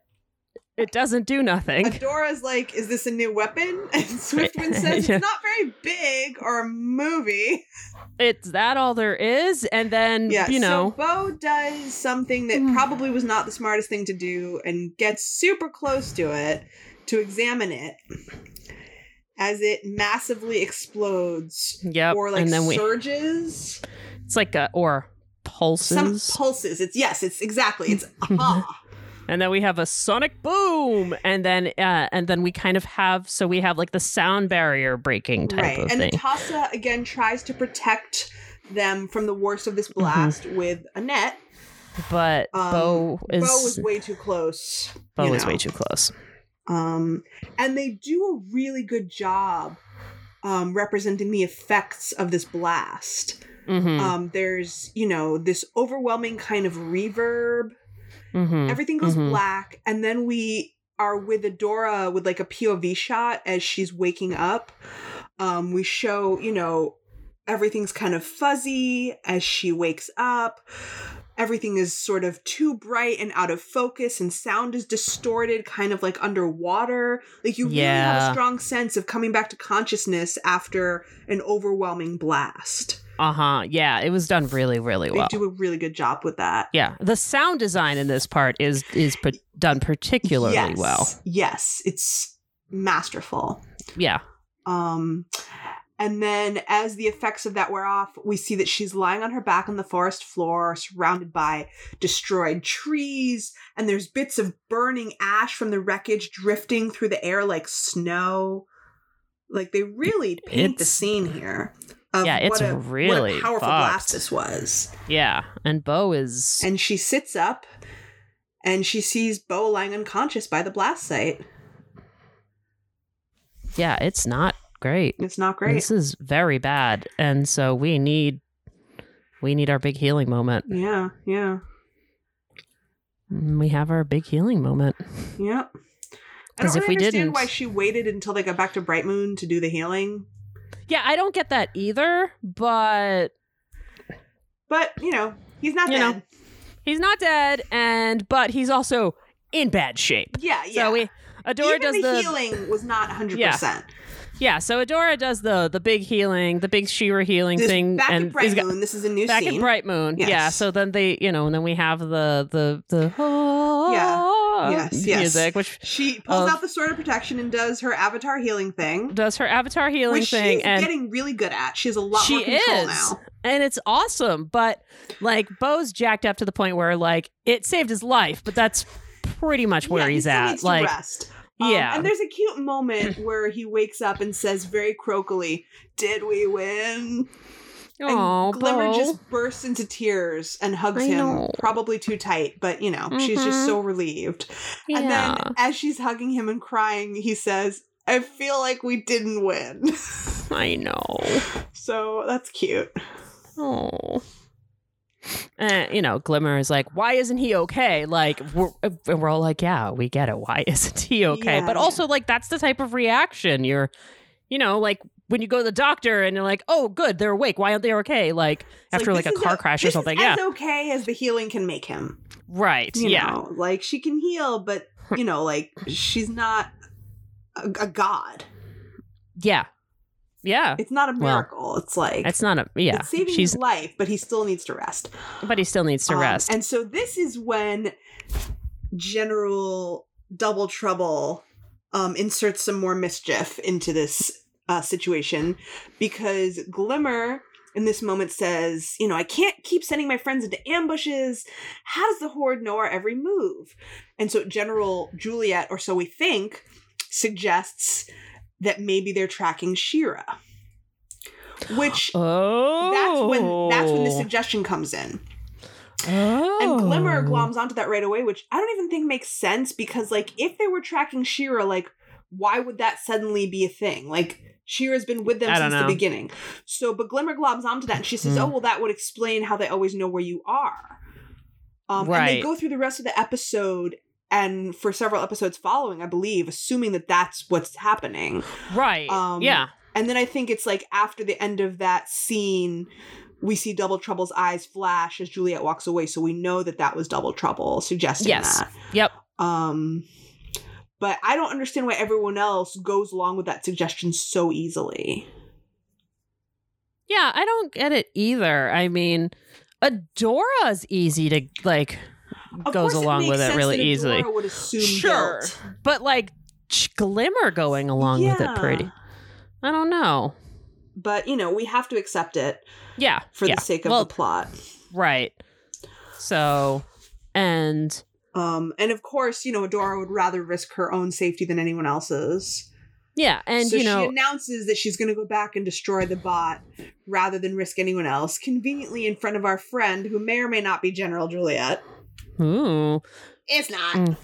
Speaker 1: it doesn't do nothing.
Speaker 2: Adora's like, "Is this a new weapon?" And Swiftwind says,
Speaker 1: Yeah.
Speaker 2: "It's not very big or a movie."
Speaker 1: It's that all there is, and then
Speaker 2: Yeah,
Speaker 1: Mm, you know,
Speaker 2: So Bo does something that
Speaker 1: Hmm.
Speaker 2: probably was not the smartest thing to do and gets super close to it to examine it as it massively explodes
Speaker 1: yep.
Speaker 2: or like
Speaker 1: and then we
Speaker 2: surges.
Speaker 1: it's like a or
Speaker 2: some
Speaker 1: pulses. Mm-hmm.
Speaker 2: pulses. It's yes, it's exactly. It's aha.
Speaker 1: and then we have a sonic boom and then uh, and then we kind of have so we have like the sound barrier breaking type
Speaker 2: right.
Speaker 1: of
Speaker 2: And
Speaker 1: thing
Speaker 2: Natasa again tries to protect them from the worst of this
Speaker 1: Mm-hmm.
Speaker 2: blast with a net.
Speaker 1: But
Speaker 2: Um,
Speaker 1: Bo is
Speaker 2: Bo was way too close.
Speaker 1: Bo
Speaker 2: you
Speaker 1: is way
Speaker 2: know.
Speaker 1: too close.
Speaker 2: Um, and they do a really good job um, representing the effects of this blast.
Speaker 1: Mm-hmm.
Speaker 2: Um, there's, you know, this overwhelming kind of reverb.
Speaker 1: mm-hmm.
Speaker 2: Everything goes
Speaker 1: mhm.
Speaker 2: black, and then we are with Adora with like a POV shot as she's waking up. Um, we show, you know, everything's kind of fuzzy as she wakes up. Everything is sort of too bright and out of focus, and sound is distorted, kind of like underwater. Like you really have
Speaker 1: Yeah.
Speaker 2: a strong sense of coming back to consciousness after an overwhelming blast.
Speaker 1: Uh huh. Yeah, it was done really, really
Speaker 2: They
Speaker 1: well.
Speaker 2: do a really good job with that.
Speaker 1: yeah, the sound design in this part is is par- done particularly
Speaker 2: yes.
Speaker 1: well.
Speaker 2: Yes, it's masterful.
Speaker 1: Yeah.
Speaker 2: Um, and then as the effects of that wear off, we see that she's lying on her back on the forest floor, surrounded by destroyed trees, and there's bits of burning ash from the wreckage drifting through the air like snow. Like they really paint the
Speaker 1: It's-
Speaker 2: scene here. Of
Speaker 1: Yeah, it's
Speaker 2: what a, what
Speaker 1: really
Speaker 2: a powerful blast
Speaker 1: fucked.
Speaker 2: this was.
Speaker 1: Yeah, and Bo is
Speaker 2: And she sits up and she sees Bo lying unconscious by the blast site.
Speaker 1: yeah, it's not great.
Speaker 2: It's not great.
Speaker 1: This is very bad, and so we need we need our big healing moment.
Speaker 2: yeah, yeah,
Speaker 1: And We have our big healing moment.
Speaker 2: yeah. I
Speaker 1: 'Cause
Speaker 2: don't
Speaker 1: if we
Speaker 2: really understand
Speaker 1: didn't-
Speaker 2: why she waited until they got back to Bright Moon to do the healing.
Speaker 1: Yeah, I don't get that either, but
Speaker 2: But, you know, he's not
Speaker 1: You know.
Speaker 2: dead.
Speaker 1: he's not dead, and but he's also in bad shape.
Speaker 2: Yeah, yeah.
Speaker 1: So we Adora
Speaker 2: Even
Speaker 1: does
Speaker 2: the,
Speaker 1: the
Speaker 2: healing was not 100%.
Speaker 1: yeah. So Adora does the the big healing, the big Shira healing
Speaker 2: This-
Speaker 1: thing,
Speaker 2: back
Speaker 1: and
Speaker 2: at Bright
Speaker 1: he's got-
Speaker 2: Moon, this is a new
Speaker 1: back
Speaker 2: scene.
Speaker 1: at Bright Moon. Yeah.
Speaker 2: Yes.
Speaker 1: So then they, you know, and then we have the the the ah
Speaker 2: Yes, yes.
Speaker 1: music, which
Speaker 2: she pulls
Speaker 1: of-
Speaker 2: out the Sword of Protection and does her avatar healing thing,
Speaker 1: does her avatar healing
Speaker 2: which
Speaker 1: thing,
Speaker 2: she's
Speaker 1: and
Speaker 2: getting really good at. She has a lot more
Speaker 1: She
Speaker 2: control
Speaker 1: is.
Speaker 2: now.
Speaker 1: and it's awesome. But like Bo's jacked up to the point where like it saved his life, but that's pretty much where
Speaker 2: Yeah, he
Speaker 1: he's
Speaker 2: still
Speaker 1: at.
Speaker 2: needs to
Speaker 1: Like
Speaker 2: rest. Um,
Speaker 1: yeah,
Speaker 2: And there's a cute moment where he wakes up and says very croakily, Did we win?
Speaker 1: oh,
Speaker 2: and Glimmer
Speaker 1: Bo.
Speaker 2: just bursts into tears and hugs
Speaker 1: I
Speaker 2: him,
Speaker 1: know.
Speaker 2: probably too tight, but you know, she's just
Speaker 1: Mhm.
Speaker 2: so relieved.
Speaker 1: yeah.
Speaker 2: And then as she's hugging him and crying, he says, I feel like we didn't win.
Speaker 1: I know.
Speaker 2: so that's cute.
Speaker 1: Oh. And, you know, Glimmer is like, why isn't he okay? Like, we're, and we're all like, yeah, we get it. Why isn't he okay?
Speaker 2: Yeah,
Speaker 1: but
Speaker 2: yeah.
Speaker 1: also, like, that's the type of reaction you're, you know, like when you go to the doctor and you're like, oh, good, they're awake. Why aren't they okay? Like,
Speaker 2: It's
Speaker 1: after like,
Speaker 2: this
Speaker 1: a
Speaker 2: is
Speaker 1: car crash or
Speaker 2: this is
Speaker 1: something. Yeah.
Speaker 2: As okay as the healing can make him.
Speaker 1: right.
Speaker 2: You
Speaker 1: Yeah.
Speaker 2: know, like she can heal, but you know, like she's not a, a god.
Speaker 1: Yeah. Yeah.
Speaker 2: It's not a
Speaker 1: Well,
Speaker 2: miracle. it's like
Speaker 1: It's not a, yeah.
Speaker 2: it's saving
Speaker 1: She's,
Speaker 2: his life, but he still needs to rest.
Speaker 1: but he still needs to
Speaker 2: Um,
Speaker 1: rest.
Speaker 2: and so this is when General Double Trouble um, inserts some more mischief into this uh, situation because Glimmer in this moment says, you know, I can't keep sending my friends into ambushes. How does the Horde know our every move? And so General Juliet, or so we think, suggests that maybe they're tracking Shira. Which
Speaker 1: oh.
Speaker 2: that's when that's when the suggestion comes in.
Speaker 1: Oh.
Speaker 2: And Glimmer gloms onto that right away, which I don't even think makes sense because, like, if they were tracking Shira, like, why would that suddenly be a thing? Like, Shira's been with them
Speaker 1: I don't
Speaker 2: since
Speaker 1: know.
Speaker 2: the beginning. So, but Glimmer globs onto that and she says,
Speaker 1: Hmm.
Speaker 2: "Oh, well, that would explain how they always know where you are." Um, And they
Speaker 1: Right.
Speaker 2: go through the rest of the episode and for several episodes following, I believe, assuming that that's what's happening.
Speaker 1: Right.
Speaker 2: um,
Speaker 1: yeah.
Speaker 2: And then I think it's like after the end of that scene, we see Double Trouble's eyes flash as Juliet walks away, so we know that that was Double Trouble suggesting
Speaker 1: Yes.
Speaker 2: that.
Speaker 1: Yep.
Speaker 2: Um, but I don't understand why everyone else goes along with that suggestion so easily.
Speaker 1: Yeah, I don't get it either. I mean, Adora's easy to like
Speaker 2: Of
Speaker 1: goes
Speaker 2: course
Speaker 1: along
Speaker 2: makes
Speaker 1: with it
Speaker 2: sense
Speaker 1: really
Speaker 2: that Adora
Speaker 1: easily.
Speaker 2: Would assume
Speaker 1: Sure.
Speaker 2: guilt.
Speaker 1: But like ch- Glimmer going along with it
Speaker 2: Yeah.
Speaker 1: pretty. I don't know.
Speaker 2: but you know we have to accept it
Speaker 1: Yeah.
Speaker 2: for
Speaker 1: yeah.
Speaker 2: the sake of
Speaker 1: Well-
Speaker 2: the plot.
Speaker 1: Right. So and
Speaker 2: Um, and of course, you know Adora would rather risk her own safety than anyone else's.
Speaker 1: Yeah, and
Speaker 2: so
Speaker 1: you know,
Speaker 2: she announces that she's going to go back and destroy the bot rather than risk anyone else, conveniently in front of our friend who may or may not be General Juliet.
Speaker 1: ooh,
Speaker 2: It's not.
Speaker 1: Mm.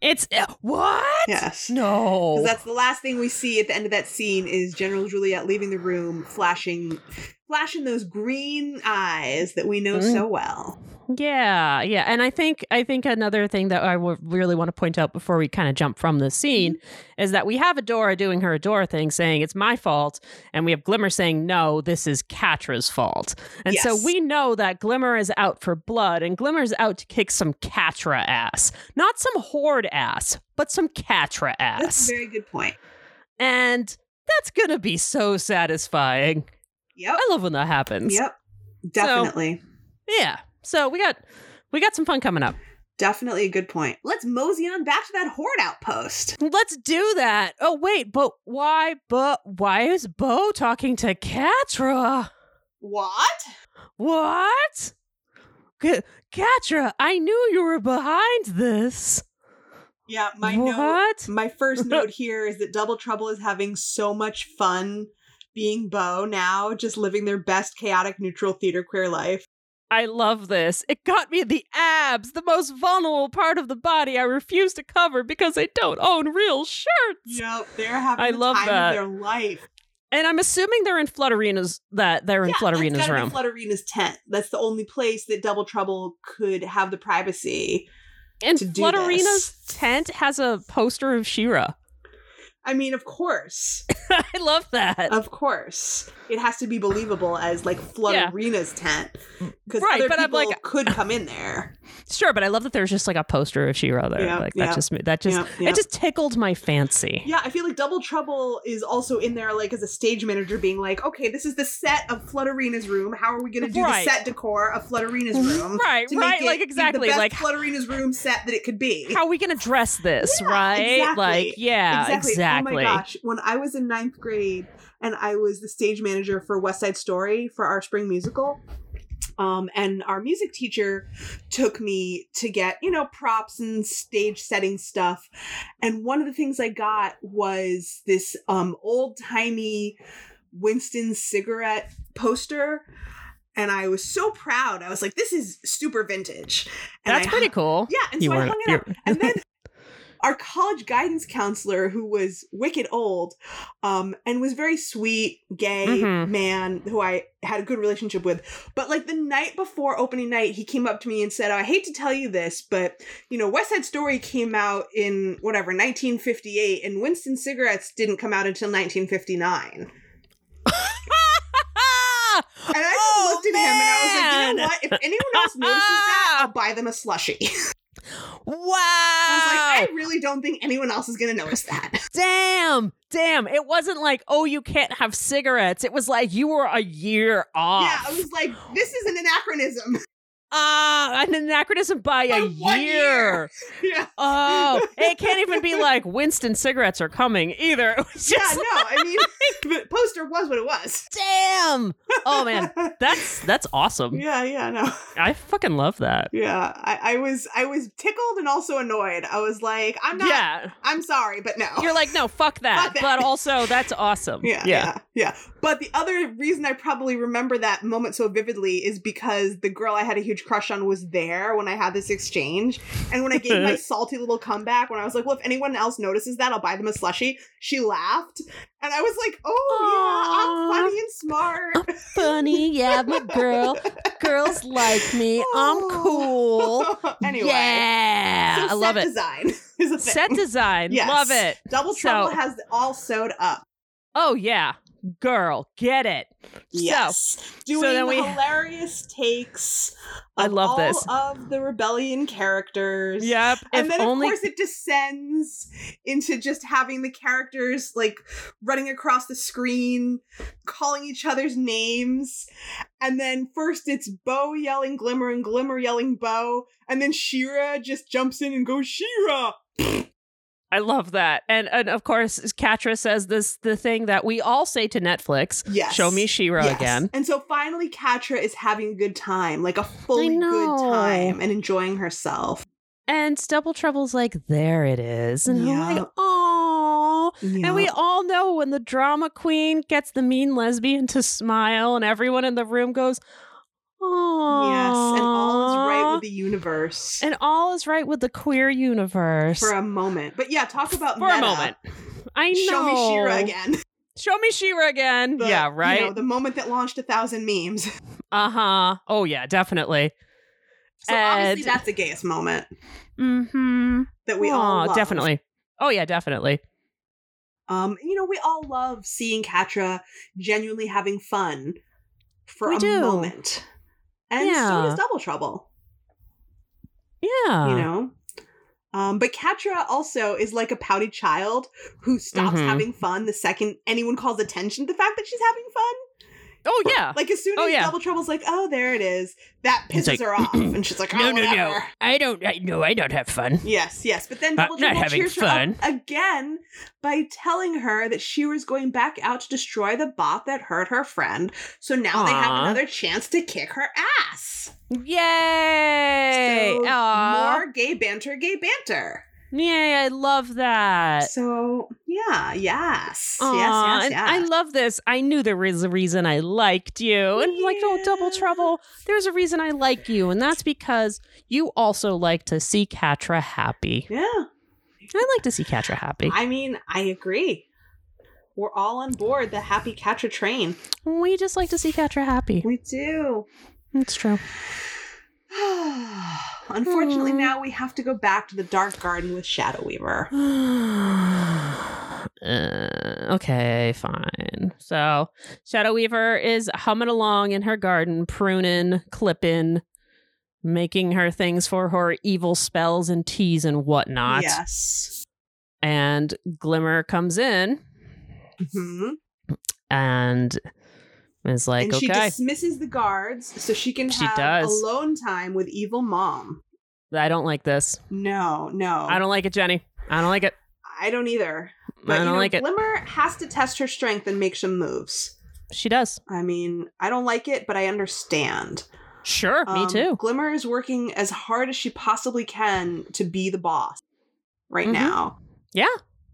Speaker 1: it's eh, what?
Speaker 2: Yes.
Speaker 1: No.
Speaker 2: 'Cause that's the last thing we see at the end of that scene is General Juliet leaving the room, flashing, flashing those green eyes that we know
Speaker 1: Mm.
Speaker 2: so well.
Speaker 1: Yeah, yeah, and I think I think another thing that I would really want to point out before we kind of jump from the scene
Speaker 2: Mm-hmm.
Speaker 1: is that we have Adora doing her Adora thing, saying it's my fault, and we have Glimmer saying no, this is Katra's fault, and so
Speaker 2: Yes.
Speaker 1: we know that Glimmer is out for blood, and Glimmer's out to kick some Katra ass, not some horde ass, but some Katra
Speaker 2: That's
Speaker 1: ass,
Speaker 2: a very good point.
Speaker 1: and that's gonna be so satisfying.
Speaker 2: Yep.
Speaker 1: I love when that happens.
Speaker 2: Yep. Definitely.
Speaker 1: Yeah. So we got we got some fun coming up.
Speaker 2: Definitely a good point. Let's mosey on back to that horde outpost.
Speaker 1: Let's do that. Oh wait, but why? But why is Bo talking to Katra?
Speaker 2: What?
Speaker 1: What? K- Katra, I knew you were behind this.
Speaker 2: Yeah, my note.
Speaker 1: what?
Speaker 2: My first note here is that Double Trouble is having so much fun being Bo now, just living their best chaotic neutral theater queer life.
Speaker 1: I love this. It got me the abs, the most vulnerable part of the body I refuse to cover because I don't own real shirts.
Speaker 2: Yep, they're having
Speaker 1: I
Speaker 2: the
Speaker 1: love
Speaker 2: time
Speaker 1: that.
Speaker 2: of their life.
Speaker 1: And I'm assuming they're in Flutterina's that they're in
Speaker 2: Yeah, that's
Speaker 1: Flutterina's
Speaker 2: gotta be
Speaker 1: room.
Speaker 2: Flutterina's tent. That's the only place that Double Trouble could have the privacy.
Speaker 1: and
Speaker 2: to do
Speaker 1: Flutterina's
Speaker 2: this.
Speaker 1: tent has a poster of Shira.
Speaker 2: I mean, of course.
Speaker 1: I love that.
Speaker 2: of course. It has to be believable as like Flutterina's tent. Because
Speaker 1: Right,
Speaker 2: other
Speaker 1: but I'm
Speaker 2: people
Speaker 1: like-
Speaker 2: could come in there.
Speaker 1: Sure, but I love that there's just like a poster of She-Ra there.
Speaker 2: Yeah,
Speaker 1: like that
Speaker 2: yeah,
Speaker 1: just that just
Speaker 2: Yep, yep.
Speaker 1: it just tickled my fancy.
Speaker 2: Yeah, I feel like Double Trouble is also in there, like as a stage manager, being like, "Okay, this is the set of Flutterina's room. How are we going to do
Speaker 1: Right.
Speaker 2: the set decor of Flutterina's room?
Speaker 1: Right,
Speaker 2: to
Speaker 1: right,
Speaker 2: it
Speaker 1: like
Speaker 2: the
Speaker 1: exactly,
Speaker 2: best
Speaker 1: like
Speaker 2: Flutterina's room set that it could be."
Speaker 1: how are we gonna dress this,
Speaker 2: Yeah,
Speaker 1: right?
Speaker 2: exactly.
Speaker 1: Like yeah, exactly.
Speaker 2: Oh my gosh! When I was in ninth grade and I was the stage manager for West Side Story for our spring musical, um, and our music teacher took me to get you know props and stage setting stuff, and one of the things I got was this um, old timey Winston cigarette poster. And I was so proud. I was like, "This is super vintage." And
Speaker 1: That's
Speaker 2: I
Speaker 1: pretty cool.
Speaker 2: yeah, and
Speaker 1: You
Speaker 2: so I
Speaker 1: weren't-
Speaker 2: hung it up. And then our college guidance counselor, who was wicked old, um, and was very sweet, gay
Speaker 1: Mhm.
Speaker 2: man who I had a good relationship with. But like the night before opening night, he came up to me and said, "I hate to tell you this, but you know, West Side Story came out in whatever 1958, and Winston cigarettes didn't come out until 1959." And I just
Speaker 1: Oh,
Speaker 2: looked at him and I was like, "You know
Speaker 1: man.
Speaker 2: what? If anyone else notices that, I'll buy them a slushie."
Speaker 1: wow.
Speaker 2: I was like, I really don't think anyone else is going to notice that.
Speaker 1: damn. Damn. It wasn't like, oh, you can't have cigarettes. It was like you were a year
Speaker 2: Yeah,
Speaker 1: off.
Speaker 2: I was like, this is an anachronism.
Speaker 1: Ah, an anachronism by,
Speaker 2: By
Speaker 1: a
Speaker 2: one year. yeah.
Speaker 1: Oh, it can't even be like Winston cigarettes are coming either. It was
Speaker 2: Yeah,
Speaker 1: just
Speaker 2: no, I mean, the poster was what it was.
Speaker 1: damn. Oh man, that's that's awesome.
Speaker 2: yeah, yeah, no.
Speaker 1: I fucking love that.
Speaker 2: Yeah, I, I was I was tickled and also annoyed. I was like, I'm not,
Speaker 1: yeah,
Speaker 2: I'm sorry, but no.
Speaker 1: you're like no, fuck that.
Speaker 2: Fuck that.
Speaker 1: But also, that's awesome.
Speaker 2: yeah, yeah, yeah. But the other reason I probably remember that moment so vividly is because the girl I had a huge crush on was there when I had this exchange. And when I gave my salty little comeback, when I was like, well, if anyone else notices that, I'll buy them a slushie, she laughed. And I was like, oh,
Speaker 1: Aw.
Speaker 2: yeah, I'm funny and smart.
Speaker 1: Funny, yeah, my girl. Girls like me.
Speaker 2: Oh. anyway,
Speaker 1: Yeah,
Speaker 2: so
Speaker 1: I love
Speaker 2: set
Speaker 1: it.
Speaker 2: design is a thing.
Speaker 1: Set design,
Speaker 2: Yes.
Speaker 1: love it.
Speaker 2: Double
Speaker 1: so-
Speaker 2: Trouble has all sewed up.
Speaker 1: Oh yeah, girl, get it.
Speaker 2: Yes. Doing
Speaker 1: then we-
Speaker 2: hilarious takes.
Speaker 1: I
Speaker 2: of
Speaker 1: love
Speaker 2: all
Speaker 1: this.
Speaker 2: of the rebellion characters.
Speaker 1: So, yep.
Speaker 2: And
Speaker 1: if
Speaker 2: then,
Speaker 1: only
Speaker 2: of course, it descends into just having the characters like running across the screen, calling each other's names. And then, first, it's Bo yelling Glimmer and Glimmer yelling Bo. And then Shira just jumps in and goes, Shira!
Speaker 1: I love that. And and of course, Katra says this the thing that we all say to Netflix.
Speaker 2: Yes.
Speaker 1: Show me Shira
Speaker 2: Yes.
Speaker 1: again.
Speaker 2: And so finally, Katra is having a good time, like a fully
Speaker 1: know.
Speaker 2: good time, and enjoying herself.
Speaker 1: And Double Trouble's like, there it is. And I'm
Speaker 2: Yeah.
Speaker 1: like, oh,
Speaker 2: Yeah.
Speaker 1: And we all know when the drama queen gets the mean lesbian to smile and everyone in the room goes, "Oh."
Speaker 2: Yes, and all is right with the universe
Speaker 1: and all is right with the queer universe.
Speaker 2: for a moment. But yeah, talk about
Speaker 1: For a
Speaker 2: meta.
Speaker 1: moment. I know.
Speaker 2: Show me Shira again.
Speaker 1: Show me Shira again.
Speaker 2: The-
Speaker 1: yeah,
Speaker 2: you know,
Speaker 1: right.
Speaker 2: the moment that launched a thousand memes. so
Speaker 1: uh-huh. Oh yeah, definitely.
Speaker 2: obviously,
Speaker 1: And-
Speaker 2: that's the gayest moment
Speaker 1: Mm-hmm.
Speaker 2: that we all love.
Speaker 1: definitely. Oh yeah, definitely.
Speaker 2: Um, you know, we all love seeing Katra genuinely having fun for
Speaker 1: We
Speaker 2: a
Speaker 1: do.
Speaker 2: moment, and so
Speaker 1: Yeah.
Speaker 2: does Double Trouble.
Speaker 1: Yeah.
Speaker 2: you know. Um, but Katra also is like a pouty child who stops
Speaker 1: Mhm.
Speaker 2: having fun the second anyone calls attention to the fact that she's having fun.
Speaker 1: Oh yeah.
Speaker 2: Like as soon as
Speaker 1: Oh, yeah.
Speaker 2: Double Trouble's like, "Oh, there it is," that pisses
Speaker 1: It's like,
Speaker 2: her off, and she's like, "Oh,
Speaker 1: no, no, no.
Speaker 2: whatever."
Speaker 1: I don't. I, no, I don't have fun.
Speaker 2: Yes, yes. But then
Speaker 1: Uh,
Speaker 2: Double
Speaker 1: not
Speaker 2: Trouble
Speaker 1: having
Speaker 2: cheers
Speaker 1: fun.
Speaker 2: her up again by telling her that she was going back out to destroy the bot that hurt her friend. So now they have
Speaker 1: Aw.
Speaker 2: another chance to kick her ass.
Speaker 1: Yay!
Speaker 2: so
Speaker 1: Aw.
Speaker 2: more gay banter, gay banter.
Speaker 1: Yay! I love that.
Speaker 2: So yeah, yes,
Speaker 1: Aw,
Speaker 2: yes, yes,
Speaker 1: and
Speaker 2: yes.
Speaker 1: I love this. I knew there was a reason I liked you. And like, oh, double
Speaker 2: Yeah.
Speaker 1: trouble. There's a reason I like you, and that's because you also like to see Katra happy.
Speaker 2: yeah,
Speaker 1: I like to see Katra happy.
Speaker 2: I mean, I agree. We're all on board the happy catcher train.
Speaker 1: we just like to see Katra happy.
Speaker 2: We do.
Speaker 1: It's true.
Speaker 2: Unfortunately,
Speaker 1: Aw.
Speaker 2: now we have to go back to the dark garden with Shadow Weaver.
Speaker 1: uh, okay, fine. So Shadow Weaver is humming along in her garden, pruning, clipping, making her things for her evil spells and teas and whatnot.
Speaker 2: Yes.
Speaker 1: And Glimmer comes in
Speaker 2: Mhm.
Speaker 1: and is like,
Speaker 2: and she
Speaker 1: okay,
Speaker 2: dismisses the guards so she can
Speaker 1: She
Speaker 2: have
Speaker 1: does.
Speaker 2: alone time with evil mom.
Speaker 1: I don't like this.
Speaker 2: No, no,
Speaker 1: I don't like it, Jenny. I don't like it.
Speaker 2: I don't either.
Speaker 1: I
Speaker 2: But
Speaker 1: don't
Speaker 2: you know,
Speaker 1: like it.
Speaker 2: Glimmer has to test her strength and make some moves.
Speaker 1: She does.
Speaker 2: I mean, I don't like it, but I understand.
Speaker 1: Sure, me
Speaker 2: Um,
Speaker 1: too.
Speaker 2: Glimmer is working as hard as she possibly can to be the boss right
Speaker 1: Mhm.
Speaker 2: now.
Speaker 1: Yeah.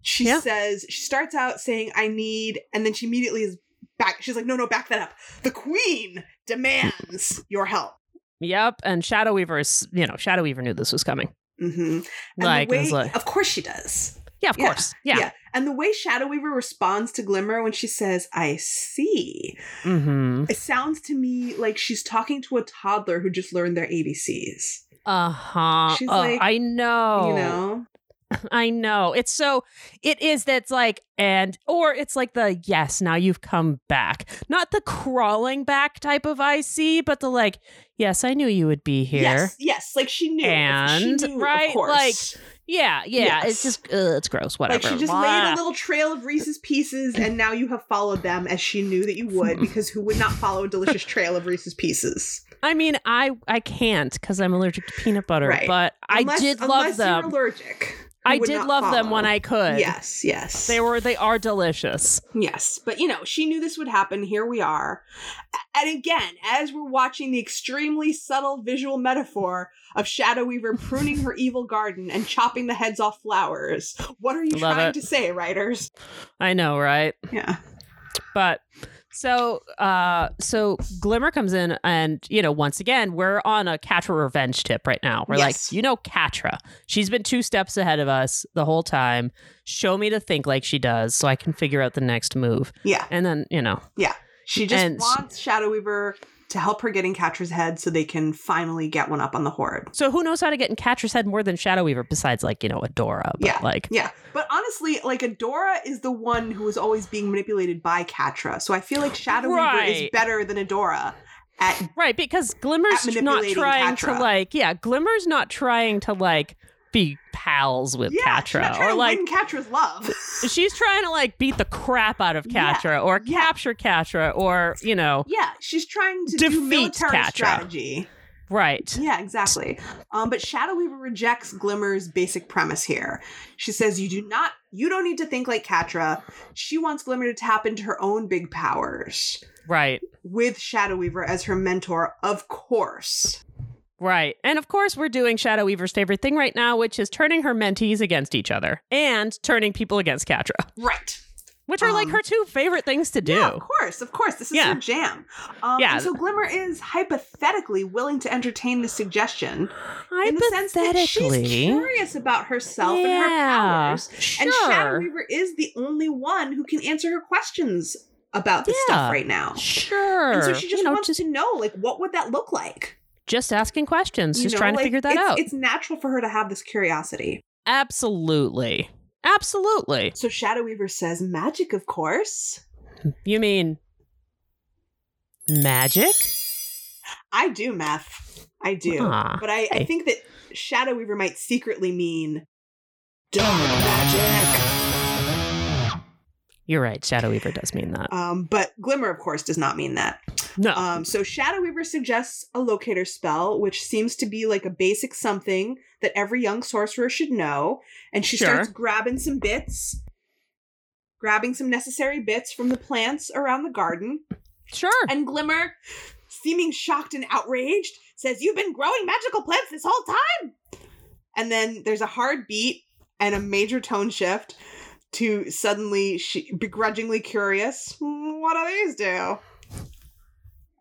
Speaker 2: She
Speaker 1: Yeah.
Speaker 2: says, she starts out saying, I need, and then she immediately is back. She's like, no, no, back that up. The queen demands your help.
Speaker 1: Yep. And Shadow Weaver is, you know, Shadow Weaver knew this was coming.
Speaker 2: hmm And
Speaker 1: Like,
Speaker 2: the way,
Speaker 1: it's like-
Speaker 2: of course she does.
Speaker 1: Yeah, of
Speaker 2: Yeah.
Speaker 1: course. Yeah.
Speaker 2: And the way Shadow Weaver responds to Glimmer when she says, I see,
Speaker 1: Mm-hmm.
Speaker 2: it sounds to me like she's talking to a toddler who just learned their ABCs.
Speaker 1: Uh-huh.
Speaker 2: She's
Speaker 1: Uh,
Speaker 2: like,
Speaker 1: I know.
Speaker 2: You know?
Speaker 1: I know. It's so it is that's like and or it's like the yes, now you've come back. Not the crawling back type of I see, but the like, yes, I knew you would be here.
Speaker 2: Yes, yes. Like she knew. she
Speaker 1: And,
Speaker 2: knew, of
Speaker 1: right,
Speaker 2: course.
Speaker 1: like, Yeah, yeah. It's
Speaker 2: Yes.
Speaker 1: just uh, it's gross, whatever.
Speaker 2: like she just laid a little trail of Reese's pieces, and now you have followed them as she knew that you would, because who would not follow a delicious trail of Reese's pieces?
Speaker 1: I mean, I I can't because I'm allergic to peanut butter,
Speaker 2: Right.
Speaker 1: but
Speaker 2: Unless-
Speaker 1: I did
Speaker 2: unless
Speaker 1: love
Speaker 2: You're
Speaker 1: them.
Speaker 2: allergic.
Speaker 1: I did love them when I could.
Speaker 2: Yes, yes.
Speaker 1: They were they are delicious.
Speaker 2: Yes, but you know, she knew this would happen. Here we are. A- And again, as we're watching the extremely subtle visual metaphor of Shadow Weaver pruning her evil garden and chopping the heads off flowers, what are you
Speaker 1: Love
Speaker 2: trying
Speaker 1: it.
Speaker 2: to say, writers?
Speaker 1: I know, right?
Speaker 2: Yeah.
Speaker 1: but so uh so glimmer comes in and you know once again we're on a katra revenge tip right now we're
Speaker 2: Yes.
Speaker 1: like you know katra she's been two steps ahead of us the whole time show me to think like she does so i can figure out the next move
Speaker 2: Yeah.
Speaker 1: and then you know
Speaker 2: She just
Speaker 1: And she-
Speaker 2: wants Shadow Weaver to help her get in Catra's head so they can finally get one up on the horde.
Speaker 1: so who knows how to get in katra's head more than shadow weaver besides like you know adora but
Speaker 2: Yeah.
Speaker 1: like
Speaker 2: Yeah. But honestly, like Adora is the one who is always being manipulated by Catra. So I feel like Shadow Weaver is
Speaker 1: Right.
Speaker 2: better than Adora at
Speaker 1: right because glimmer's
Speaker 2: At
Speaker 1: not
Speaker 2: manipulating
Speaker 1: trying
Speaker 2: Katra.
Speaker 1: to like yeah glimmer's not trying to like be pals with
Speaker 2: yeah, she's not
Speaker 1: katra
Speaker 2: trying
Speaker 1: or
Speaker 2: to
Speaker 1: like
Speaker 2: win Catra's love.
Speaker 1: she's trying to like beat the crap out of
Speaker 2: Yeah,
Speaker 1: Katra or
Speaker 2: yeah.
Speaker 1: capture Katra or you know
Speaker 2: yeah, she's trying to do
Speaker 1: Defeat
Speaker 2: military
Speaker 1: Catra.
Speaker 2: strategy.
Speaker 1: right
Speaker 2: Yeah, exactly. Um, but Shadow Weaver rejects Glimmer's basic premise here. She says, "You do not. You don't need to think like Catra." She wants Glimmer to tap into her own big powers.
Speaker 1: right
Speaker 2: with Shadow Weaver as her mentor, of course.
Speaker 1: Right. And of course, we're doing Shadow Weaver's favorite thing right now, which is turning her mentees against each other and turning people against Katra,
Speaker 2: Right.
Speaker 1: which are like
Speaker 2: Um,
Speaker 1: her two favorite things to do.
Speaker 2: Yeah, of course, of course. This is
Speaker 1: Yeah.
Speaker 2: her jam. Um,
Speaker 1: Yeah.
Speaker 2: and so Glimmer is hypothetically willing to entertain this suggestion in the sense that she's
Speaker 1: Hypothetically.
Speaker 2: curious about herself and her
Speaker 1: Yeah,
Speaker 2: powers. And Shadow Weaver is the only one who can answer her questions about this
Speaker 1: Yeah.
Speaker 2: stuff right now.
Speaker 1: Sure.
Speaker 2: And so she just
Speaker 1: you know,
Speaker 2: wants
Speaker 1: just,
Speaker 2: to know, like, what would that look like?
Speaker 1: just asking questions,
Speaker 2: You
Speaker 1: just
Speaker 2: know,
Speaker 1: trying
Speaker 2: like,
Speaker 1: to figure that
Speaker 2: it's-
Speaker 1: out.
Speaker 2: It's natural for her to have this curiosity.
Speaker 1: Absolutely. Absolutely.
Speaker 2: So Shadow Weaver says, magic, of course.
Speaker 1: You mean magic?
Speaker 2: I do, math. I do.
Speaker 1: Ah,
Speaker 2: But I, I
Speaker 1: hey.
Speaker 2: think that Shadow Weaver might secretly mean dark magic.
Speaker 1: You're right. Shadow Weaver does mean that. Uh,
Speaker 2: Um, but Glimmer, of course, does not mean that.
Speaker 1: No.
Speaker 2: Um, so Shadow Weaver suggests a locator spell, which seems to be like a basic something that every young sorcerer should know. And she
Speaker 1: Sure.
Speaker 2: starts grabbing some bits, grabbing some necessary bits from the plants around the garden.
Speaker 1: sure.
Speaker 2: And Glimmer, seeming shocked and outraged, says, You've been growing magical plants this whole time. And then there's a hard beat and a major tone shift to suddenly she begrudgingly curious, "Mm, What do these do?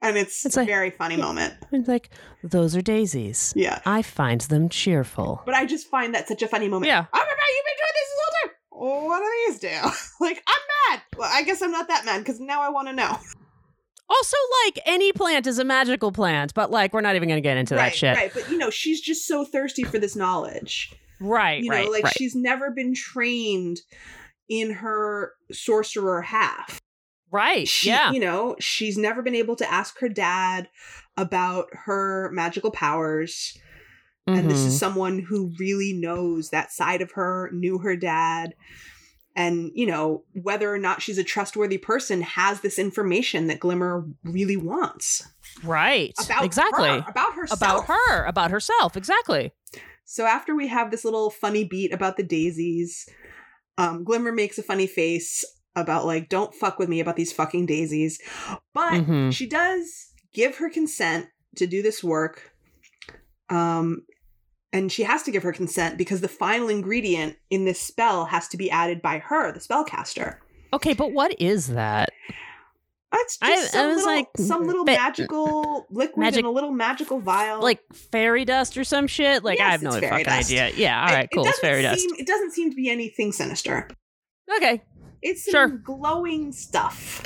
Speaker 2: And it's,
Speaker 1: It's
Speaker 2: a
Speaker 1: like-
Speaker 2: very funny moment.
Speaker 1: It's like, those are daisies.
Speaker 2: Yeah.
Speaker 1: I find them cheerful.
Speaker 2: But I just find that such a funny moment.
Speaker 1: Yeah.
Speaker 2: Oh my god, you've been doing this this whole time. What do these do? like, I'm mad. Well, I guess I'm not that mad because now I want to know.
Speaker 1: Also, like any plant is a magical plant, but like we're not even gonna get into
Speaker 2: right,
Speaker 1: that shit.
Speaker 2: right. But you know, she's just so thirsty for this knowledge.
Speaker 1: Right,
Speaker 2: you
Speaker 1: right,
Speaker 2: know like
Speaker 1: right.
Speaker 2: she's never been trained in her sorcerer half
Speaker 1: right.
Speaker 2: she,
Speaker 1: yeah.
Speaker 2: you know she's never been able to ask her dad about her magical powers and this
Speaker 1: Mhm.
Speaker 2: is someone who really knows that side of her knew her dad and you know whether or not she's a trustworthy person has this information that glimmer really wants
Speaker 1: right.
Speaker 2: about
Speaker 1: exactly.
Speaker 2: her, about herself
Speaker 1: About her, about herself. Exactly.
Speaker 2: So after we have this little funny beat about the daisies, um, Glimmer makes a funny face about like, don't fuck with me about these fucking daisies. But
Speaker 1: Mhm.
Speaker 2: she does give her consent to do this work. Um and she has to give her consent because the final ingredient in this spell has to be added by her, the spellcaster.
Speaker 1: Okay, but what is that?
Speaker 2: It's
Speaker 1: I-
Speaker 2: just some,
Speaker 1: I was
Speaker 2: little,
Speaker 1: like,
Speaker 2: some little
Speaker 1: but-
Speaker 2: magical liquid
Speaker 1: magic-
Speaker 2: in a little magical vial.
Speaker 1: Like fairy dust or some shit? Like I
Speaker 2: Yes,
Speaker 1: have no
Speaker 2: it's
Speaker 1: fucking
Speaker 2: fairy dust.
Speaker 1: idea. Yeah, all
Speaker 2: It-
Speaker 1: right,
Speaker 2: it
Speaker 1: cool. It's
Speaker 2: doesn't
Speaker 1: fairy dust.
Speaker 2: seem- It doesn't seem to be anything sinister.
Speaker 1: Okay.
Speaker 2: It's some
Speaker 1: Sure.
Speaker 2: glowing stuff.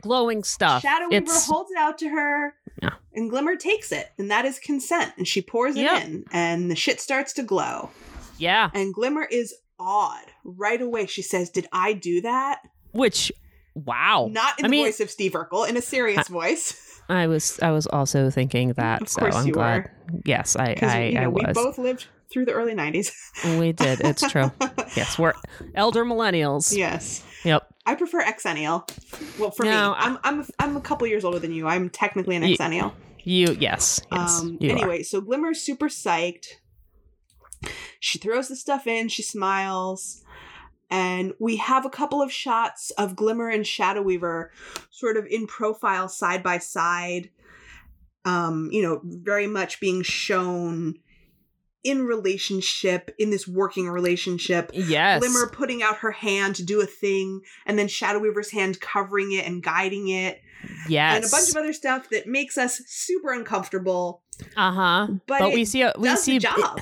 Speaker 1: Glowing stuff.
Speaker 2: Shadow Weaver
Speaker 1: it's
Speaker 2: holds it out to her,
Speaker 1: Yeah.
Speaker 2: and Glimmer takes it, and that is consent. And she pours it
Speaker 1: Yep.
Speaker 2: in, and the shit starts to glow.
Speaker 1: yeah.
Speaker 2: And Glimmer is awed right away. She says, "Did I do that?"
Speaker 1: Which wow.
Speaker 2: Not in
Speaker 1: Oh, I
Speaker 2: the
Speaker 1: mean-
Speaker 2: voice of Steve Urkel, in a serious voice,
Speaker 1: I was I was also thinking that,
Speaker 2: Of
Speaker 1: so
Speaker 2: course
Speaker 1: I'm
Speaker 2: you
Speaker 1: glad. Yes, I
Speaker 2: because
Speaker 1: I,
Speaker 2: you know
Speaker 1: I
Speaker 2: we
Speaker 1: was.
Speaker 2: both lived through the early '90s.
Speaker 1: We did. It's true. yes, we're elder millennials.
Speaker 2: yes,
Speaker 1: Yep.
Speaker 2: I prefer Exennial. Well, for
Speaker 1: No,
Speaker 2: me,
Speaker 1: I-
Speaker 2: I'm I'm a, I'm a couple years older than you. I'm technically an
Speaker 1: Ye-
Speaker 2: Exennial.
Speaker 1: You yes. Yes.
Speaker 2: Um,
Speaker 1: you are.
Speaker 2: anyway, so Glimmer's super psyched. She throws the stuff in, she smiles, and we have a couple of shots of Glimmer and Shadow Weaver sort of in profile side by side. Um, you know, very much being shown in relationship, in this working relationship.
Speaker 1: Yes.
Speaker 2: Glimmer putting out her hand to do a thing, and then Shadow Weaver's hand covering it and guiding it,
Speaker 1: yes.
Speaker 2: and a bunch of other stuff that makes us super uncomfortable
Speaker 1: Uh huh.
Speaker 2: but,
Speaker 1: But, we
Speaker 2: it
Speaker 1: see a, we
Speaker 2: does
Speaker 1: see
Speaker 2: the job.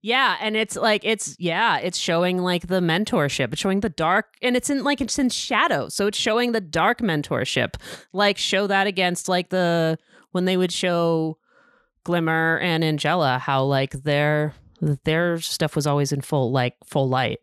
Speaker 1: yeah, and it's like it's yeah, it's showing like the mentorship, it's showing the dark, and it's in like it's in shadow, so it's showing the dark mentorship. Like show that against like the when they would show Glimmer and Angela how like their their stuff was always in full like full light,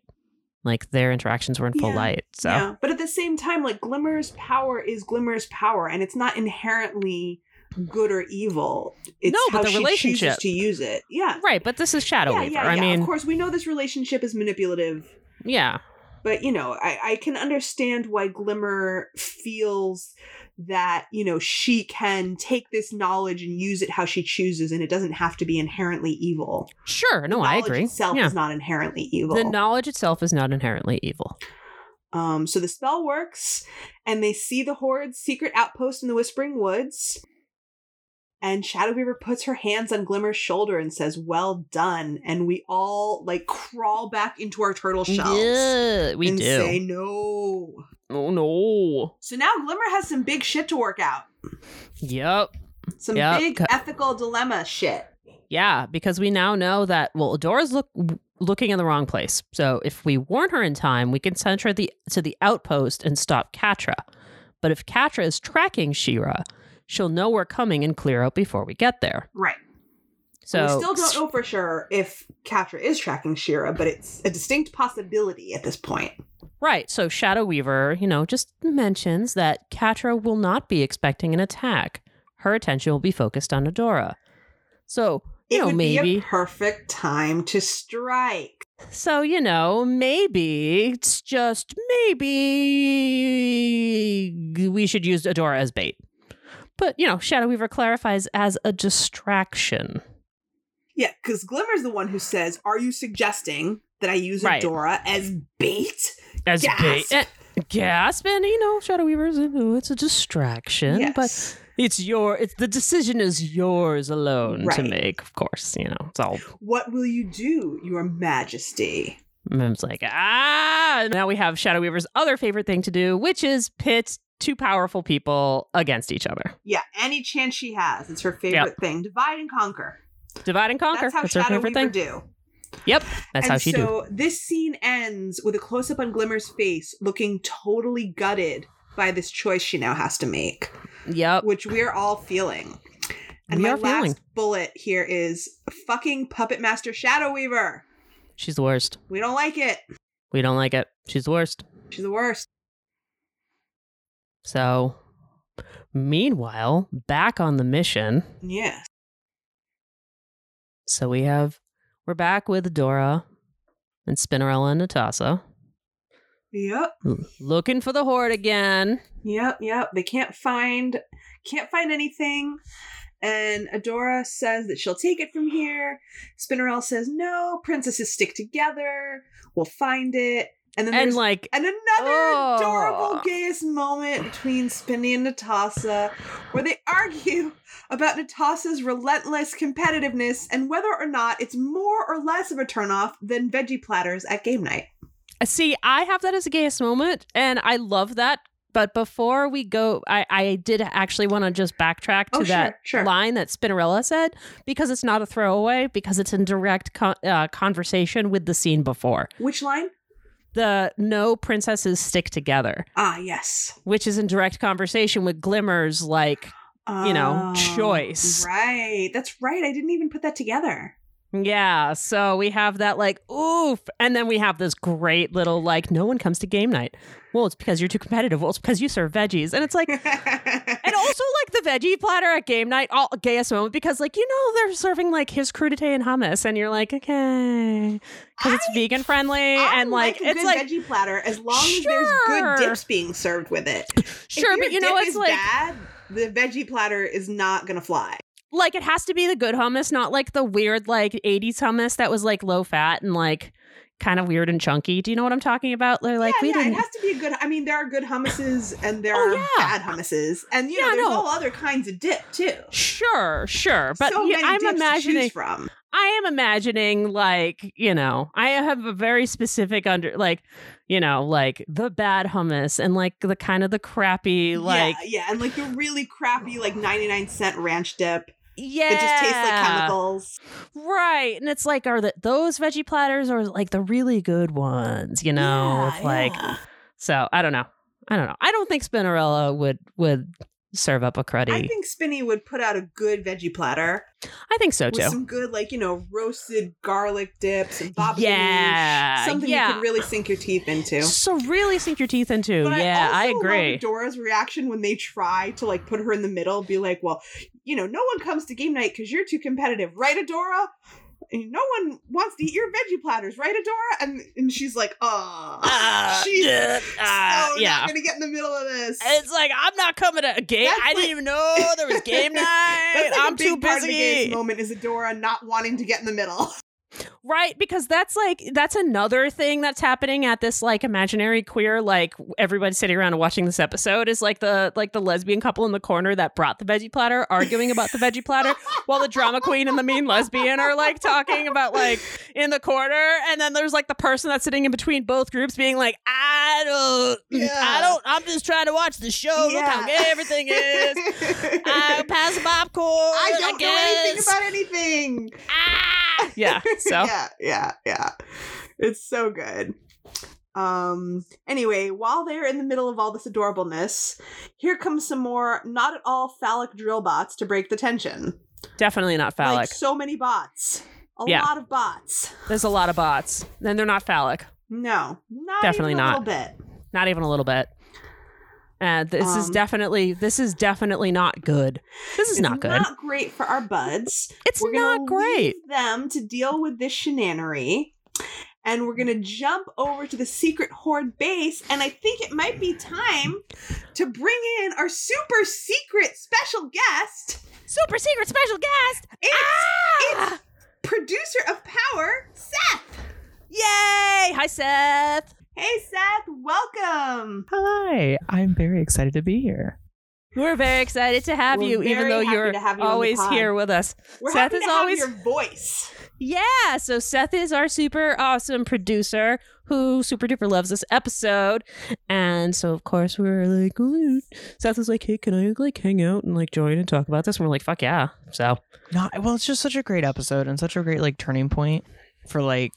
Speaker 1: like their interactions were in full
Speaker 2: Yeah.
Speaker 1: light. So
Speaker 2: Yeah, but at the same time, like Glimmer's power is Glimmer's power, and it's not inherently good or evil. It's
Speaker 1: No, but
Speaker 2: how
Speaker 1: the
Speaker 2: she
Speaker 1: relationship.
Speaker 2: chooses to use it. Yeah,
Speaker 1: right, but this is Shadow
Speaker 2: yeah,
Speaker 1: Weaver.
Speaker 2: yeah,
Speaker 1: I
Speaker 2: yeah.
Speaker 1: mean,
Speaker 2: of course, we know this relationship is manipulative,
Speaker 1: yeah,
Speaker 2: but you know, I, I can understand why Glimmer feels that you know she can take this knowledge and use it how she chooses, and it doesn't have to be inherently evil.
Speaker 1: sure. No, I
Speaker 2: knowledge
Speaker 1: agree.
Speaker 2: Itself
Speaker 1: yeah.
Speaker 2: is not inherently evil.
Speaker 1: The knowledge itself is not inherently evil.
Speaker 2: Um, so the spell works, and they see the Horde's secret outpost in the Whispering Woods. And Shadow Weaver puts her hands on Glimmer's shoulder and says, Well done. And we all like crawl back into our turtle shells.
Speaker 1: Yeah, we
Speaker 2: and
Speaker 1: do.
Speaker 2: say no.
Speaker 1: oh no.
Speaker 2: So now Glimmer has some big shit to work out.
Speaker 1: Yep.
Speaker 2: Some
Speaker 1: Yeah,
Speaker 2: big
Speaker 1: ca-
Speaker 2: ethical dilemma shit.
Speaker 1: Yeah, because we now know that well, Adora's look looking in the wrong place. So if we warn her in time, we can send her the to the outpost and stop Katra. But if Katra is tracking Shira, she'll know we're coming and clear out before we get there.
Speaker 2: Right.
Speaker 1: So
Speaker 2: we still don't know for sure if Katra is tracking Shira, but it's a distinct possibility at this point.
Speaker 1: Right. So Shadow Weaver, you know, just mentions that Katra will not be expecting an attack. Her attention will be focused on Adora. So, you
Speaker 2: It
Speaker 1: know,
Speaker 2: would be
Speaker 1: maybe.
Speaker 2: a perfect time to strike.
Speaker 1: So, you know, maybe it's just maybe we should use Adora as bait. But, you know, Shadow Weaver clarifies as a distraction.
Speaker 2: Yeah, because Glimmer's the one who says, Are you suggesting that I use
Speaker 1: Right.
Speaker 2: Adora as bait?
Speaker 1: As
Speaker 2: Gasp.
Speaker 1: bait. Eh, Gasp. And, you know, Shadow Weaver's, oh, it's a distraction. But
Speaker 2: Yes.
Speaker 1: It's your it's the decision is yours alone to
Speaker 2: Right.
Speaker 1: make, of course. You know, it's all
Speaker 2: What will you do, Your Majesty?
Speaker 1: Mim's like, ah and now we have Shadow Weaver's other favorite thing to do, which is pit two powerful people against each other.
Speaker 2: Yeah, any chance she has. It's her favorite thing. Divide and conquer.
Speaker 1: Divide and conquer.
Speaker 2: That's how
Speaker 1: her
Speaker 2: Shadow
Speaker 1: favorite
Speaker 2: Weaver
Speaker 1: thing.
Speaker 2: do.
Speaker 1: Yep. That's
Speaker 2: and
Speaker 1: how she do.
Speaker 2: so this scene ends with a close up on Glimmer's face, looking totally gutted by this choice she now has to make,
Speaker 1: Yep.
Speaker 2: which we're all feeling. And
Speaker 1: Oh. We
Speaker 2: my
Speaker 1: are
Speaker 2: last
Speaker 1: feeling.
Speaker 2: bullet here is fucking Puppet Master Shadow Weaver.
Speaker 1: She's the worst.
Speaker 2: We don't like it.
Speaker 1: We don't like it. She's the worst.
Speaker 2: She's the worst.
Speaker 1: So meanwhile, back on the mission.
Speaker 2: Yes.
Speaker 1: So we have we're back with Dora and Spinnerella and Natasa.
Speaker 2: Yep.
Speaker 1: L- Looking for the horde again.
Speaker 2: Yep. Yep. They can't find can't find anything. And Adora says that she'll take it from here. Spinnerell says, no, princesses stick together. We'll find it. And then
Speaker 1: And
Speaker 2: there's
Speaker 1: like
Speaker 2: And another
Speaker 1: Oh.
Speaker 2: adorable gayest moment between Spinny and Natasa, where they argue about Natasa's relentless competitiveness and whether or not it's more or less of a turnoff than veggie platters at game night.
Speaker 1: See, I have that as a gayest moment, and I love that. But before we go, I, I did actually want to just backtrack to
Speaker 2: Oh,
Speaker 1: that
Speaker 2: sure, sure.
Speaker 1: line that Spinnerella said because it's not a throwaway because it's in direct con- uh, conversation with the scene before.
Speaker 2: Which line?
Speaker 1: The no princesses stick together,
Speaker 2: Ah, yes.
Speaker 1: which is in direct conversation with Glimmer's like, You know,
Speaker 2: Oh,
Speaker 1: choice.
Speaker 2: Right. That's right. I didn't even put that together.
Speaker 1: yeah. So we have that like oof, and then we have this great little like, no one comes to game night. Well, it's because you're too competitive. Well, it's because you serve veggies, and it's like. And also like the veggie platter at game night, all gayest moment because like you know they're serving like his crudité and hummus, and you're like okay, because it's
Speaker 2: I-
Speaker 1: vegan friendly
Speaker 2: I
Speaker 1: and like,
Speaker 2: a
Speaker 1: it's
Speaker 2: good
Speaker 1: like
Speaker 2: veggie platter as long as there's
Speaker 1: Sure.
Speaker 2: good dips being served with it. If
Speaker 1: sure,
Speaker 2: your
Speaker 1: but you know
Speaker 2: dip
Speaker 1: it's
Speaker 2: is
Speaker 1: like
Speaker 2: bad, the veggie platter is not gonna fly.
Speaker 1: like it has to be the good hummus, not like the weird like '80s hummus that was like low fat and like kind of weird and chunky. Do you know what I'm talking about? They're like
Speaker 2: yeah,
Speaker 1: we
Speaker 2: yeah,
Speaker 1: didn't.
Speaker 2: it has to be a good. I mean, there are good hummuses and there
Speaker 1: Oh,
Speaker 2: are
Speaker 1: yeah.
Speaker 2: bad hummuses, and you know,
Speaker 1: Yeah,
Speaker 2: there's
Speaker 1: no.
Speaker 2: all other kinds of dip too.
Speaker 1: Sure, sure, but
Speaker 2: so
Speaker 1: yeah,
Speaker 2: many
Speaker 1: I'm
Speaker 2: dips to
Speaker 1: imagining
Speaker 2: choose from.
Speaker 1: I am imagining like, you know, I have a very specific under like, you know, like the bad hummus and like the kind of the crappy like
Speaker 2: yeah, yeah, and like the really crappy like 99 cent ranch dip.
Speaker 1: yeah.
Speaker 2: It just tastes like chemicals.
Speaker 1: Right. And it's like are the, those veggie platters or like the really good ones, you know?
Speaker 2: Yeah,
Speaker 1: it's like
Speaker 2: yeah.
Speaker 1: so I don't know. I don't know. I don't think Spinarella would would serve up a cruddy.
Speaker 2: I think Spinny would put out a good veggie platter
Speaker 1: I think so
Speaker 2: with
Speaker 1: too.
Speaker 2: some good like you know roasted garlic dips and baba
Speaker 1: Yeah,
Speaker 2: ganoush, something
Speaker 1: yeah.
Speaker 2: you can really sink your teeth into.
Speaker 1: So really sink your teeth into.
Speaker 2: But
Speaker 1: yeah, I,
Speaker 2: I, also
Speaker 1: agree.
Speaker 2: Loved Dora's reaction when they try to like put her in the middle, be like, "Well, you know, no one comes to game night because you're too competitive, right, Adora? And no one wants to eat your veggie platters, right, Adora?" And and she's like, "Oh,
Speaker 1: Ah,
Speaker 2: she's
Speaker 1: yeah, ah,
Speaker 2: so
Speaker 1: yeah.
Speaker 2: not gonna get in the middle of this."
Speaker 1: It's like I'm not coming to a game.
Speaker 2: That's
Speaker 1: I didn't
Speaker 2: like-
Speaker 1: even know there was game night.
Speaker 2: That's like
Speaker 1: I'm
Speaker 2: a big
Speaker 1: too
Speaker 2: part of the game's
Speaker 1: busy.
Speaker 2: moment is Adora not wanting to get in the middle.
Speaker 1: Right, because that's like that's another thing that's happening at this like imaginary queer like everybody sitting around and watching this episode is like the like the lesbian couple in the corner that brought the veggie platter arguing about the veggie platter while the drama queen and the mean lesbian are like talking about like in the corner and then there's like the person that's sitting in between both groups being like I don't I
Speaker 2: Yeah.
Speaker 1: don't I'm just trying to watch the show Oh, look how
Speaker 2: Yeah.
Speaker 1: gay everything is I pass the popcorn
Speaker 2: I
Speaker 1: I
Speaker 2: don't know anything
Speaker 1: guess.
Speaker 2: about anything.
Speaker 1: ah! yeah so
Speaker 2: yeah, yeah, yeah. It's so good. Um anyway, while they're in the middle of all this adorableness, here comes some more not at all phallic drill bots to break the tension.
Speaker 1: definitely not phallic
Speaker 2: Like so many bots. A
Speaker 1: Yeah.
Speaker 2: lot of bots.
Speaker 1: There's a lot of bots. Then they're not phallic.
Speaker 2: No. Not
Speaker 1: Definitely
Speaker 2: even a
Speaker 1: not.
Speaker 2: little bit.
Speaker 1: Not even a little bit. Uh, this is
Speaker 2: Um,
Speaker 1: definitely this is definitely not good. This is
Speaker 2: It's
Speaker 1: not good.
Speaker 2: Not great for our buds.
Speaker 1: it's
Speaker 2: we're gonna
Speaker 1: not great.
Speaker 2: leave them to deal with this shenanery and we're gonna jump over to the secret horde base and i think it might be time to bring in our super secret special guest
Speaker 1: Super secret special guest.
Speaker 2: it's
Speaker 1: Ah!
Speaker 2: producer of power seth
Speaker 1: Yay! Hi Seth.
Speaker 2: hey seth welcome
Speaker 3: Hi, I'm very excited to be here.
Speaker 1: We're very excited to have
Speaker 2: We're
Speaker 1: you, even
Speaker 2: very
Speaker 1: though
Speaker 2: happy
Speaker 1: you're
Speaker 2: to have you on the
Speaker 1: always
Speaker 2: pod.
Speaker 1: here with us.
Speaker 2: we're
Speaker 1: Seth
Speaker 2: happy
Speaker 1: is
Speaker 2: to have
Speaker 1: always-
Speaker 2: your voice
Speaker 1: Yeah, so Seth is our super awesome producer who super duper loves this episode. And so of course we were like, "Ooh." Seth was like, Hey, can I like hang out and like join and talk about this? And we're like, fuck yeah. So
Speaker 3: Not well, it's just such a great episode and such a great like turning point for like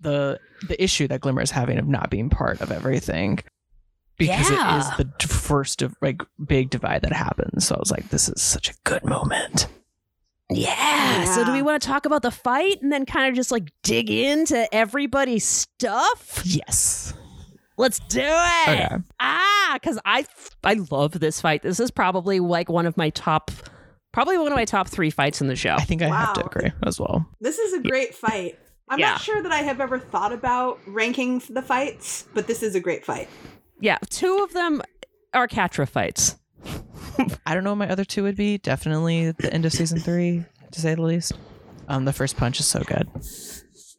Speaker 3: the the issue that Glimmer is having of not being part of everything. Because it
Speaker 1: Yeah.
Speaker 3: is the d- first div- like big divide that happens. So I was like, this is such a good moment.
Speaker 1: Yeah. So do
Speaker 2: Yeah.
Speaker 1: we want to talk about the fight and then kind of just like dig into everybody's stuff?
Speaker 3: Yes.
Speaker 1: Let's do it.
Speaker 3: Okay.
Speaker 1: Ah, cuz I I love this fight. This is probably like one of my top probably one of my top 3 fights in the show.
Speaker 3: I think I have to
Speaker 2: Wow.
Speaker 3: agree as well.
Speaker 2: this is a great fight i'm
Speaker 1: Yeah.
Speaker 2: not sure that i have ever thought about ranking the fights but this is a great fight
Speaker 1: Yeah, two of them are Catra fights.
Speaker 3: I don't know what my other two would be. Definitely the end of season three, to say the least. Um, the first punch is so good.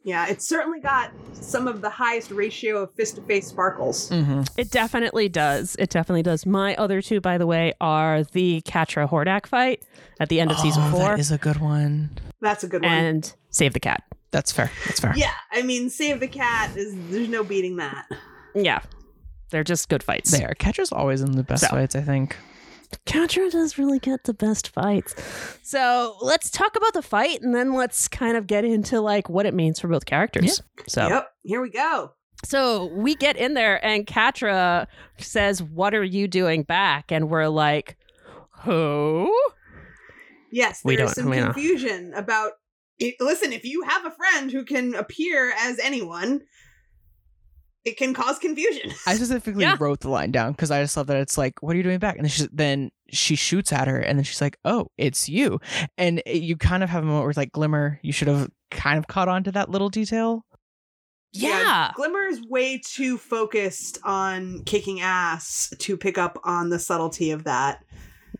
Speaker 2: yeah it's certainly got some of the highest ratio of fist-to-face sparkles
Speaker 3: Mm-hmm.
Speaker 1: It definitely does. It definitely does. My other two, by the way, are the Catra Hordak fight at the end of season four
Speaker 3: Oh, That is a good one.
Speaker 2: that's a good one
Speaker 1: and Save the Cat.
Speaker 3: That's fair. That's fair.
Speaker 2: Yeah, I mean, save the cat is there's no beating that.
Speaker 1: Yeah. They're just good fights.
Speaker 3: There. Catcher's always in the best
Speaker 1: So.
Speaker 3: fights, I think.
Speaker 1: Catra does really get the best fights. So let's talk about the fight and then let's kind of get into like what it means for both characters. So
Speaker 2: Yep, here we go.
Speaker 1: so we get in there and Catra says, What are you doing back? And we're like, Who?
Speaker 2: Yes,
Speaker 1: We
Speaker 2: there is
Speaker 1: don't-
Speaker 2: some
Speaker 1: we don't.
Speaker 2: confusion about. i- listen, if you have a friend who can appear as anyone, it can cause confusion.
Speaker 3: I specifically
Speaker 1: Yeah.
Speaker 3: wrote the line down because I just love that it's like, what are you doing back? And then she, then she shoots at her and then she's like, oh, it's you. And it- you kind of have a moment where it's like, Glimmer, you should have kind of caught on to that little detail.
Speaker 1: Yeah.
Speaker 2: Glimmer is way too focused on kicking ass to pick up on the subtlety of that.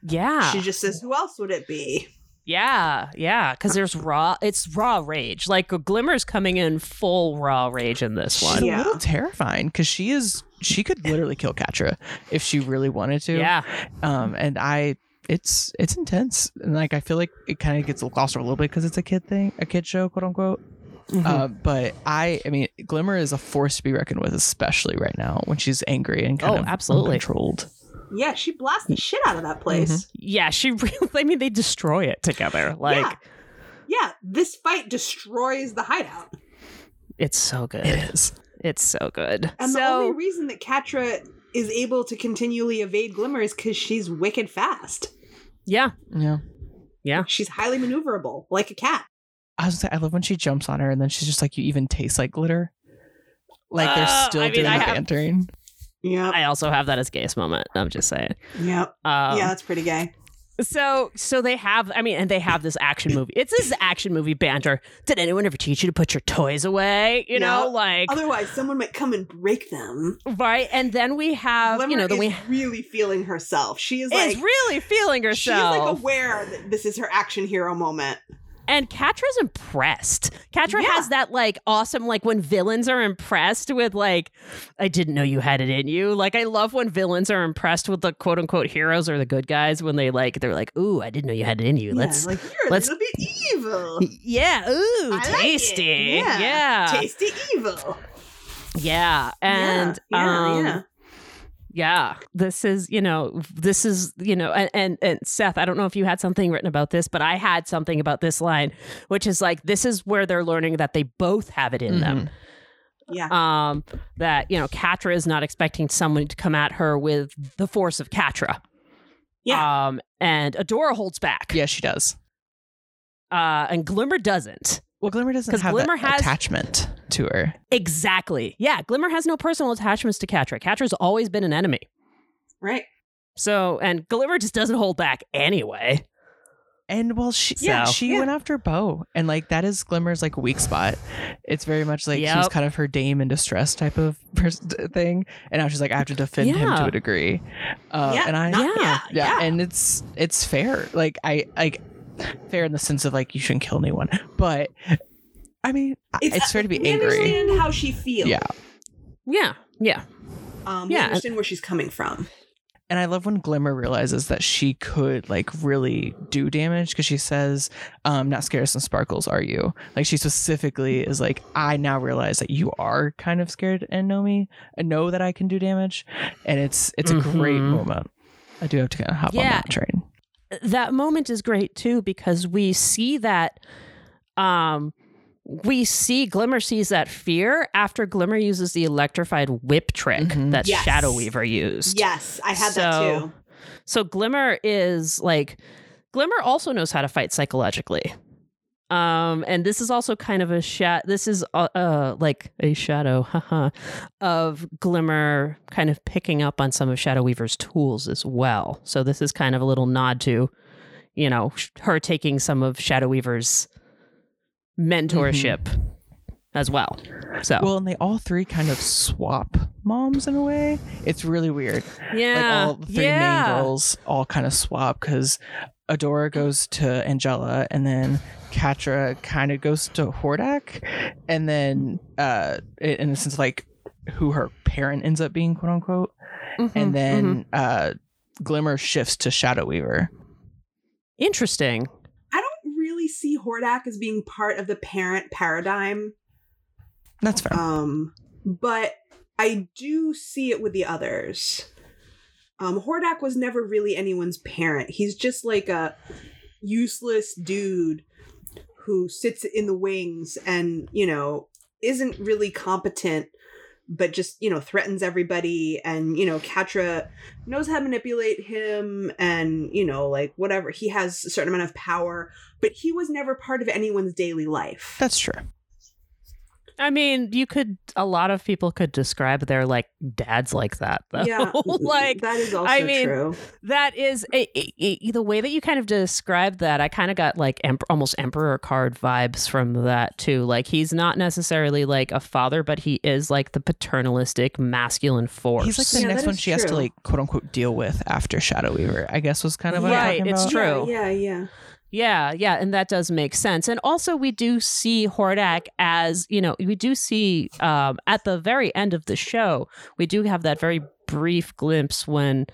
Speaker 1: Yeah.
Speaker 2: She just says, "Who else would it be?"
Speaker 1: Yeah, yeah, because there's raw. It's raw rage. Like Glimmer's coming in full raw rage in this
Speaker 3: She's
Speaker 1: one.
Speaker 3: a
Speaker 2: Yeah.
Speaker 3: little terrifying because she is, she could literally kill Katra if she really wanted to.
Speaker 1: Yeah,
Speaker 3: um and i it's it's intense and like i feel like it kind of gets glossed over a little bit because it's a kid thing a kid show quote unquote
Speaker 1: Mm-hmm.
Speaker 2: Mm-hmm.
Speaker 3: uh, but i i mean glimmer is a force to be reckoned with especially right now when she's angry and kind
Speaker 1: Oh,
Speaker 3: of
Speaker 1: absolutely.
Speaker 3: controlled
Speaker 2: Yeah, she blasts the shit out of that
Speaker 1: Mm-hmm.
Speaker 2: place.
Speaker 1: yeah. She really. I mean, they destroy it together. Like
Speaker 2: yeah. yeah, this fight destroys the hideout.
Speaker 1: it's so good.
Speaker 3: it is
Speaker 1: It's so good.
Speaker 2: And the
Speaker 1: so
Speaker 2: only reason that Katra is able to continually evade Glimmer is because she's wicked fast.
Speaker 1: yeah,
Speaker 3: yeah
Speaker 2: She's highly maneuverable, like a cat.
Speaker 3: i was gonna say i love when she jumps on her and then she's just like you even taste like glitter like they're
Speaker 1: Uh,
Speaker 3: still
Speaker 1: I mean,
Speaker 3: doing
Speaker 1: I
Speaker 3: the
Speaker 1: have-
Speaker 3: bantering
Speaker 2: Yep.
Speaker 1: I also have that as gayest moment. I'm just saying.
Speaker 2: Yep.
Speaker 1: Um,
Speaker 2: yeah, that's pretty gay.
Speaker 1: So, so they have. I mean, and they have this action movie. It's this action movie banter. Did anyone ever teach you to put your toys away? You know,
Speaker 2: Yeah.
Speaker 1: like
Speaker 2: Otherwise, someone might come and break them.
Speaker 1: right. And then we have.
Speaker 2: Glimmer
Speaker 1: you know, then
Speaker 2: is
Speaker 1: we
Speaker 2: really feeling herself. She is like
Speaker 1: is really feeling
Speaker 2: she's like
Speaker 1: herself.
Speaker 2: aware that this is her action hero moment.
Speaker 1: And Catra's impressed. Catra
Speaker 2: Yeah.
Speaker 1: has that like awesome like when villains are impressed with like I didn't know you had it in you. Like I love when villains are impressed with the quote unquote heroes or the good guys when they like they're like, "Ooh, I didn't know you had it in you. Let's
Speaker 2: yeah, like you're a
Speaker 1: let's-
Speaker 2: little bit evil.
Speaker 1: Yeah, ooh,
Speaker 2: I like it.
Speaker 1: tasty. Yeah.
Speaker 2: Yeah.
Speaker 1: Yeah.
Speaker 2: Tasty evil.
Speaker 1: uh, And
Speaker 2: yeah,
Speaker 1: um
Speaker 2: yeah.
Speaker 1: yeah this is you know this is you know and, and and seth i don't know if you had something written about this but i had something about this line which is like this is where they're learning that they both have it in them
Speaker 2: yeah.
Speaker 1: um that you know katra is not expecting someone to come at her with the force of katra
Speaker 2: Yeah.
Speaker 1: um and adora holds back
Speaker 3: Yeah, she does.
Speaker 1: uh and glimmer doesn't
Speaker 3: Well, Glimmer doesn't
Speaker 1: 'Cause
Speaker 3: have
Speaker 1: Glimmer
Speaker 3: that
Speaker 1: has-
Speaker 3: attachment to her.
Speaker 1: exactly yeah glimmer has no personal attachments to katra katra's always been an enemy
Speaker 2: Right.
Speaker 1: so and glimmer just doesn't hold back anyway
Speaker 3: And well, she
Speaker 1: Yeah,
Speaker 3: yeah, she
Speaker 2: yeah.
Speaker 3: went after Bo, and like that is Glimmer's like weak spot. It's very much like she was
Speaker 1: Yep.
Speaker 3: kind of her dame in distress type of pers- thing, and now she's like I have to defend him to
Speaker 1: Yeah.
Speaker 3: a degree. Uh,
Speaker 2: Yeah,
Speaker 3: and I
Speaker 1: not-
Speaker 2: yeah,
Speaker 3: yeah,
Speaker 2: yeah.
Speaker 3: and it's it's fair. Like I like fair in the sense of like you shouldn't kill anyone, but I mean I- it's, fair to be
Speaker 2: we
Speaker 3: angry.
Speaker 2: understand how she feels.
Speaker 3: Yeah.
Speaker 1: yeah yeah
Speaker 2: Um, we
Speaker 1: Yeah.
Speaker 2: understand where she's coming from.
Speaker 3: And I love when Glimmer realizes that she could like really do damage because she says, um, not scared of some sparkles, are you? Like she specifically is like, I now realize that you are kind of scared and know me and know that I can do damage. And it's it's a great
Speaker 1: Mhm.
Speaker 3: moment. I do have to kind of hop on
Speaker 1: Yeah.
Speaker 3: that train.
Speaker 1: that moment is great too because we see that um we see glimmer sees that fear after glimmer uses the electrified whip trick
Speaker 3: Mhm.
Speaker 1: that
Speaker 2: Yes.
Speaker 1: shadow weaver used
Speaker 2: Yes, I had that
Speaker 1: So-
Speaker 2: too.
Speaker 1: so glimmer is like glimmer also knows how to fight psychologically um and this is also kind of a shat this is uh, uh like a shadow haha of glimmer kind of picking up on some of shadow weaver's tools as well so this is kind of a little nod to you know sh- her taking some of shadow weaver's mentorship as well so
Speaker 3: Mm-hmm. Well, and they all three kind of swap moms in a way. It's really weird.
Speaker 1: yeah
Speaker 3: like all the three
Speaker 1: yeah.
Speaker 3: main girls all kind of swap because Adora goes to Angela and then Katra kind of goes to Hordak and then uh i- in a sense like who her parent ends up being quote unquote
Speaker 1: Mhm,
Speaker 3: and
Speaker 1: mhm.
Speaker 3: then uh Glimmer shifts to Shadow Weaver.
Speaker 1: interesting
Speaker 2: I don't really see Hordak as being part of the parent paradigm.
Speaker 3: That's fair.
Speaker 2: Um, but I do see it with the others. Um, Hordak was never really anyone's parent. He's just like a useless dude who sits in the wings and, you know, isn't really competent, but just, you know, threatens everybody. And, you know, Katra knows how to manipulate him and, you know, like whatever. He has a certain amount of power, but he was never part of anyone's daily life.
Speaker 3: That's true.
Speaker 1: I mean, you could. A lot of people could describe their like dads like that. Though. like
Speaker 2: that is also
Speaker 1: I mean,
Speaker 2: true.
Speaker 1: that is a, a- a- the way that you kind of described that. I kind of got like em- almost emperor card vibes from that too. Like he's not necessarily like a father, but he is like the paternalistic masculine force.
Speaker 3: He's like the
Speaker 2: Yeah,
Speaker 3: next
Speaker 2: that
Speaker 3: one
Speaker 2: is
Speaker 3: she has to
Speaker 2: true.
Speaker 3: like quote unquote deal with after Shadow Weaver, I guess was kind of what
Speaker 1: Right,
Speaker 3: I'm talking
Speaker 1: it's
Speaker 3: about.
Speaker 1: true.
Speaker 2: Yeah, yeah.
Speaker 1: Yeah, yeah, and that does make sense. And also, we do see Hordak as you know, we do see um, at the very end of the show, we do have that very brief glimpse when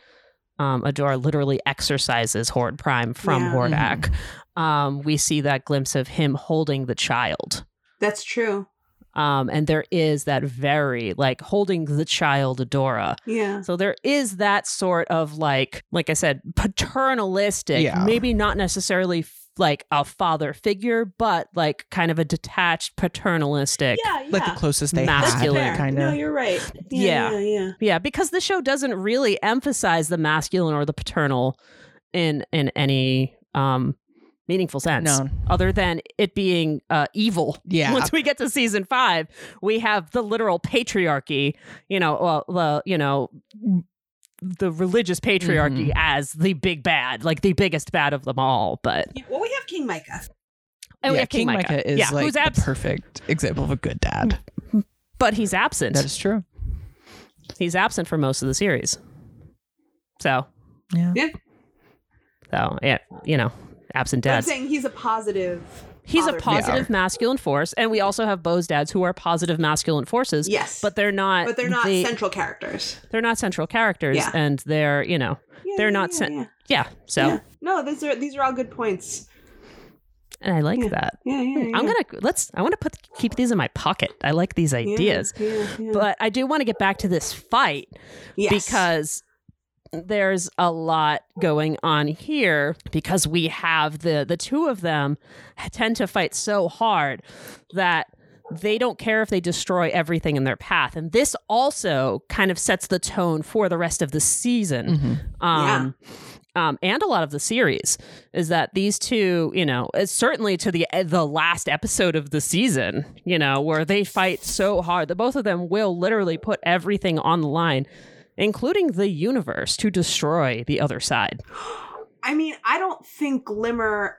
Speaker 1: um, Adora literally exercises Horde Prime from
Speaker 2: Yeah.
Speaker 1: Hordak. Um, we see that glimpse of him holding the child.
Speaker 2: That's true.
Speaker 1: Um, and there is that very like holding the child Adora.
Speaker 2: Yeah.
Speaker 1: So there is that sort of like, like I said, paternalistic,
Speaker 3: Yeah.
Speaker 1: maybe not necessarily f- like a father figure, but like kind of a detached paternalistic.
Speaker 2: Yeah, yeah.
Speaker 3: Like the closest they
Speaker 1: Masculine.
Speaker 3: had,
Speaker 2: Fair.
Speaker 3: kind
Speaker 2: No,
Speaker 3: of.
Speaker 2: you're right.
Speaker 1: Yeah.
Speaker 2: Yeah, yeah, yeah.
Speaker 1: Yeah, because the show doesn't really emphasize the masculine or the paternal in in any um meaningful sense.
Speaker 3: No.
Speaker 1: Other than it being uh, evil.
Speaker 3: Yeah.
Speaker 1: Once we get to season five, we have the literal patriarchy. You know, well, the you know, the religious
Speaker 3: Mm-hmm.
Speaker 1: patriarchy as the big bad, like the biggest bad of them all. But
Speaker 2: Yeah, Well, we have King Micah.
Speaker 1: and we
Speaker 3: oh, yeah,
Speaker 1: have
Speaker 3: King, Micah, is
Speaker 1: yeah,
Speaker 3: like
Speaker 1: who's
Speaker 3: the
Speaker 1: absent,
Speaker 3: perfect example of a good dad.
Speaker 1: but he's absent.
Speaker 3: That is true.
Speaker 1: he's absent for most of the series. So
Speaker 3: Yeah.
Speaker 2: Yeah.
Speaker 1: so yeah, you know, absent
Speaker 2: But I'm
Speaker 1: dads.
Speaker 2: saying he's a positive.
Speaker 1: He's a
Speaker 2: father
Speaker 1: positive masculine force, and we also have Bo's dads who are positive masculine forces.
Speaker 2: Yes.
Speaker 1: but they're not.
Speaker 2: but they're not
Speaker 1: the-
Speaker 2: central characters.
Speaker 1: they're not central characters,
Speaker 2: Yeah.
Speaker 1: and they're you know
Speaker 2: Yeah,
Speaker 1: they're
Speaker 2: yeah,
Speaker 1: not
Speaker 2: yeah,
Speaker 1: sent-
Speaker 2: yeah.
Speaker 1: yeah. So
Speaker 2: Yeah. No, these are these are all good points.
Speaker 1: and I like that.
Speaker 2: Yeah, yeah. yeah.
Speaker 1: I'm gonna let's. I want to put keep these in my pocket. I like these
Speaker 2: Yeah,
Speaker 1: ideas,
Speaker 2: yeah, yeah.
Speaker 1: but I do want to get back to this fight
Speaker 2: Yes.
Speaker 1: because there's a lot going on here because we have the the two of them tend to fight so hard that they don't care if they destroy everything in their path and this also kind of sets the tone for the rest of the season
Speaker 3: Mm-hmm.
Speaker 1: um um, and a lot of the series is that these two, you know, it's certainly to the eh, the last episode of the season, you know, where they fight so hard. The both of them will literally put everything on the line, including the universe, to destroy the other side.
Speaker 2: I mean, I don't think Glimmer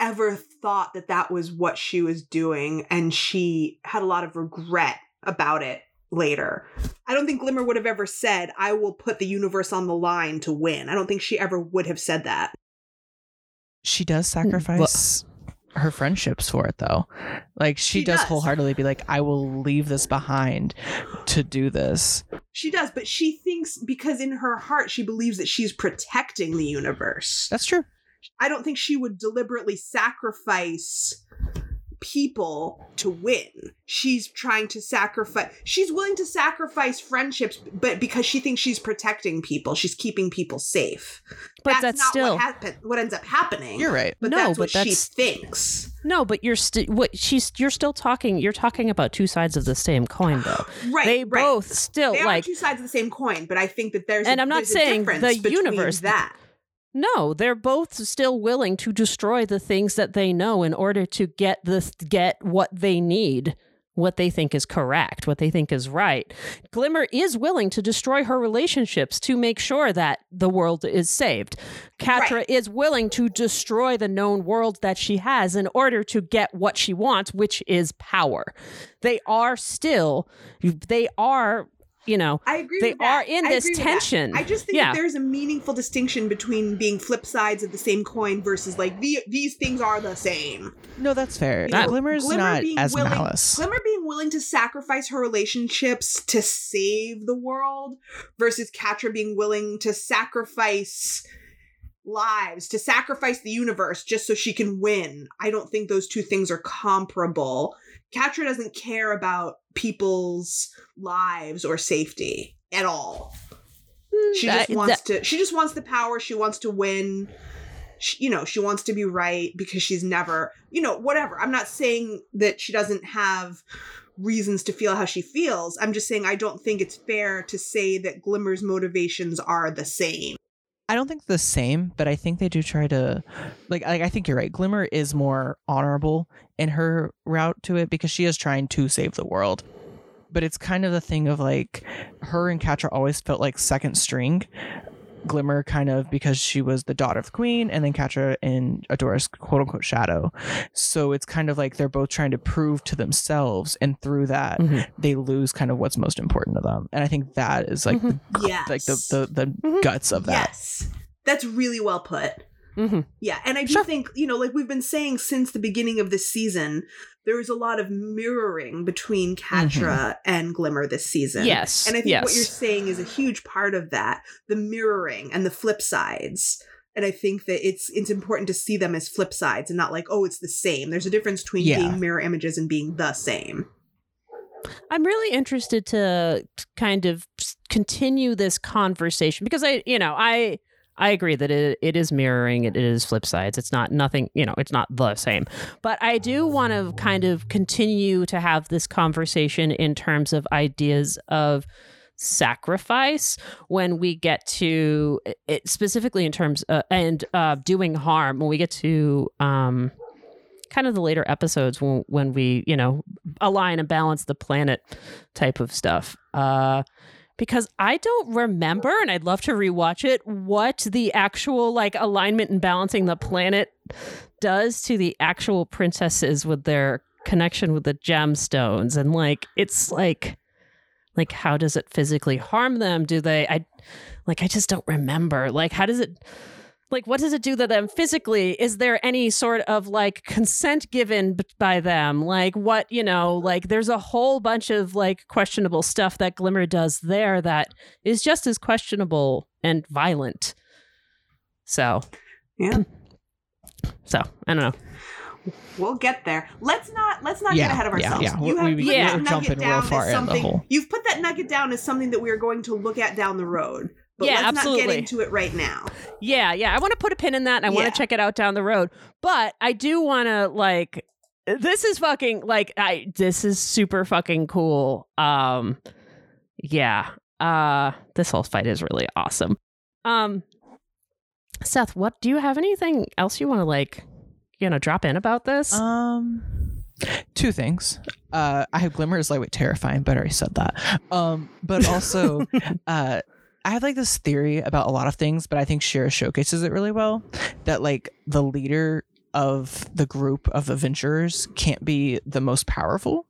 Speaker 2: ever thought that that was what she was doing, and she had a lot of regret about it later. I don't think Glimmer would have ever said, I will put the universe on the line to win. I don't think she ever would have said that.
Speaker 3: She does sacrifice her friendships for it, though. Like she,
Speaker 2: She
Speaker 3: does,
Speaker 2: does.
Speaker 3: wholeheartedly be like, "I will leave this behind to do this."
Speaker 2: She does, but she thinks because in her heart she believes that she's protecting the universe.
Speaker 3: That's true.
Speaker 2: I don't think she would deliberately sacrifice people to win. She's trying to sacrifice. She's willing to sacrifice friendships, but because she thinks she's protecting people, she's keeping people safe.
Speaker 1: But that's,
Speaker 2: not
Speaker 1: still
Speaker 2: what, happen- what ends up happening.
Speaker 3: You're right.
Speaker 2: But
Speaker 1: No,
Speaker 2: that's what
Speaker 1: but that's-
Speaker 2: she thinks.
Speaker 1: no. But you're still what she's. You're still talking. You're talking about two sides of the same coin, though.
Speaker 2: Right.
Speaker 1: they
Speaker 2: right.
Speaker 1: both still
Speaker 2: They are
Speaker 1: like
Speaker 2: two sides of the same coin, but I think that there's
Speaker 1: And
Speaker 2: i
Speaker 1: I'm not
Speaker 2: there's
Speaker 1: saying
Speaker 2: a difference
Speaker 1: the
Speaker 2: between
Speaker 1: universe-
Speaker 2: that.
Speaker 1: No, they're both still willing to destroy the things that they know in order to get this get what they need, what they think is correct, what they think is right. Glimmer is willing to destroy her relationships to make sure that the world is saved. Katra
Speaker 2: Right.
Speaker 1: is willing to destroy the known world that she has in order to get what she wants, which is power. They are still they are, you know,
Speaker 2: I agree.
Speaker 1: They
Speaker 2: with that.
Speaker 1: are in
Speaker 2: I
Speaker 1: this
Speaker 2: agree with that.
Speaker 1: tension.
Speaker 2: I just think
Speaker 1: Yeah.
Speaker 2: that there's a meaningful distinction between being flip sides of the same coin versus like the, these things are the same.
Speaker 3: No, that's fair.
Speaker 2: You know,
Speaker 3: Glimmer's
Speaker 2: Glimmer
Speaker 3: not
Speaker 2: being
Speaker 3: as
Speaker 2: willing-
Speaker 3: malice.
Speaker 2: Glimmer being willing to sacrifice her relationships to save the world versus Katra being willing to sacrifice lives, to sacrifice the universe just so she can win. I don't think those two things are comparable. Katra doesn't care about people's lives or safety at all. She just
Speaker 1: That-
Speaker 2: wants to she just wants the power, she wants to win she, you know she wants to be right because she's never you know whatever i'm not saying that she doesn't have reasons to feel how she feels i'm just saying i don't think it's fair to say that glimmer's motivations are the same
Speaker 3: I don't think the same, but I think they do try to like like I think you're right. Glimmer is more honorable in her route to it because she is trying to save the world. But it's kind of the thing of like her and Katra always felt like second string. Glimmer kind of because she was the daughter of the queen and then Katra in Adora's quote unquote shadow. So it's kind of like they're both trying to prove to themselves and through that
Speaker 1: Mhm.
Speaker 3: they lose kind of what's most important to them. And I think that is like the,
Speaker 2: Yes.
Speaker 3: like the the, the
Speaker 1: Mhm.
Speaker 3: guts of that.
Speaker 2: yes that's really well put
Speaker 1: Mhm.
Speaker 2: Yeah, and I do
Speaker 1: Sure.
Speaker 2: think, you know, like we've been saying since the beginning of this season, there is a lot of mirroring between Katra and Glimmer this season.
Speaker 1: Yes,
Speaker 2: And I think what
Speaker 1: yes.
Speaker 2: you're saying is a huge part of that, the mirroring and the flip sides. And I think that it's it's important to see them as flip sides and not like, oh, it's the same. There's a difference between
Speaker 3: Yeah.
Speaker 2: being mirror images and being the same.
Speaker 1: I'm really interested to kind of continue this conversation because I, you know, I I agree that it, it is mirroring, it is flip sides. It's not nothing, you know, it's not the same. But I do want to kind of continue to have this conversation in terms of ideas of sacrifice when we get to it specifically in terms uh, and uh, doing harm when we get to um, kind of the later episodes when when we you know align and balance the planet type of stuff. Uh, because I don't remember, and I'd love to rewatch it, what the actual like alignment and balancing the planet does to the actual princesses with their connection with the gemstones, and like it's like like how does it physically harm them? Do they I like I just don't remember. Like how does it Like, what does it do to them physically? Is there any sort of like consent given b- by them? Like, what, you know, like there's a whole bunch of like questionable stuff that Glimmer does there that is just as questionable and violent. So,
Speaker 2: Yeah.
Speaker 1: so I don't know.
Speaker 2: We'll get there. Let's not let's not get
Speaker 3: Yeah,
Speaker 2: ahead of
Speaker 3: yeah,
Speaker 2: ourselves.
Speaker 3: yeah.
Speaker 2: You
Speaker 3: We-
Speaker 2: have
Speaker 3: we-
Speaker 2: put
Speaker 1: yeah.
Speaker 2: that
Speaker 1: we're
Speaker 2: nugget
Speaker 3: jumping real
Speaker 2: down as
Speaker 3: far in the
Speaker 2: something-
Speaker 3: hole.
Speaker 2: You've put that nugget down as something that we are going to look at down the road. But
Speaker 1: Yeah,
Speaker 2: let's not
Speaker 1: absolutely.
Speaker 2: get into it right now.
Speaker 1: Yeah, yeah. I want to put a pin in that and I want
Speaker 2: Yeah.
Speaker 1: to check it out down the road. But I do want to like this is fucking like I this is super fucking cool. Um yeah. Uh this whole fight is really awesome. Um Seth, what do you have anything else you want to like you know drop in about this?
Speaker 3: Uh, Um, two things. Uh, I have Glimmer is lightweight terrifying, but I already said that. Um, but also, uh, I have like this theory about a lot of things, but I think Shira showcases it really well. That like the leader of the group of adventurers can't be the most powerful.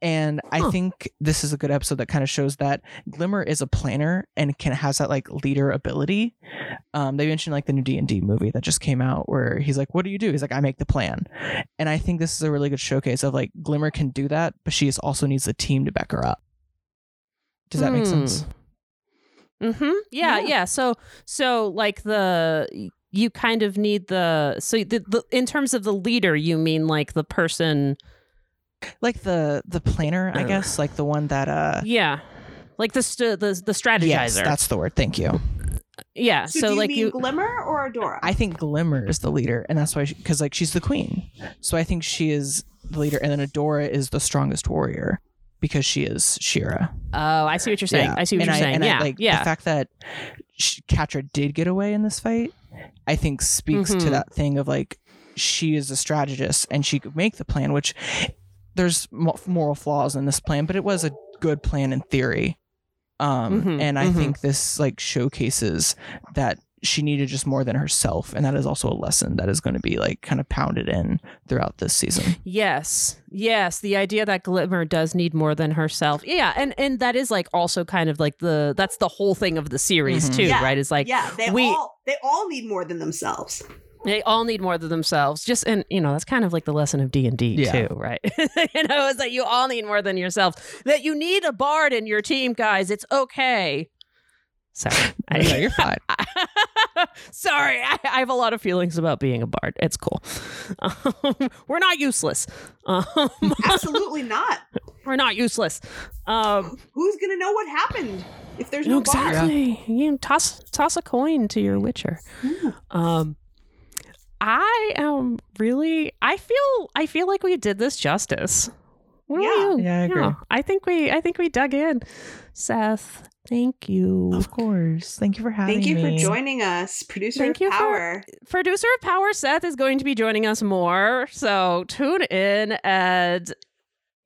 Speaker 3: And I
Speaker 1: Huh.
Speaker 3: think this is a good episode that kind of shows that Glimmer is a planner and can has that like leader ability. Um, they mentioned like the new D and D movie that just came out where he's like, "What do you do?" He's like, "I make the plan," and I think this is a really good showcase of like Glimmer can do that, but she is- also needs a team to back her up. Does that make
Speaker 1: Hmm.
Speaker 3: sense?
Speaker 1: Mm-hmm. Yeah,
Speaker 2: Yeah.
Speaker 1: yeah, So, so like the you kind of need the so the, the in terms of the leader, you mean like the person
Speaker 3: Like the the planner, I
Speaker 1: Uh.
Speaker 3: guess, like the one that uh,
Speaker 1: Yeah. Like the st- the the strategizer.
Speaker 3: yes, that's the word. Thank you.
Speaker 1: yeah.
Speaker 2: So,
Speaker 1: So,
Speaker 2: do you
Speaker 1: like
Speaker 2: mean
Speaker 1: you
Speaker 2: Glimmer or Adora?
Speaker 3: I think Glimmer is the leader, and that's why because like she's the queen, so I think she is the leader, and then Adora is the strongest warrior because she is Shira.
Speaker 1: Oh, I see what you're saying. I see what
Speaker 3: and
Speaker 1: you're
Speaker 3: I,
Speaker 1: saying.
Speaker 3: And
Speaker 1: yeah.
Speaker 3: I, like
Speaker 1: yeah.
Speaker 3: the fact that sh- Katra did get away in this fight, I think speaks to
Speaker 1: Mhm.
Speaker 3: that thing of like she is a strategist and she could make the plan, which there's mo- moral flaws in this plan, but it was a good plan in theory. Um,
Speaker 1: Mhm,
Speaker 3: and I
Speaker 1: mhm.
Speaker 3: think this like showcases that she needed just more than herself, and that is also a lesson that is going to be like kind of pounded in throughout this season.
Speaker 1: yes. Yes, the idea that Glimmer does need more than herself. Yeah, and and that is like also kind of like the that's the whole thing of the series
Speaker 3: Mhm.
Speaker 1: too,
Speaker 2: Yeah.
Speaker 1: right? Is like
Speaker 2: yeah, they
Speaker 1: we-
Speaker 2: all they all need more than themselves.
Speaker 1: they all need more than themselves. Just and you know, that's kind of like the lesson of D&D
Speaker 3: Yeah.
Speaker 1: too, right? you know, is that you all need more than yourself. That you need a bard in your team, guys. It's okay. Sorry. I-
Speaker 3: yeah, you're fine.
Speaker 1: Sorry, I, I have a lot of feelings about being a bard. It's cool. Um, we're not useless. Um,
Speaker 2: Absolutely not.
Speaker 1: we're not useless. Um,
Speaker 2: Who's gonna know what happened if there's no bar?
Speaker 1: exactly. You can toss toss a coin to your witcher.
Speaker 2: Hmm.
Speaker 1: Um, I am really. I feel. I feel like we did this justice. What about
Speaker 2: Yeah.
Speaker 1: you?
Speaker 3: Yeah, I agree.
Speaker 1: I think we. I think we dug in. Seth, thank you.
Speaker 3: Of course. Thank you for having
Speaker 2: Thank
Speaker 3: me.
Speaker 2: you for joining us, producer
Speaker 1: Thank
Speaker 2: of
Speaker 1: you for-
Speaker 2: power.
Speaker 1: producer of Power Seth is going to be joining us more. So tune in and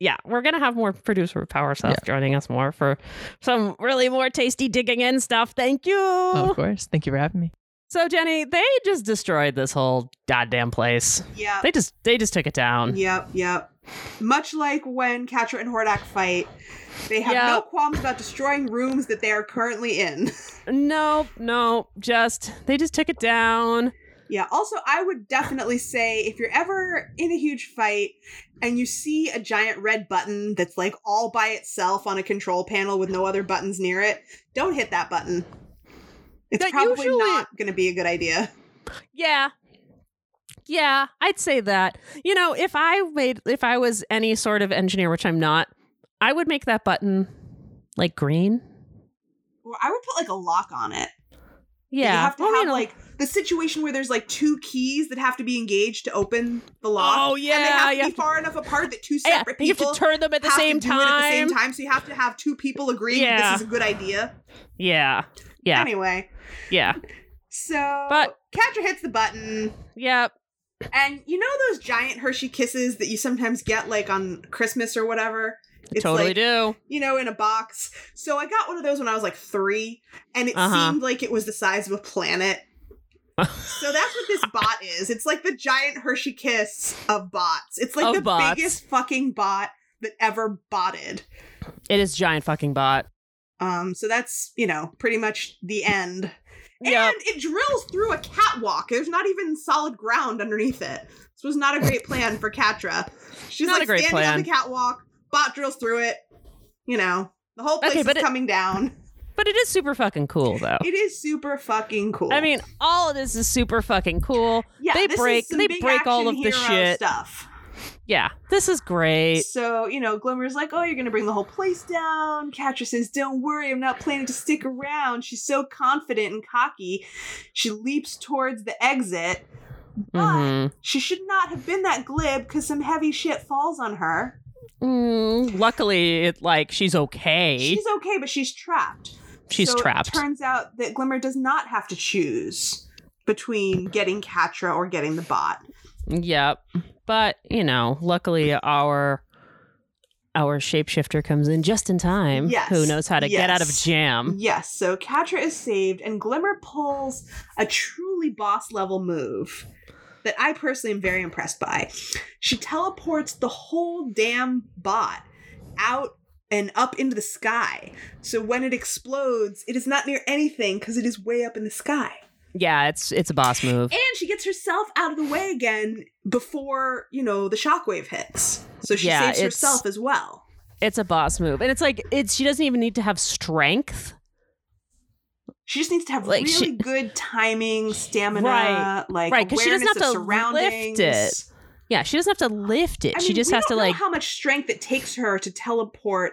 Speaker 1: yeah, we're gonna have more producer of Power Seth joining us more for some really more tasty digging in stuff. Thank you.
Speaker 3: Of course. Thank you for having me.
Speaker 1: So Jenny, they just destroyed this whole goddamn place.
Speaker 2: Yep.
Speaker 1: They just they just took it down.
Speaker 2: Yep, yep. Much like when Katra and Hordak fight, they have
Speaker 1: Yeah.
Speaker 2: no qualms about destroying rooms that they are currently in.
Speaker 1: No, no, just they just took it down.
Speaker 2: yeah, also, I would definitely say if you're ever in a huge fight and you see a giant red button that's like all by itself on a control panel with no other buttons near it, don't hit that button. It's
Speaker 1: That
Speaker 2: probably
Speaker 1: usually-
Speaker 2: not going to be a good idea.
Speaker 1: Yeah. Yeah, I'd say that. You know, if I made if I was any sort of engineer, which I'm not, I would make that button like green.
Speaker 2: Or I would put like a lock on it.
Speaker 1: Yeah.
Speaker 2: You have to
Speaker 1: Well, you
Speaker 2: have
Speaker 1: know.
Speaker 2: like the situation where there's like two keys that have to be engaged to open the lock.
Speaker 1: Oh,
Speaker 2: and they
Speaker 1: yeah,
Speaker 2: have to
Speaker 1: you
Speaker 2: be
Speaker 1: have to-
Speaker 2: far enough apart that two
Speaker 1: yeah,
Speaker 2: separate
Speaker 1: you have
Speaker 2: people
Speaker 1: to turn them at the
Speaker 2: have
Speaker 1: same
Speaker 2: to do
Speaker 1: time.
Speaker 2: it at the same time. So you have to have two people agree that
Speaker 1: Yeah.
Speaker 2: this is a good idea.
Speaker 1: Yeah. Yeah.
Speaker 2: Anyway,
Speaker 1: Yeah.
Speaker 2: so
Speaker 1: But-
Speaker 2: Catra hits the button,
Speaker 1: Yeah.
Speaker 2: and you know those giant Hershey kisses that you sometimes get like on Christmas or whatever. It's
Speaker 1: totally
Speaker 2: like,
Speaker 1: do.
Speaker 2: you know, in a box. So I got one of those when I was like three, and it
Speaker 1: Uh-huh.
Speaker 2: seemed like it was the size of a planet. so that's what this bot is. It's like the giant Hershey Kiss of bots. It's like
Speaker 1: Of
Speaker 2: the
Speaker 1: bots.
Speaker 2: biggest fucking bot that ever botted.
Speaker 1: It is giant fucking bot.
Speaker 2: Um, so that's you know pretty much the end.
Speaker 1: Yep.
Speaker 2: And it drills through a catwalk. There's not even solid ground underneath it. This was not a great plan for Katra. She's
Speaker 1: Not a
Speaker 2: like
Speaker 1: great
Speaker 2: standing on
Speaker 1: plan.
Speaker 2: the catwalk. Bot drills through it. You know the whole place
Speaker 1: Okay,
Speaker 2: is
Speaker 1: but it-
Speaker 2: coming down.
Speaker 1: But it is super fucking cool, though.
Speaker 2: It is super fucking cool.
Speaker 1: I mean, all of this is super fucking cool.
Speaker 2: yeah,
Speaker 1: they
Speaker 2: this is
Speaker 1: break-
Speaker 2: some
Speaker 1: they
Speaker 2: big
Speaker 1: break all
Speaker 2: action
Speaker 1: of the
Speaker 2: hero
Speaker 1: shit.
Speaker 2: stuff.
Speaker 1: Yeah, this is great.
Speaker 2: So, you know, Glimmer's like, oh, you're going to bring the whole place down. Catra says, don't worry, I'm not planning to stick around. She's so confident and cocky. She leaps towards the exit.
Speaker 1: Mhm.
Speaker 2: She should not have been that glib because some heavy shit falls on her.
Speaker 1: Mm, luckily, it like she's okay.
Speaker 2: She's okay, but she's trapped.
Speaker 1: She's
Speaker 2: So
Speaker 1: trapped.
Speaker 2: It turns out that Glimmer does not have to choose between getting Catra or getting the bot.
Speaker 1: Yep. But, you know,
Speaker 2: Mm.
Speaker 1: luckily our our shapeshifter comes in just in time.
Speaker 2: Yes.
Speaker 1: Who knows how to get out of
Speaker 2: Yes. Mm.
Speaker 1: jam.
Speaker 2: Yes, so Catra is saved, and Glimmer pulls a truly boss level move that I personally am very impressed by. She teleports the whole damn bot out and up into the sky. So when it explodes, it is not near anything because it is way up in the sky.
Speaker 1: Yeah, it's it's a boss move.
Speaker 2: And she gets herself out of the way again before, you know, the shockwave hits. So she
Speaker 1: Yeah,
Speaker 2: saves
Speaker 1: it's-
Speaker 2: herself as well.
Speaker 1: It's a boss move. And it's like it's she doesn't even need to have strength.
Speaker 2: She just needs to have
Speaker 1: Like,
Speaker 2: really
Speaker 1: she-
Speaker 2: good timing, stamina,
Speaker 1: Right.
Speaker 2: like
Speaker 1: Right, 'cause
Speaker 2: awareness
Speaker 1: she doesn't
Speaker 2: of
Speaker 1: have to
Speaker 2: surroundings.
Speaker 1: lift it. Yeah, she doesn't have to lift it.
Speaker 2: I
Speaker 1: she
Speaker 2: mean,
Speaker 1: just
Speaker 2: we
Speaker 1: has to
Speaker 2: don't know
Speaker 1: like
Speaker 2: how much strength it takes her to teleport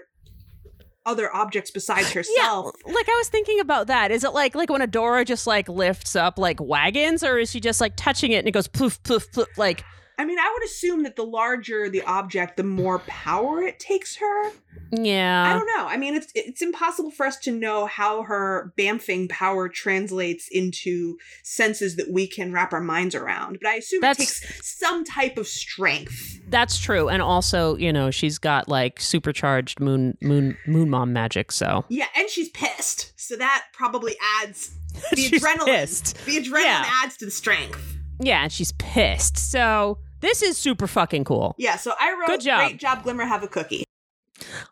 Speaker 2: other objects besides herself.
Speaker 1: Yeah, like I was thinking about that. Is it like like when Adora just like lifts up like wagons, or is she just like touching it and it goes poof poof poof? Like
Speaker 2: I mean, I would assume that the larger the object, the more power it takes her. I
Speaker 1: yeah,
Speaker 2: don't know. I mean, it's it's impossible for us to know how her bamfing power translates into senses that we can wrap our minds around. But I assume
Speaker 1: That's-
Speaker 2: it takes some type of strength.
Speaker 1: that's true. And also, you know, she's got like supercharged moon moon moon mom magic. So
Speaker 2: Yeah, and she's pissed. So that probably adds the
Speaker 1: She's
Speaker 2: adrenaline.
Speaker 1: pissed.
Speaker 2: The adrenaline
Speaker 1: Yeah.
Speaker 2: adds to the strength.
Speaker 1: yeah, and she's pissed. So this is super fucking cool.
Speaker 2: Yeah, so I wrote
Speaker 1: Good job.
Speaker 2: great job Glimmer have a cookie.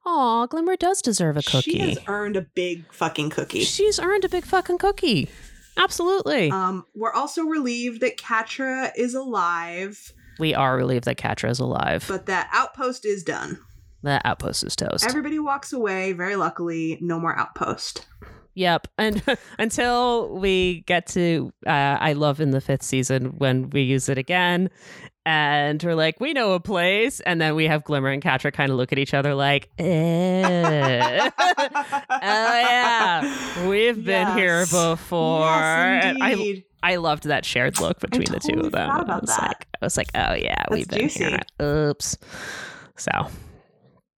Speaker 1: Aw, Glimmer does deserve a cookie.
Speaker 2: She has earned a big fucking cookie.
Speaker 1: She's earned a big fucking cookie. Absolutely.
Speaker 2: Um we're also relieved that Katra is alive,
Speaker 1: we are relieved that Katra is alive.
Speaker 2: but that outpost is done.
Speaker 1: that outpost is toast.
Speaker 2: Everybody walks away, very luckily, no more outpost.
Speaker 1: Yep. And until we get to uh, I Love in the fifth season when we use it again and we're like, we know a place. And then we have Glimmer and Katra kind of look at each other like, eh. oh, yeah. We've been here
Speaker 2: Yes.
Speaker 1: before.
Speaker 2: Yes,
Speaker 1: And I,
Speaker 2: indeed.
Speaker 1: I loved that shared look between the two
Speaker 2: totally
Speaker 1: of them.
Speaker 2: forgot
Speaker 1: I
Speaker 2: about
Speaker 1: was
Speaker 2: that.
Speaker 1: like, I was like, oh, yeah, we've been
Speaker 2: juicy.
Speaker 1: here. Oops. So,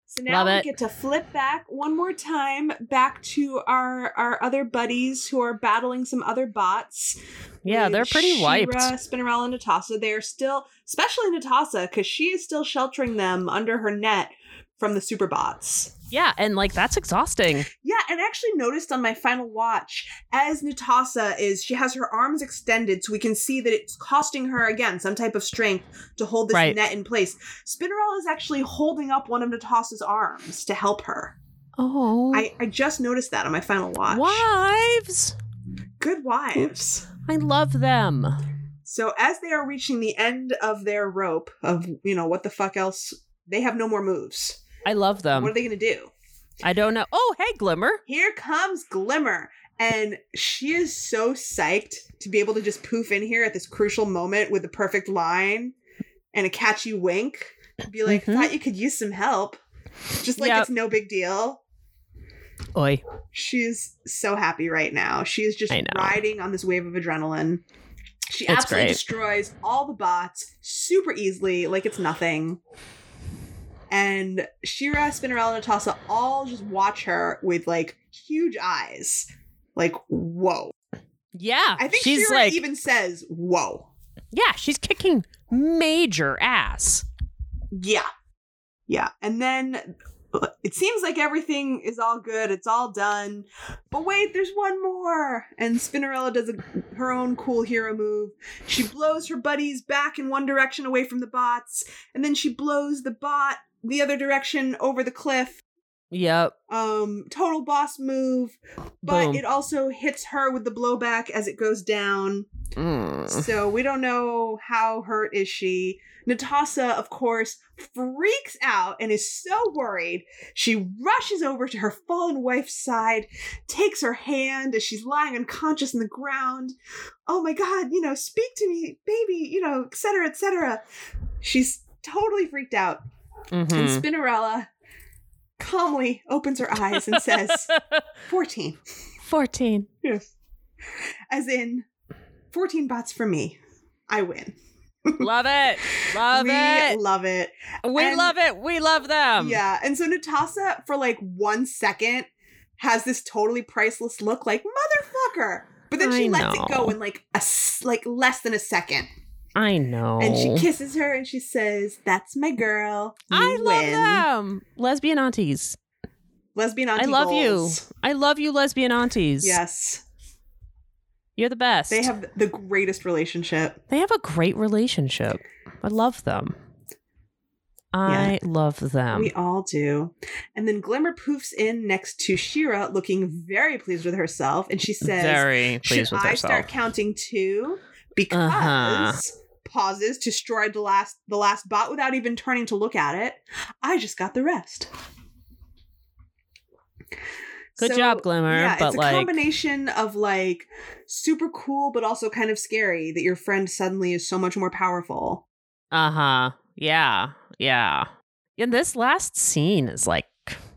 Speaker 2: So now
Speaker 1: Love
Speaker 2: we
Speaker 1: it.
Speaker 2: get to flip back one more time back to our our other buddies who are battling some other bots.
Speaker 1: yeah,
Speaker 2: with
Speaker 1: they're pretty
Speaker 2: She-Ra,
Speaker 1: wiped.
Speaker 2: Spinnerella and Natasa, they're still, especially Natasa, because she is still sheltering them under her net from the super bots.
Speaker 1: Yeah. And like, that's exhausting.
Speaker 2: Yeah, and I actually noticed on my final watch as Natasa is, she has her arms extended so we can see that it's costing her again some type of strength to hold this
Speaker 1: Right.
Speaker 2: net in place. Spinnerella is actually holding up one of Natasa's arms to help her.
Speaker 1: Oh.
Speaker 2: I, I just noticed that on my final watch.
Speaker 1: Wives.
Speaker 2: Good wives.
Speaker 1: I love them.
Speaker 2: So as they are reaching the end of their rope of you know what the fuck else they have no more moves.
Speaker 1: I love them.
Speaker 2: what are they gonna do?
Speaker 1: I don't know. Oh, hey, Glimmer.
Speaker 2: Here comes Glimmer, and she is so psyched to be able to just poof in here at this crucial moment with the perfect line and a catchy wink. Be like,
Speaker 1: Mhm.
Speaker 2: thought you could use some help. Just like
Speaker 1: Yep.
Speaker 2: it's no big deal.
Speaker 1: Oi.
Speaker 2: She's so happy right now. She is just
Speaker 1: I know.
Speaker 2: riding on this wave of adrenaline. She
Speaker 1: It's
Speaker 2: absolutely
Speaker 1: great.
Speaker 2: destroys all the bots super easily, like it's nothing. And Shira, Spinnerella, and Natasa all just watch her with like huge eyes. Like, whoa.
Speaker 1: Yeah.
Speaker 2: I think
Speaker 1: she's
Speaker 2: Shira
Speaker 1: like,
Speaker 2: even says, whoa.
Speaker 1: yeah, she's kicking major ass.
Speaker 2: Yeah. Yeah. And then uh, it seems like everything is all good. It's all done. But wait, there's one more. And Spinnerella does a, her own cool hero move. She blows her buddies back in one direction away from the bots. And then she blows the bot the other direction over the cliff.
Speaker 1: Yep.
Speaker 2: um total boss move but
Speaker 1: Boom.
Speaker 2: it also hits her with the blowback as it goes down
Speaker 1: Mm.
Speaker 2: so we don't know how hurt is she natasha of course freaks out and is so worried she rushes over to her fallen wife's side takes her hand as she's lying unconscious on the ground oh my god you know speak to me baby you know etc etc she's totally freaked out and
Speaker 1: Mhm.
Speaker 2: Spinnerella calmly opens her eyes and says,
Speaker 1: Mm-hmm.
Speaker 2: 14.
Speaker 1: 14.
Speaker 2: Yes. As in, 14 bots for me. I win.
Speaker 1: Love it. Love
Speaker 2: we
Speaker 1: it.
Speaker 2: love it.
Speaker 1: We
Speaker 2: and-
Speaker 1: love it. We love them.
Speaker 2: yeah. And so Natasha, for like one second, has this totally priceless look like, motherfucker. But then she
Speaker 1: I
Speaker 2: lets it go
Speaker 1: know.
Speaker 2: in like a s- like less than a second,
Speaker 1: I know.
Speaker 2: and she kisses her and she says, "That's my girl." You
Speaker 1: Oh. I love
Speaker 2: win."
Speaker 1: them. Lesbian aunties.
Speaker 2: Lesbian auntie
Speaker 1: I love
Speaker 2: goals.
Speaker 1: you. I love you, lesbian aunties.
Speaker 2: Yes,
Speaker 1: You're the best.
Speaker 2: they have the greatest relationship.
Speaker 1: They have a great relationship. I love them. I love them.
Speaker 2: we all do. And then Glimmer poofs in next to Shira, looking very pleased with herself, and she says,
Speaker 1: Very
Speaker 2: "Should
Speaker 1: pleased with
Speaker 2: I start
Speaker 1: herself.
Speaker 2: counting too?" Because
Speaker 1: Uh-huh.
Speaker 2: pauses to destroy the last the last bot without even turning to look at it. I just got the rest.
Speaker 1: Good
Speaker 2: So,
Speaker 1: job, Glimmer.
Speaker 2: Yeah,
Speaker 1: but
Speaker 2: it's a
Speaker 1: like,
Speaker 2: combination of like super cool, but also kind of scary that your friend suddenly is so much more powerful.
Speaker 1: uh huh. Yeah, yeah. And this last scene is like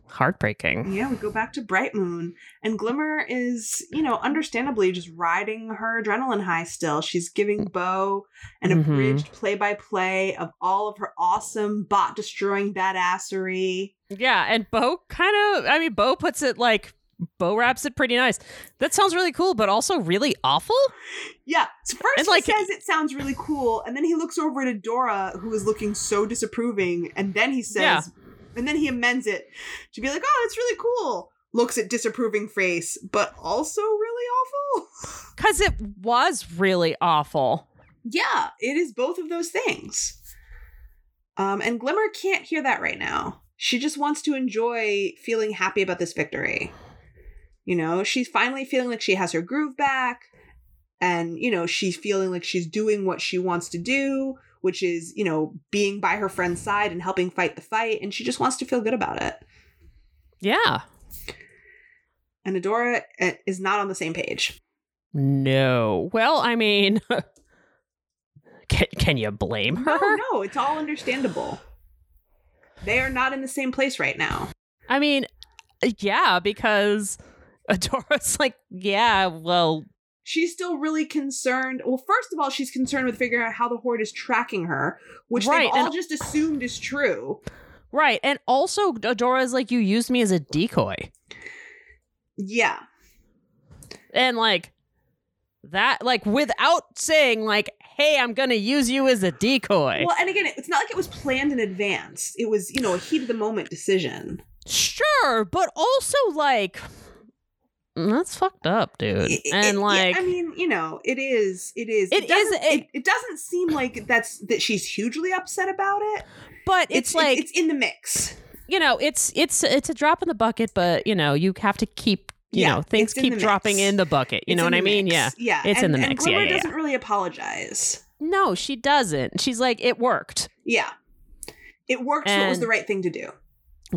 Speaker 1: heartbreaking.
Speaker 2: Yeah, we go back to Bright Moon, and Glimmer is, you know, understandably just riding her adrenaline high still. She's giving Bo an
Speaker 1: Mhm.
Speaker 2: abridged play by play of all of her awesome bot destroying badassery.
Speaker 1: Yeah, and Bo kind of. I mean, Bo puts it like. Bo wraps it pretty nice. That sounds really cool, but also really awful.
Speaker 2: Yeah, so first
Speaker 1: And, like-
Speaker 2: he says it sounds really cool, and then he looks over to Dora, who is looking so disapproving, and then he says,
Speaker 1: Yeah.
Speaker 2: and then he amends it to be like, oh, that's really cool. Looks at disapproving face, but also really awful.
Speaker 1: Because it was really awful.
Speaker 2: Yeah, it is both of those things. Um, and Glimmer can't hear that right now. She just wants to enjoy feeling happy about this victory. You know, she's finally feeling like she has her groove back, and, you know, she's feeling like she's doing what she wants to do, which is, you know, being by her friend's side and helping fight the fight, and she just wants to feel good about it.
Speaker 1: Yeah.
Speaker 2: And Adora eh, is not on the same page.
Speaker 1: No. Well, I mean, can, can you blame her?
Speaker 2: No, no, it's all understandable. They are not in the same place right now.
Speaker 1: I mean, uh, yeah, because Adora's like, yeah, well,
Speaker 2: she's still really concerned. Well, first of all, she's concerned with figuring out how the horde is tracking her, which
Speaker 1: Right,
Speaker 2: they've all
Speaker 1: and-
Speaker 2: just assumed is true.
Speaker 1: right. And also, Adora's like, you used me as a decoy.
Speaker 2: Yeah.
Speaker 1: And like, that, like, without saying, like, hey, I'm going to use you as a decoy.
Speaker 2: Well, and again, it's not like it was planned in advance. It was, you know, a heat of the moment decision.
Speaker 1: Sure, but also, like, mm, that's fucked up, dude.
Speaker 2: It- it-
Speaker 1: and
Speaker 2: it-
Speaker 1: like,
Speaker 2: I mean, you know, it is, it is,
Speaker 1: It is
Speaker 2: doesn't-
Speaker 1: a-
Speaker 2: It, it doesn't seem like that's that she's hugely upset about it.
Speaker 1: but it's,
Speaker 2: it-
Speaker 1: like,
Speaker 2: it's in the mix.
Speaker 1: you know, it's it's it's a drop in the bucket, but you know, you have to keep you
Speaker 2: Yeah,
Speaker 1: know things
Speaker 2: it's in
Speaker 1: keep
Speaker 2: the
Speaker 1: dropping
Speaker 2: mix.
Speaker 1: in the bucket. You
Speaker 2: It's
Speaker 1: know
Speaker 2: in
Speaker 1: what
Speaker 2: the
Speaker 1: I mean?
Speaker 2: mix.
Speaker 1: Yeah.
Speaker 2: yeah.
Speaker 1: It's in
Speaker 2: and-
Speaker 1: the mix.
Speaker 2: And
Speaker 1: Yeah,
Speaker 2: Glimmer
Speaker 1: yeah, yeah.
Speaker 2: doesn't really apologize.
Speaker 1: No, she doesn't. She's like, it worked,
Speaker 2: Yeah, it worked. so it was
Speaker 1: And-
Speaker 2: the right thing to do.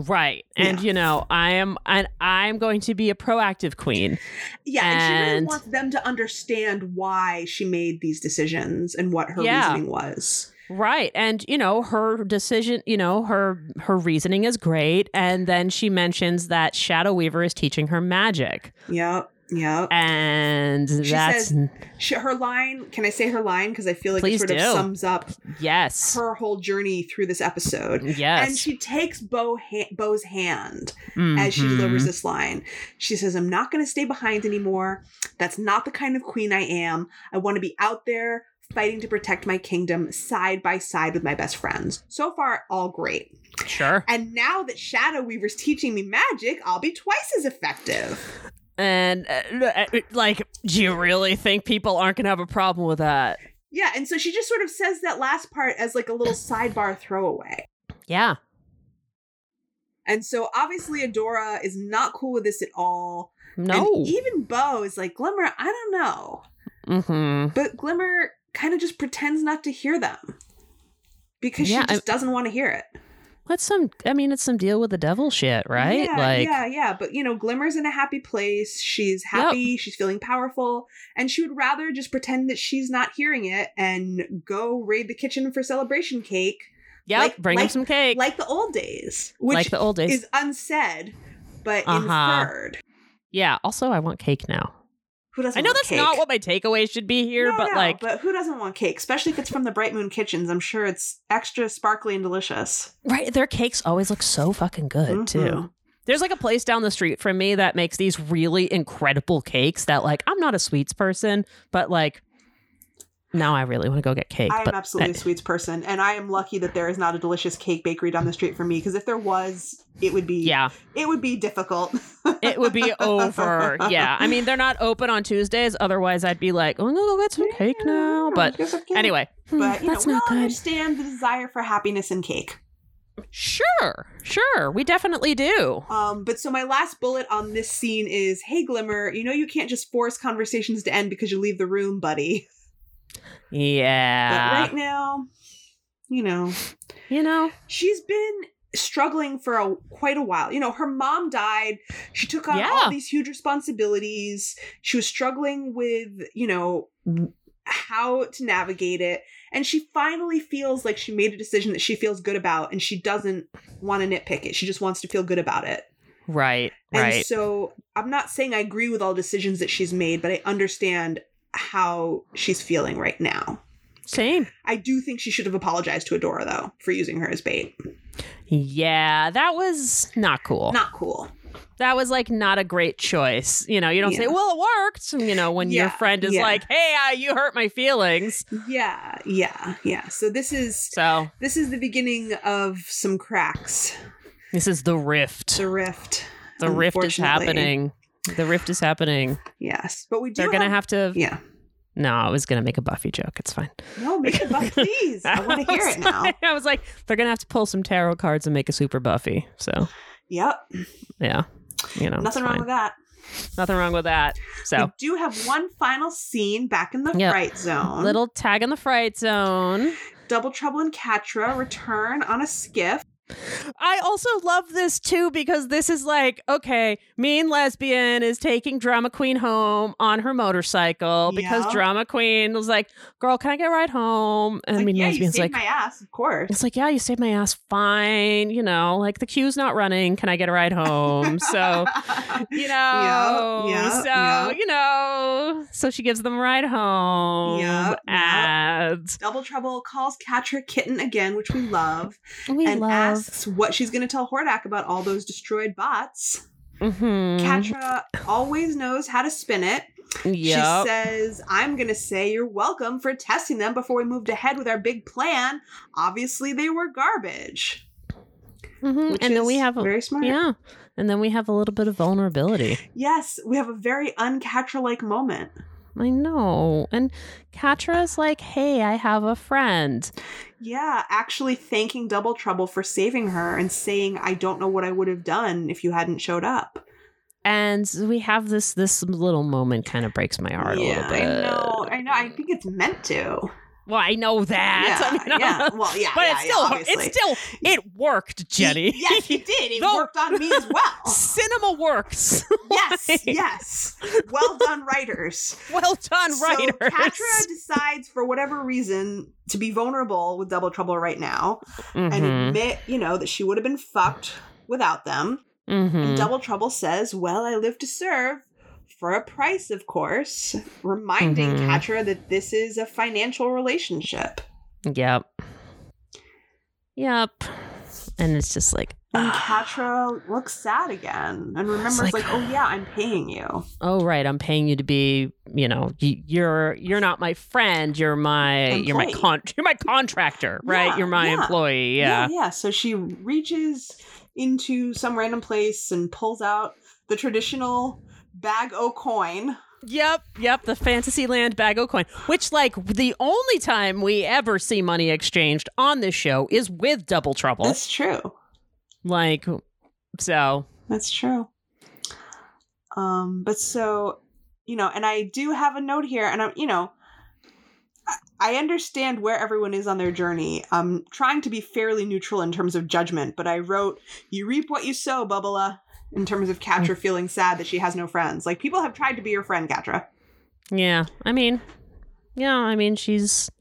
Speaker 1: right? And
Speaker 2: Yeah.
Speaker 1: you know, I am and I'm going to be a proactive queen.
Speaker 2: Yeah, and, she really
Speaker 1: And-
Speaker 2: wants them to understand why she made these decisions and what her
Speaker 1: Yeah.
Speaker 2: reasoning was.
Speaker 1: Right. And you know, her decision, you know, her her reasoning is great and then she mentions that Shadow Weaver is teaching her magic.
Speaker 2: Yep, yep.
Speaker 1: And that's
Speaker 2: She, her line, can I say her line? Because I feel like it
Speaker 1: Please
Speaker 2: sort of
Speaker 1: do.
Speaker 2: sums up
Speaker 1: yes.
Speaker 2: her whole journey through this episode.
Speaker 1: yes.
Speaker 2: And she takes Bo ha- Bo's hand as she
Speaker 1: Mhm.
Speaker 2: delivers this line. She says, I'm not going to stay behind anymore. That's not the kind of queen I am. I want to be out there fighting to protect my kingdom side by side with my best friends. So far, all great.
Speaker 1: Sure.
Speaker 2: And now that Shadow Weaver's teaching me magic, I'll be twice as effective.
Speaker 1: And uh, l- uh, like, do you really think people aren't gonna have a problem with that?
Speaker 2: Yeah, and so she just sort of says that last part as like a little sidebar throwaway.
Speaker 1: Yeah.
Speaker 2: And so obviously Adora is not cool with this at all.
Speaker 1: No.
Speaker 2: And e even Bo is like, Glimmer, I don't know.
Speaker 1: mm-hmm.
Speaker 2: But Glimmer kind of just pretends not to hear them because
Speaker 1: Yeah,
Speaker 2: she just doesn't want to hear it.
Speaker 1: That's some. I mean, it's some deal with the devil shit, right?
Speaker 2: Yeah,
Speaker 1: like,
Speaker 2: yeah, yeah. But you know, Glimmer's in a happy place. She's happy. She's feeling powerful, and she would rather just pretend that she's not hearing it and go raid the kitchen for celebration cake,
Speaker 1: yep.
Speaker 2: Like-
Speaker 1: bring him
Speaker 2: like-
Speaker 1: some cake, like,
Speaker 2: like the old days, which
Speaker 1: the old days.
Speaker 2: is unsaid but
Speaker 1: Uh-huh.
Speaker 2: inferred.
Speaker 1: yeah. Also, I want cake now.
Speaker 2: Who doesn't?
Speaker 1: I know
Speaker 2: want
Speaker 1: that's
Speaker 2: cake?
Speaker 1: not what my takeaway should be here,
Speaker 2: No,
Speaker 1: but
Speaker 2: no,
Speaker 1: like,
Speaker 2: but who doesn't want cake? Especially if it's from the Bright Moon Kitchens. I'm sure it's extra sparkly and delicious.
Speaker 1: right, their cakes always look so fucking good too.
Speaker 2: Mhm.
Speaker 1: There's like a place down the street from me that makes these really incredible cakes that like I'm not a sweets person, but like now I really want to go get cake.
Speaker 2: I am
Speaker 1: but
Speaker 2: absolutely a sweets person, and I am lucky that there is not a delicious cake bakery down the street from me. Because if there was, it would be
Speaker 1: eh, yeah,
Speaker 2: it would be difficult.
Speaker 1: it would be over. Yeah, I mean they're not open on Tuesdays. Otherwise, I'd be like, oh, I'm gonna go get some cake now. But
Speaker 2: Here's a cake.
Speaker 1: anyway, hmm,
Speaker 2: but you
Speaker 1: that's
Speaker 2: know, we
Speaker 1: not
Speaker 2: all
Speaker 1: good.
Speaker 2: understand the desire for happiness in cake.
Speaker 1: Sure, sure, we definitely do.
Speaker 2: Um, but so my last bullet on this scene is, "Hey Glimmer, you know you can't just force conversations to end because you leave the room, buddy. But
Speaker 1: Yeah,
Speaker 2: right now, you know."
Speaker 1: you know,
Speaker 2: she's been struggling for a quite a while. You know, her mom died. She took on
Speaker 1: Yeah.
Speaker 2: all these huge responsibilities. She was struggling with, you know, how to navigate it. And she finally feels like she made a decision that she feels good about and she doesn't want to nitpick it. She just wants to feel good about it.
Speaker 1: right,
Speaker 2: And
Speaker 1: right.
Speaker 2: so I'm not saying I agree with all decisions that she's made, but I understand how she's feeling right now.
Speaker 1: Same.
Speaker 2: I do think she should have apologized to Adora though for using her as bait.
Speaker 1: Yeah, that was not cool.
Speaker 2: Not cool.
Speaker 1: that was like not a great choice. You know, you don't say,
Speaker 2: Yeah.
Speaker 1: "Well, it worked." You know, when your
Speaker 2: Yeah,
Speaker 1: friend is
Speaker 2: yeah.
Speaker 1: like, "Hey, uh, you hurt my feelings,"
Speaker 2: Yeah, yeah, yeah. So this is
Speaker 1: so
Speaker 2: this is the beginning of some cracks.
Speaker 1: this is the rift.
Speaker 2: The rift.
Speaker 1: The rift is
Speaker 2: unfortunately.
Speaker 1: happening. The rift is happening.
Speaker 2: Yes, but we do.
Speaker 1: They're gonna have to.
Speaker 2: Yeah.
Speaker 1: No, I was gonna make a Buffy joke. It's fine.
Speaker 2: No, make it buff, please. I want to hear
Speaker 1: was
Speaker 2: it now.
Speaker 1: like- I was like, they're gonna have to pull some tarot cards and make a super Buffy. So
Speaker 2: Yep.
Speaker 1: yeah, you know,
Speaker 2: Nothing wrong with that.
Speaker 1: that. Nothing wrong with that. So
Speaker 2: We do have one final scene back in the
Speaker 1: Yep.
Speaker 2: fright zone.
Speaker 1: little tag in the fright zone.
Speaker 2: double trouble in Catra return on a skiff.
Speaker 1: I also love this too because this is like, okay, mean lesbian is taking drama queen home on her motorcycle because
Speaker 2: Yeah.
Speaker 1: drama queen was like, girl, can I get a ride home? And
Speaker 2: It's like,
Speaker 1: mean
Speaker 2: yeah, you
Speaker 1: lesbian's
Speaker 2: saved
Speaker 1: like,
Speaker 2: my ass, of course.
Speaker 1: it's like, yeah, you saved my ass. Fine. You know, like the queue's not running. Can I get a ride home? So, you know,
Speaker 2: yeah,
Speaker 1: so,
Speaker 2: yeah.
Speaker 1: you know, so she gives them a ride home.
Speaker 2: Yeah, yeah.
Speaker 1: And
Speaker 2: double trouble calls Catra kitten again, which we love.
Speaker 1: we
Speaker 2: and
Speaker 1: love.
Speaker 2: asks what she's going to tell Hordak about all those destroyed bots.
Speaker 1: Mhm.
Speaker 2: Katra always knows how to spin it.
Speaker 1: Yep.
Speaker 2: She says, I'm going to say you're welcome for testing them before we moved ahead with our big plan. Obviously, they were garbage.
Speaker 1: Mhm.
Speaker 2: which
Speaker 1: And then
Speaker 2: is
Speaker 1: we have a
Speaker 2: very smart.
Speaker 1: Yeah. And then we have a little bit of vulnerability.
Speaker 2: Yes, we have a very uncatra like moment.
Speaker 1: I know. And Katra's like, hey, I have a friend.
Speaker 2: Yeah, actually thanking Double Trouble for saving her and saying, I don't know what I would have done if you hadn't showed up.
Speaker 1: And we have this this little moment kind of breaks my heart a
Speaker 2: yeah,
Speaker 1: little bit.
Speaker 2: I know. I know. I think it's meant to.
Speaker 1: Well, I know that.
Speaker 2: Yeah,
Speaker 1: I mean,
Speaker 2: yeah. Well, yeah,
Speaker 1: But
Speaker 2: yeah,
Speaker 1: it
Speaker 2: yeah,
Speaker 1: still
Speaker 2: obviously.
Speaker 1: it still it worked, Jenny.
Speaker 2: He- yes, he did. It
Speaker 1: No.
Speaker 2: worked on me as well.
Speaker 1: Cinema works.
Speaker 2: Yes, yes. Well done, writers.
Speaker 1: well done, writers.
Speaker 2: So Catra decides, for whatever reason, to be vulnerable with Double Trouble right now and
Speaker 1: Mhm.
Speaker 2: admit, you know, that she would have been fucked without them.
Speaker 1: Mhm.
Speaker 2: And Double Trouble says, Well, I live to serve. For a price, of course, reminding
Speaker 1: Mhm.
Speaker 2: Catra that this is a financial relationship.
Speaker 1: Yep. Yep. And it's just like "Ah,
Speaker 2: And Catra looks sad again and remembers,
Speaker 1: like-
Speaker 2: like, oh, yeah, I'm paying you.
Speaker 1: oh right i'm paying you to be you know y- you're you're not my friend you're my you're my
Speaker 2: Employee.
Speaker 1: con you're my contractor right
Speaker 2: Yeah,
Speaker 1: you're my
Speaker 2: yeah.
Speaker 1: employee yeah
Speaker 2: yeah so she reaches into some random place and pulls out the traditional bag o coin
Speaker 1: yep yep the fantasyland bag o' coin which like the only time we ever see money exchanged on this show is with double trouble
Speaker 2: that's true
Speaker 1: like So
Speaker 2: That's true. Um, but so, you know, and I do have a note here, and I'm, you know, I- I understand where everyone is on their journey. I'm trying to be fairly neutral in terms of judgment, but I wrote, "You reap what you sow, Bubba." In terms of Katra feeling sad that she has no friends, like people have tried to be your friend, Katra.
Speaker 1: yeah, I mean, yeah, I mean she's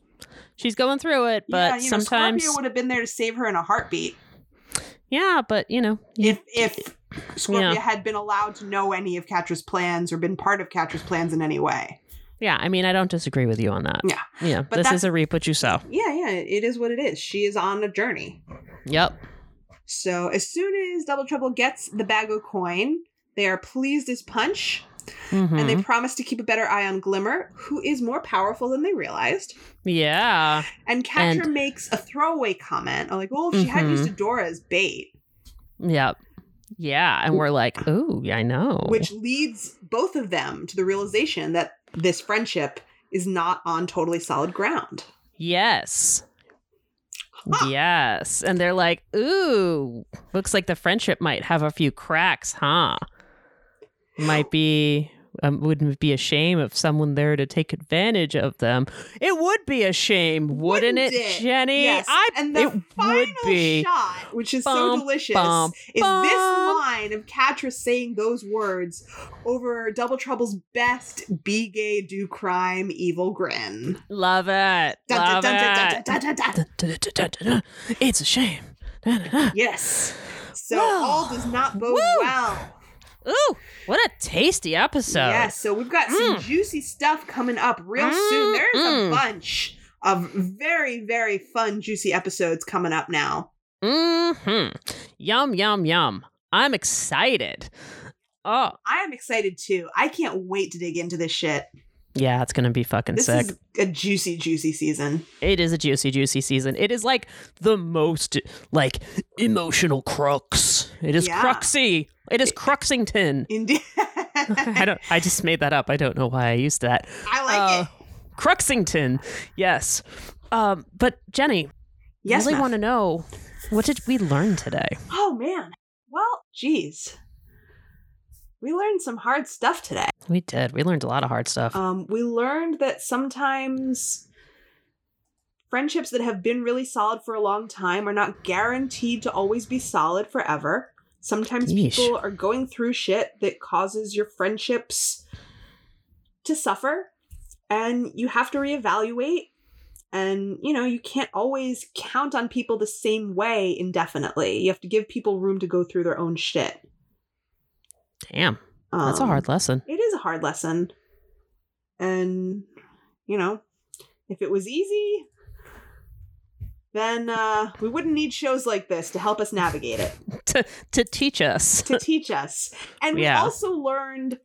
Speaker 1: she's going through it, but
Speaker 2: you
Speaker 1: sometimes
Speaker 2: know, Scorpio would have been there to save her in a heartbeat
Speaker 1: yeah, but you know,
Speaker 2: if if Scorpio
Speaker 1: Yeah.
Speaker 2: had been allowed to know any of Katra's plans or been part of Katra's plans in any way.
Speaker 1: yeah, I mean I don't disagree with you on that.
Speaker 2: Yeah.
Speaker 1: yeah,
Speaker 2: But
Speaker 1: this
Speaker 2: that's-
Speaker 1: is a reap what you sow.
Speaker 2: Yeah, yeah, it is what it is. She is on a journey.
Speaker 1: Yep.
Speaker 2: So as soon as Double Trouble gets the bag of coin, they are pleased as punch, and
Speaker 1: Mm-hmm.
Speaker 2: they promise to keep a better eye on Glimmer, who is more powerful than they realized.
Speaker 1: yeah.
Speaker 2: And Katra
Speaker 1: And-
Speaker 2: makes a throwaway comment, like, "Oh, if she had
Speaker 1: Mhm.
Speaker 2: used Adora as bait,"
Speaker 1: Yep. Yeah, and we're like, "Ooh, yeah, I know."
Speaker 2: which leads both of them to the realization that this friendship is not on totally solid ground.
Speaker 1: Yes.
Speaker 2: Huh.
Speaker 1: Yes. And they're like, ooh, looks like the friendship might have a few cracks, huh? Might be, um, wouldn't it be a shame if someone there to take advantage of them? It would be a shame, wouldn't,
Speaker 2: Wouldn't
Speaker 1: it,
Speaker 2: it?
Speaker 1: Jenny?
Speaker 2: yes,
Speaker 1: I,
Speaker 2: and the
Speaker 1: it
Speaker 2: final
Speaker 1: would be.
Speaker 2: shot, which is so
Speaker 1: Bum,
Speaker 2: delicious,
Speaker 1: bum,
Speaker 2: is this
Speaker 1: bum.
Speaker 2: line of Katra saying those words over Double Trouble's best "Be gay, do crime, evil grin."
Speaker 1: Love it. Love
Speaker 2: Dun, dun, dun, dun, dun,
Speaker 1: it.
Speaker 2: dun, dun, dun, dun.
Speaker 1: Dun, dun, dun, dun, dun. It's a shame. Dun, dun, dun.
Speaker 2: Yes. So
Speaker 1: Well.
Speaker 2: all does not bode
Speaker 1: Woo.
Speaker 2: well.
Speaker 1: Ooh, what a tasty episode.
Speaker 2: yes. So we've got some
Speaker 1: Mm.
Speaker 2: juicy stuff coming up real soon.
Speaker 1: Mm,
Speaker 2: There's a
Speaker 1: mm.
Speaker 2: bunch of very, very fun, juicy episodes coming up now.
Speaker 1: hmm Yum, yum, yum. I'm excited. Oh,
Speaker 2: I am excited too. I can't wait to dig into this shit.
Speaker 1: yeah, it's going to be fucking
Speaker 2: This
Speaker 1: sick.
Speaker 2: is a juicy, juicy season.
Speaker 1: It is a juicy, juicy season. It is like the most, like, emotional crux. It is
Speaker 2: Yeah.
Speaker 1: cruxy. It is cruxington.
Speaker 2: Indeed.
Speaker 1: I don't, I just made that up. I don't know why I used that.
Speaker 2: I like
Speaker 1: Uh,
Speaker 2: it.
Speaker 1: Cruxington. Yes. Um, but Jenny,
Speaker 2: Yes,
Speaker 1: really
Speaker 2: Meph.
Speaker 1: want to know what did we learn today?
Speaker 2: Oh man. Well, geez. We learned some hard stuff today.
Speaker 1: We did. We learned a lot of hard stuff.
Speaker 2: Um, we learned that sometimes friendships that have been really solid for a long time are not guaranteed to always be solid forever. Sometimes
Speaker 1: Yeesh.
Speaker 2: people are going through shit that causes your friendships to suffer, and you have to reevaluate. And you know, you can't always count on people the same way indefinitely. You have to give people room to go through their own shit.
Speaker 1: Damn, that's a
Speaker 2: Um,
Speaker 1: hard lesson.
Speaker 2: it is a hard lesson. And you know, if it was easy, then uh, we wouldn't need shows like this to help us navigate it,
Speaker 1: to to teach us.
Speaker 2: to teach us. And
Speaker 1: Yeah.
Speaker 2: we also learned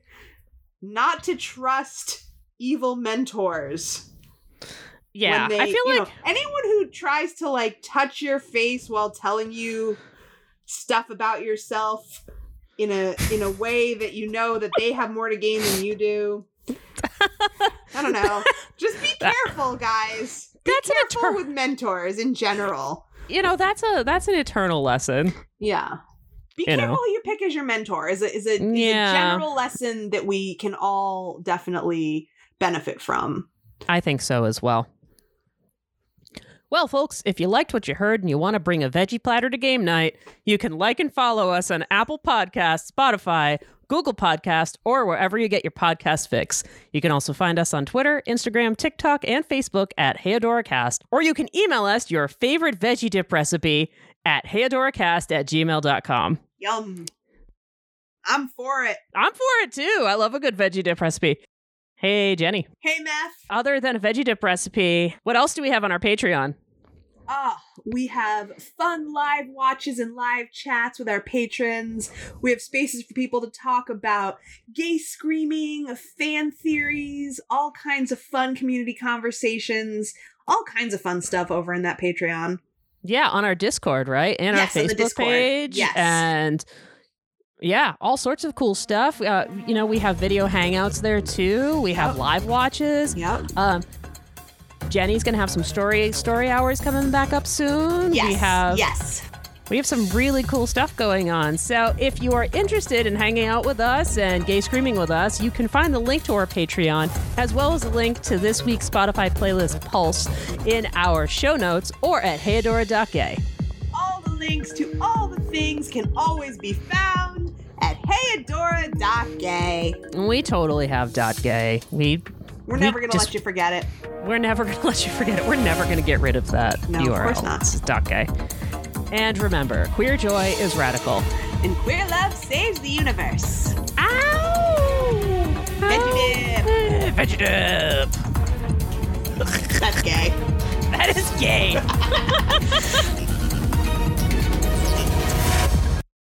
Speaker 2: not to trust evil mentors. when
Speaker 1: Yeah,
Speaker 2: they-
Speaker 1: I feel
Speaker 2: you
Speaker 1: like
Speaker 2: know, anyone who tries to like touch your face while telling you stuff about yourself in a in a way that you know that they have more to gain than you do. I don't know. Just be
Speaker 1: That-
Speaker 2: careful, guys. Be
Speaker 1: that's an
Speaker 2: careful
Speaker 1: eternal,
Speaker 2: with mentors in general.
Speaker 1: you know, that's a that's an eternal lesson.
Speaker 2: Yeah. Be
Speaker 1: You know.
Speaker 2: careful who you pick as your mentor is a, is, a, is
Speaker 1: Yeah.
Speaker 2: a general lesson that we can all definitely benefit from.
Speaker 1: I think so as well. Well, folks, if you liked what you heard and you want to bring a veggie platter to game night, you can like and follow us on Apple Podcasts, Spotify, Google Podcast, or wherever you get your podcast fix. You can also find us on Twitter, Instagram, TikTok, and Facebook at HeodorCast, or you can email us your favorite veggie dip recipe at HeodorCast at gmail.com.
Speaker 2: Yum. I'm for it.
Speaker 1: I'm for it too. I love a good veggie dip recipe. Hey, Jenny.
Speaker 2: Hey, Meth.
Speaker 1: Other than a veggie dip recipe, what else do we have on our Patreon?
Speaker 2: Ah, we have fun live watches and live chats with our patrons. We have spaces for people to talk about gay screaming, fan theories, all kinds of fun community conversations, all kinds of fun stuff over in that Patreon.
Speaker 1: Yeah, on our Discord, right? And
Speaker 2: Yes,
Speaker 1: our
Speaker 2: on the
Speaker 1: Facebook
Speaker 2: Discord.
Speaker 1: page.
Speaker 2: Yes.
Speaker 1: And yeah, all sorts of cool stuff. Uh, you know, we have video hangouts there too. We
Speaker 2: Oh.
Speaker 1: have live watches.
Speaker 2: Yep.
Speaker 1: Um, Jenny's gonna have some story story hours coming back up soon.
Speaker 2: Yes.
Speaker 1: We have
Speaker 2: yes.
Speaker 1: We have some really cool stuff going on. So if you are interested in hanging out with us and gay screaming with us, you can find the link to our Patreon, as well as a link to this week's Spotify playlist Pulse in our show notes or at heyadora.gay.
Speaker 2: All the links to all the things can always be found at heyadora.gay.
Speaker 1: And We totally have dot gay. We
Speaker 2: We're
Speaker 1: We
Speaker 2: never going to
Speaker 1: just-
Speaker 2: let you forget it.
Speaker 1: we're never gonna let you forget it. We're never gonna get rid of that
Speaker 2: No, of
Speaker 1: URL.
Speaker 2: course not.
Speaker 1: It's dot gay. And remember, queer joy is radical.
Speaker 2: And queer love saves the universe.
Speaker 1: Ow!
Speaker 2: Veggie dip.
Speaker 1: Eh, Veggie dip.
Speaker 2: That's gay.
Speaker 1: That is gay.